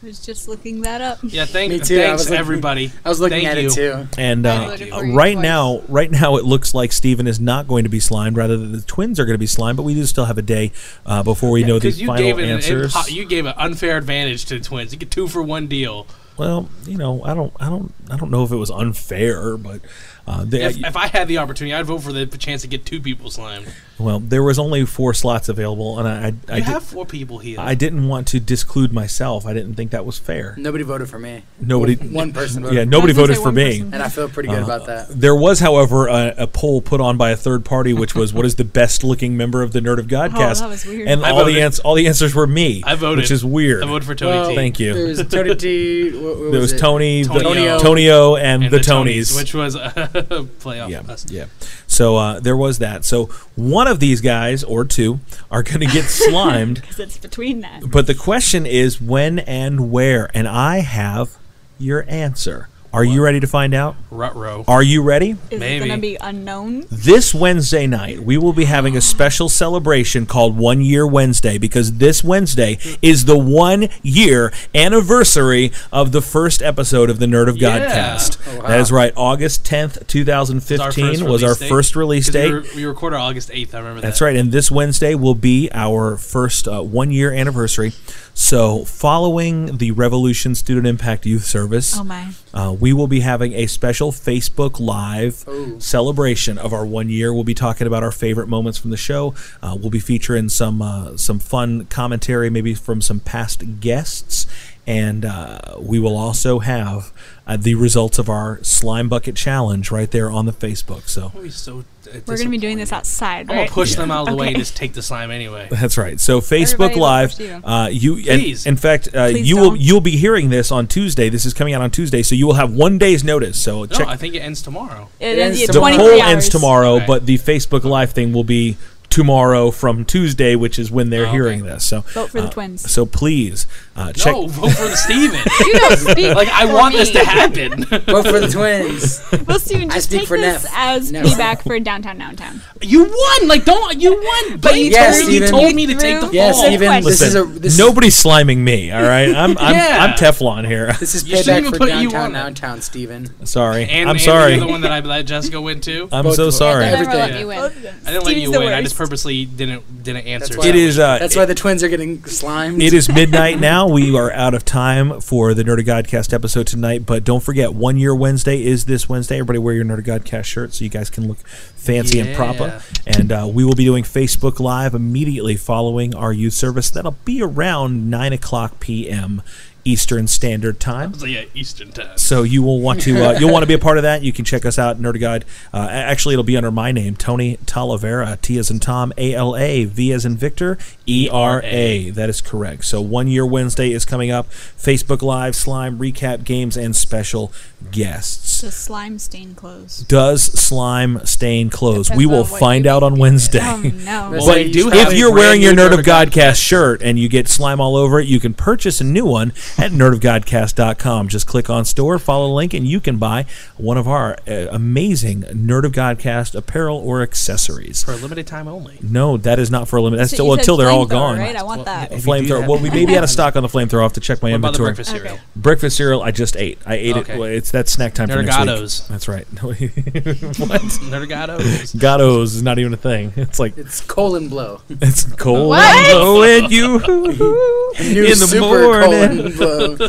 I was just looking that up. <laughs>
yeah, thank,
Me too, I
thanks
was looking-
everybody.
I was looking
Thank
at
you.
it too.
and
I
uh,
voted for you
right
twice.
now, right now, it looks like Steven is not going to be slimed. Rather, the twins are going to be slimed. But we do still have a day uh, before we know the
Because you
final
gave, it an,
answers.
impo- you gave an unfair advantage to the twins. You get two for one deal.
well, you know, I don't, I don't, I don't know if it was unfair, but uh, they,
If, if I had the opportunity, I'd vote for the chance to get two people slimed.
well, there was only four slots available, and I, I, I,
You
did,
have four people here.
I didn't want to disclude myself. I didn't think that was fair.
Nobody voted for me.
Nobody,
One person voted.
yeah,
for me,
nobody
I was gonna
voted
say
for
one
me.
person.
And I feel pretty good about that.
There was, however, a, a poll put on by a third party, which was what is the best looking member of the Nerd of Godcast?
Oh, that was weird.
And
I
all the
voted.
ans- all the answers were me.
I voted.
which is weird.
I voted for Tony T.
Thank you.
There's Tony T, what, what
There was
it?
Tony,
Tonio.
the Tonio, and, the, Tonys.
which was a <laughs> playoff.
yeah,
us.
yeah. So uh, there was that. So one of these guys or two are going to
<laughs>
get slimed.
because it's between that.
But the question is when and where, and I have your answer. Are you ready to find out?
Rut row.
Are you ready?
Is it
Maybe.
going to be unknown?
This Wednesday night, we will be having a special celebration called One Year Wednesday because this Wednesday is the one year anniversary of the first episode of the Nerd of God
Yeah.
cast.
Oh, wow.
That is right. August 10th,
It's our
2015
first
was our
release date.
first release
'Cause
date.
We, were- we recorded on August 8th. I remember
That's
that.
right. And this Wednesday will be our first uh, one year anniversary. So, following the Revolution Student Impact Youth Service,
Oh my.
uh, we will be having a special Facebook Live
Ooh.
celebration of our one year. We'll be talking about our favorite moments from the show. Uh, we'll be featuring some uh, some fun commentary, maybe from some past guests, and uh, we will also have uh, the results of our slime bucket challenge right there on the Facebook. So
Always so uh,
We're going to be doing this outside,
I'm gonna
right?
push them out of the way and
Okay.
just take the
<laughs>
slime anyway.
That's right. So Facebook
Everybody look for
Live,
Steven.
uh, you and,
Please.
in fact uh,
Please
you will
don't.
you'll be hearing this on Tuesday. This is coming out on Tuesday, so you will have one day's notice. So
No,
check.
I think it ends tomorrow.
It
ends
ends yeah,
the
tomorrow.
23
poll
hours.
ends
<laughs>
tomorrow,
Okay.
but the Facebook Live thing will be tomorrow from Tuesday, which is when they're
Oh, okay.
hearing this. So
Vote for the
uh,
twins.
So please uh, check.
No, vote for the
<laughs>
Steven.
You don't speak.
<laughs> like I
for
want this
me.
to happen. <laughs>
Vote for the twins.
Well, Steven,
I
just
speak
take
for
this
Neff.
as
Neff.
feedback for downtown, downtown.
you won. Like don't you won? But you
Yes,
told, you
Steven.
told me to take the fall.
Yes,
Oh,
Steven.
question.
This is a
Listen,
this
nobody's sliming me. All right, I'm I'm,
<laughs> Yeah.
I'm Teflon here. <laughs>
This is
You shouldn't
payback
even
for
put you
downtown,
on it.
downtown, Steven.
sorry,
And,
I'm
and
sorry. Uh,
The other one that I that Jessica went to.
I'm
Both of
so
us.
They'll
sorry.
never let
Everything.
you
I
win.
I didn't let you win. I just purposely didn't didn't answer.
That's why
It
that.
is. Uh,
That's why the twins are getting slimed.
It is midnight now. We are out of time for the Nerd of Godcast episode tonight, but don't forget, One Year Wednesday is this Wednesday. Everybody wear your Nerd of Godcast shirt so you guys can look fancy and proper. And uh, we will be doing Facebook Live immediately following our youth service. That'll be around 9 o'clock p.m. Eastern Standard Time.
So yeah, Eastern time.
So you will want to <laughs> uh, you'll want to be a part of that. You can check us out, Nerd God. Uh, a- actually, it'll be under my name, Tony Talavera, T as in Tom, A L A, V as in Victor, E R A. That is correct. So one year Wednesday is coming up. Facebook Live, slime recap games, and special guests.
The slime stained clothes.
Does slime stain clothes? we
Depends
will
on what
find
you
out on
mean.
Wednesday.
<laughs> Oh
Um,
no.
That's
Well,
why
you
you
do
should
have
If
probably
you're
brand
wearing your
new
Nerd of
God
Godcast shirt and you get slime all over it, you can purchase a new one at nerdofgodcast.com. Just click on store, follow the link, and you can buy one of our uh, amazing Nerd of Godcast apparel or accessories.
for a limited time only.
No, that is not for a limit. That's
So
still
you
until
said
they're all
flamethrower,
gone.
Right? I want that.
A
If you do
Flamethrower.
have-
Well, we may be out of stock on the flamethrower. I'll have to check my
What about the
inventory.
breakfast cereal?
Breakfast cereal, I just ate. I ate
Okay.
it. Well, It's that's snack time for next
Nergatos.
week. That's right. <laughs> what? <laughs>
Nergatos.
Gatos is not even a thing. It's like
It's colon blow.
it's cold
What?
and you.
New
In the
super
morning.
colon blow.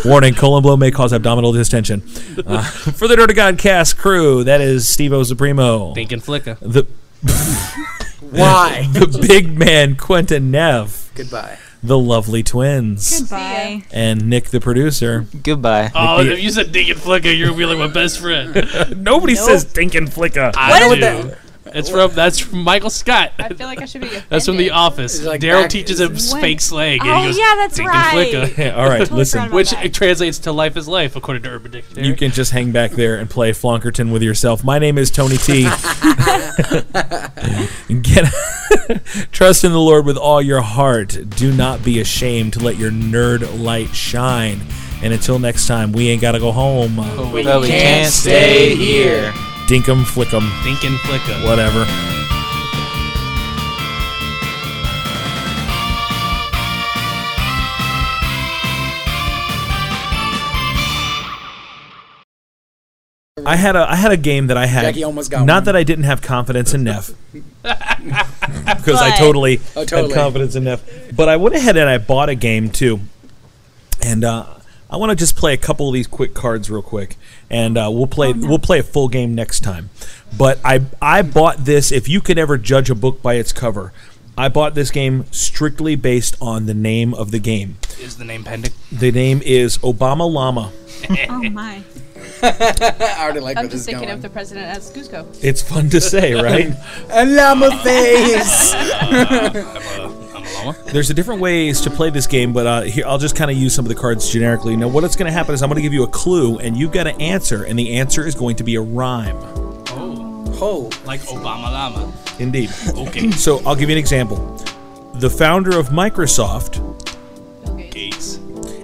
<laughs> Warning: colon blow may cause abdominal distension. Uh, for the Nerd of God cast crew, that is Steve O Supremo,
Thinking flicka.
the
Why?
the <laughs> big man Quentin Neff,
Goodbye.
the lovely twins,
Goodbye.
and Nick the producer.
Goodbye.
Oh,
Like the-
if you said Deacon Flicker, you're really my best friend. <laughs>
Nobody says Dinkin Flicka.
I
What is
do.
that?
It's from that's from Michael Scott.
I feel like I should be. Offended.
<laughs> That's from The Office.
It's like
Daryl
back-
teaches him
When-
fake slang. and
Oh
he goes,
yeah, that's
"Dinkin' <laughs>
right.
Flicka,"
All right,
Totally
listen.
forgot about
Which
that.
it translates to life is life, according to Urban Dictionary.
You can just hang back there and play Flonkerton with yourself. My name is Tony <laughs> T. Get <laughs> trust in the Lord with all your heart. Do not be ashamed to let your nerd light shine. And until next time, we ain't gotta go home.
we
But we can't stay here.
Dinkum, flickum,
Dinkin' Flicka.
whatever. I had a I had a game that I had.
Jackie almost got
not
one.
that I didn't have confidence in Neff, because I
But-
totally,
Oh, totally.
had confidence in Neff. But I went ahead and I bought a game too, and uh, I want to just play a couple of these quick cards real quick, and uh, we'll play we'll play a full game next time. But I I bought this. If you could ever judge a book by its cover, I bought this game strictly based on the name of the game.
Is the name pending?
The name is Obama Llama.
Oh my.
I already like where
I'm
this
just
is
thinking
going.
of the president as Cusco.
It's fun to say, right?
A llama face.
I'm a, I'm a Mama.
There's a different ways to play this game, but uh, here I'll just kind of use some of the cards generically. Now, what's going to happen is I'm going to give you a clue, and you've got to answer, and the answer is going to be a rhyme.
Oh,
Oh,
like Obama Llama.
Indeed.
Okay.
So I'll give you an example. The founder of Microsoft
Okay.
Gates.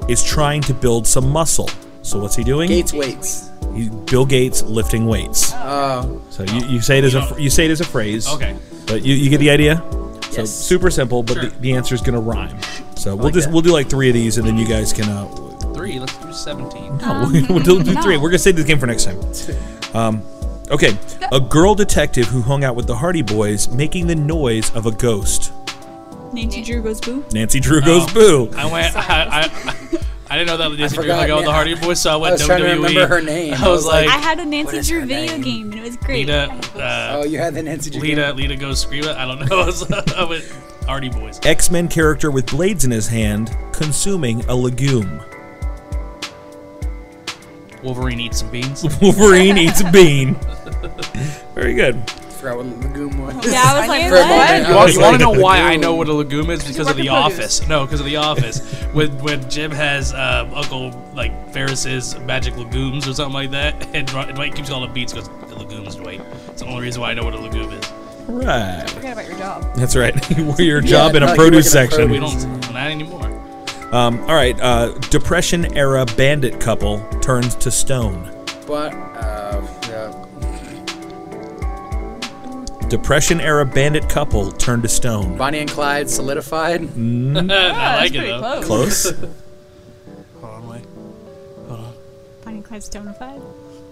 is trying to build some muscle. So what's he doing?
Gates weights.
He- Bill Gates lifting weights.
Uh,
So you, you say it as a fr- you say it as a phrase.
Okay.
But you, you get the idea. So
Yes.
super simple, but
Sure.
the, the answer is going to rhyme. So we'll
like
just
that.
we'll do like three of these, and then you guys can uh,
Three. Let's do 17.
No, we'll, <laughs> we'll do, do three. We're gonna save this game for next time. Um, okay, a girl detective who hung out with the Hardy Boys, making the noise of a ghost.
Nancy Drew goes boo.
Nancy Drew goes
Oh,
boo.
I went. I, I, I didn't know that Nancy Drew
forgot,
hung out with the
yeah.
Hardy Boys, so I went
was trying to
WWE.
remember her name.
I was like,
I had a Nancy
is
Drew
her
video
name?
game and it was great.
Lita,
oh,
uh,
you had the Nancy Drew.
Lita, Lita goes scream it. I don't know. <laughs> I was, I went Hardy Boys.
X Men character with blades in his hand, consuming a legume. <laughs>
Wolverine eats some beans.
Wolverine eats a bean. <laughs> Very good.
I forgot what legume was.
Yeah, I was like,
Onions?
For a
what?
moment, I
You want,
was
you want to
like,
know why I
legume.
know what a legume is? Because of
work
the
in produce.
office. No, because of the office.
<laughs>
when when Jim has uh, Uncle like Ferris's magic legumes or something like that, and Dw- Dwight keeps calling it beats goes the legumes, Dwight. It's the only reason why I know what a legume is.
All right.
Forget about your job.
That's right. <laughs> you wore your job in
no,
a
you
produce
work in a
section.
We don't not anymore.
Um, all right. Uh, Depression era bandit couple turns to stone.
But, uh, yeah.
Depression era bandit couple turned to
<laughs>
stone.
Bonnie and Clyde solidified.
Uh, I
Ah, that's
like it
pretty
though.
close.
Close.
Hold on, wait.
Bonnie and Clyde Stonified.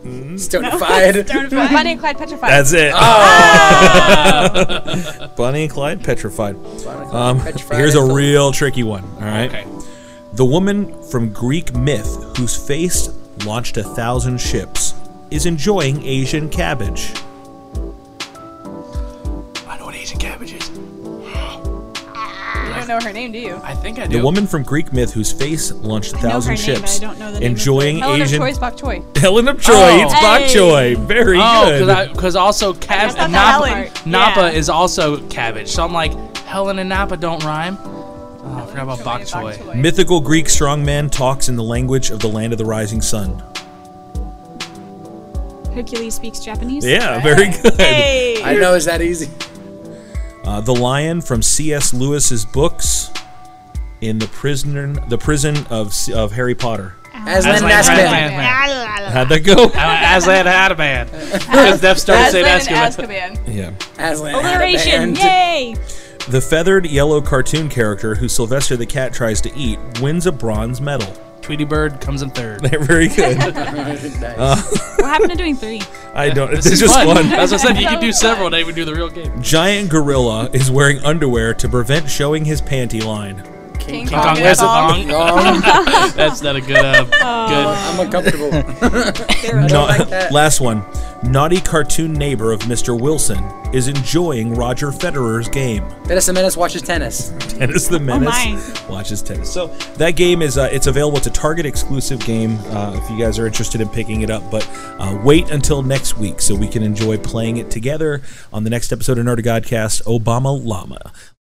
Stonified.
Bonnie and Clyde petrified.
That's it. <laughs> Bonnie and Clyde petrified. Um, here's a real tricky one. All right.
Okay.
The woman from Greek myth whose face launched a thousand ships is enjoying Asian cabbage.
I know what Asian cabbage is.
You don't know her name, do you?
I think I do.
The woman from Greek myth whose face launched a
know
thousand
her name, but I
ships,
don't know the name of the-
enjoying
Helen of
Asian.
Troy's bok choy.
<laughs> Helen of Troy.
Oh.
It's bok
Hey.
choy. Very good.
Oh, because also cab-
That's not the
Napa,
Helen part.
Napa
Yeah.
is also cabbage. So I'm like, Helen and Napa don't rhyme. Oh, I forgot about bok choy.
Mythical Greek strongman talks in the language of the land of the rising sun.
Hercules speaks Japanese.
Yeah, very good.
Hey.
I know it's that easy.
Uh, the lion from C.S. Lewis's books in the prison, the prison of S- of Harry Potter.
Aslan
Aslan
Nasman.
Aslan. Man.
How'd that go?
Aslan had a man. Because Death started
Aslan
saying
and
Azkaban.
Azkaban.
yeah.
Aslan. had a
Alliteration.
band.
Yay.
The feathered yellow cartoon character who Sylvester the cat tries to eat wins a bronze medal. <laughs>
Tweety Bird comes in third.
Very good.
Nice.
What happened to doing three?
I don't. This, is just fun.
That's what I said. You can do several. Now we do the real game.
Giant gorilla is wearing underwear to prevent showing his panty line.
King
King Kong
Kong
wears a thong.
Kong.
Wrong.
That's not a good. Uh,
I'm uncomfortable. I don't
Na-
like that.
last one. Naughty cartoon neighbor of Mr. Wilson is enjoying Roger Federer's game.
Dennis the Menace watches tennis.
<laughs> Tennis the Menace
my.
watches tennis. So that game is uh, it's available. It's a Target exclusive game. Uh, if you guys are interested in picking it up, but uh, wait until next week so we can enjoy playing it together on the next episode of Nerd Godcast. Obama Llama.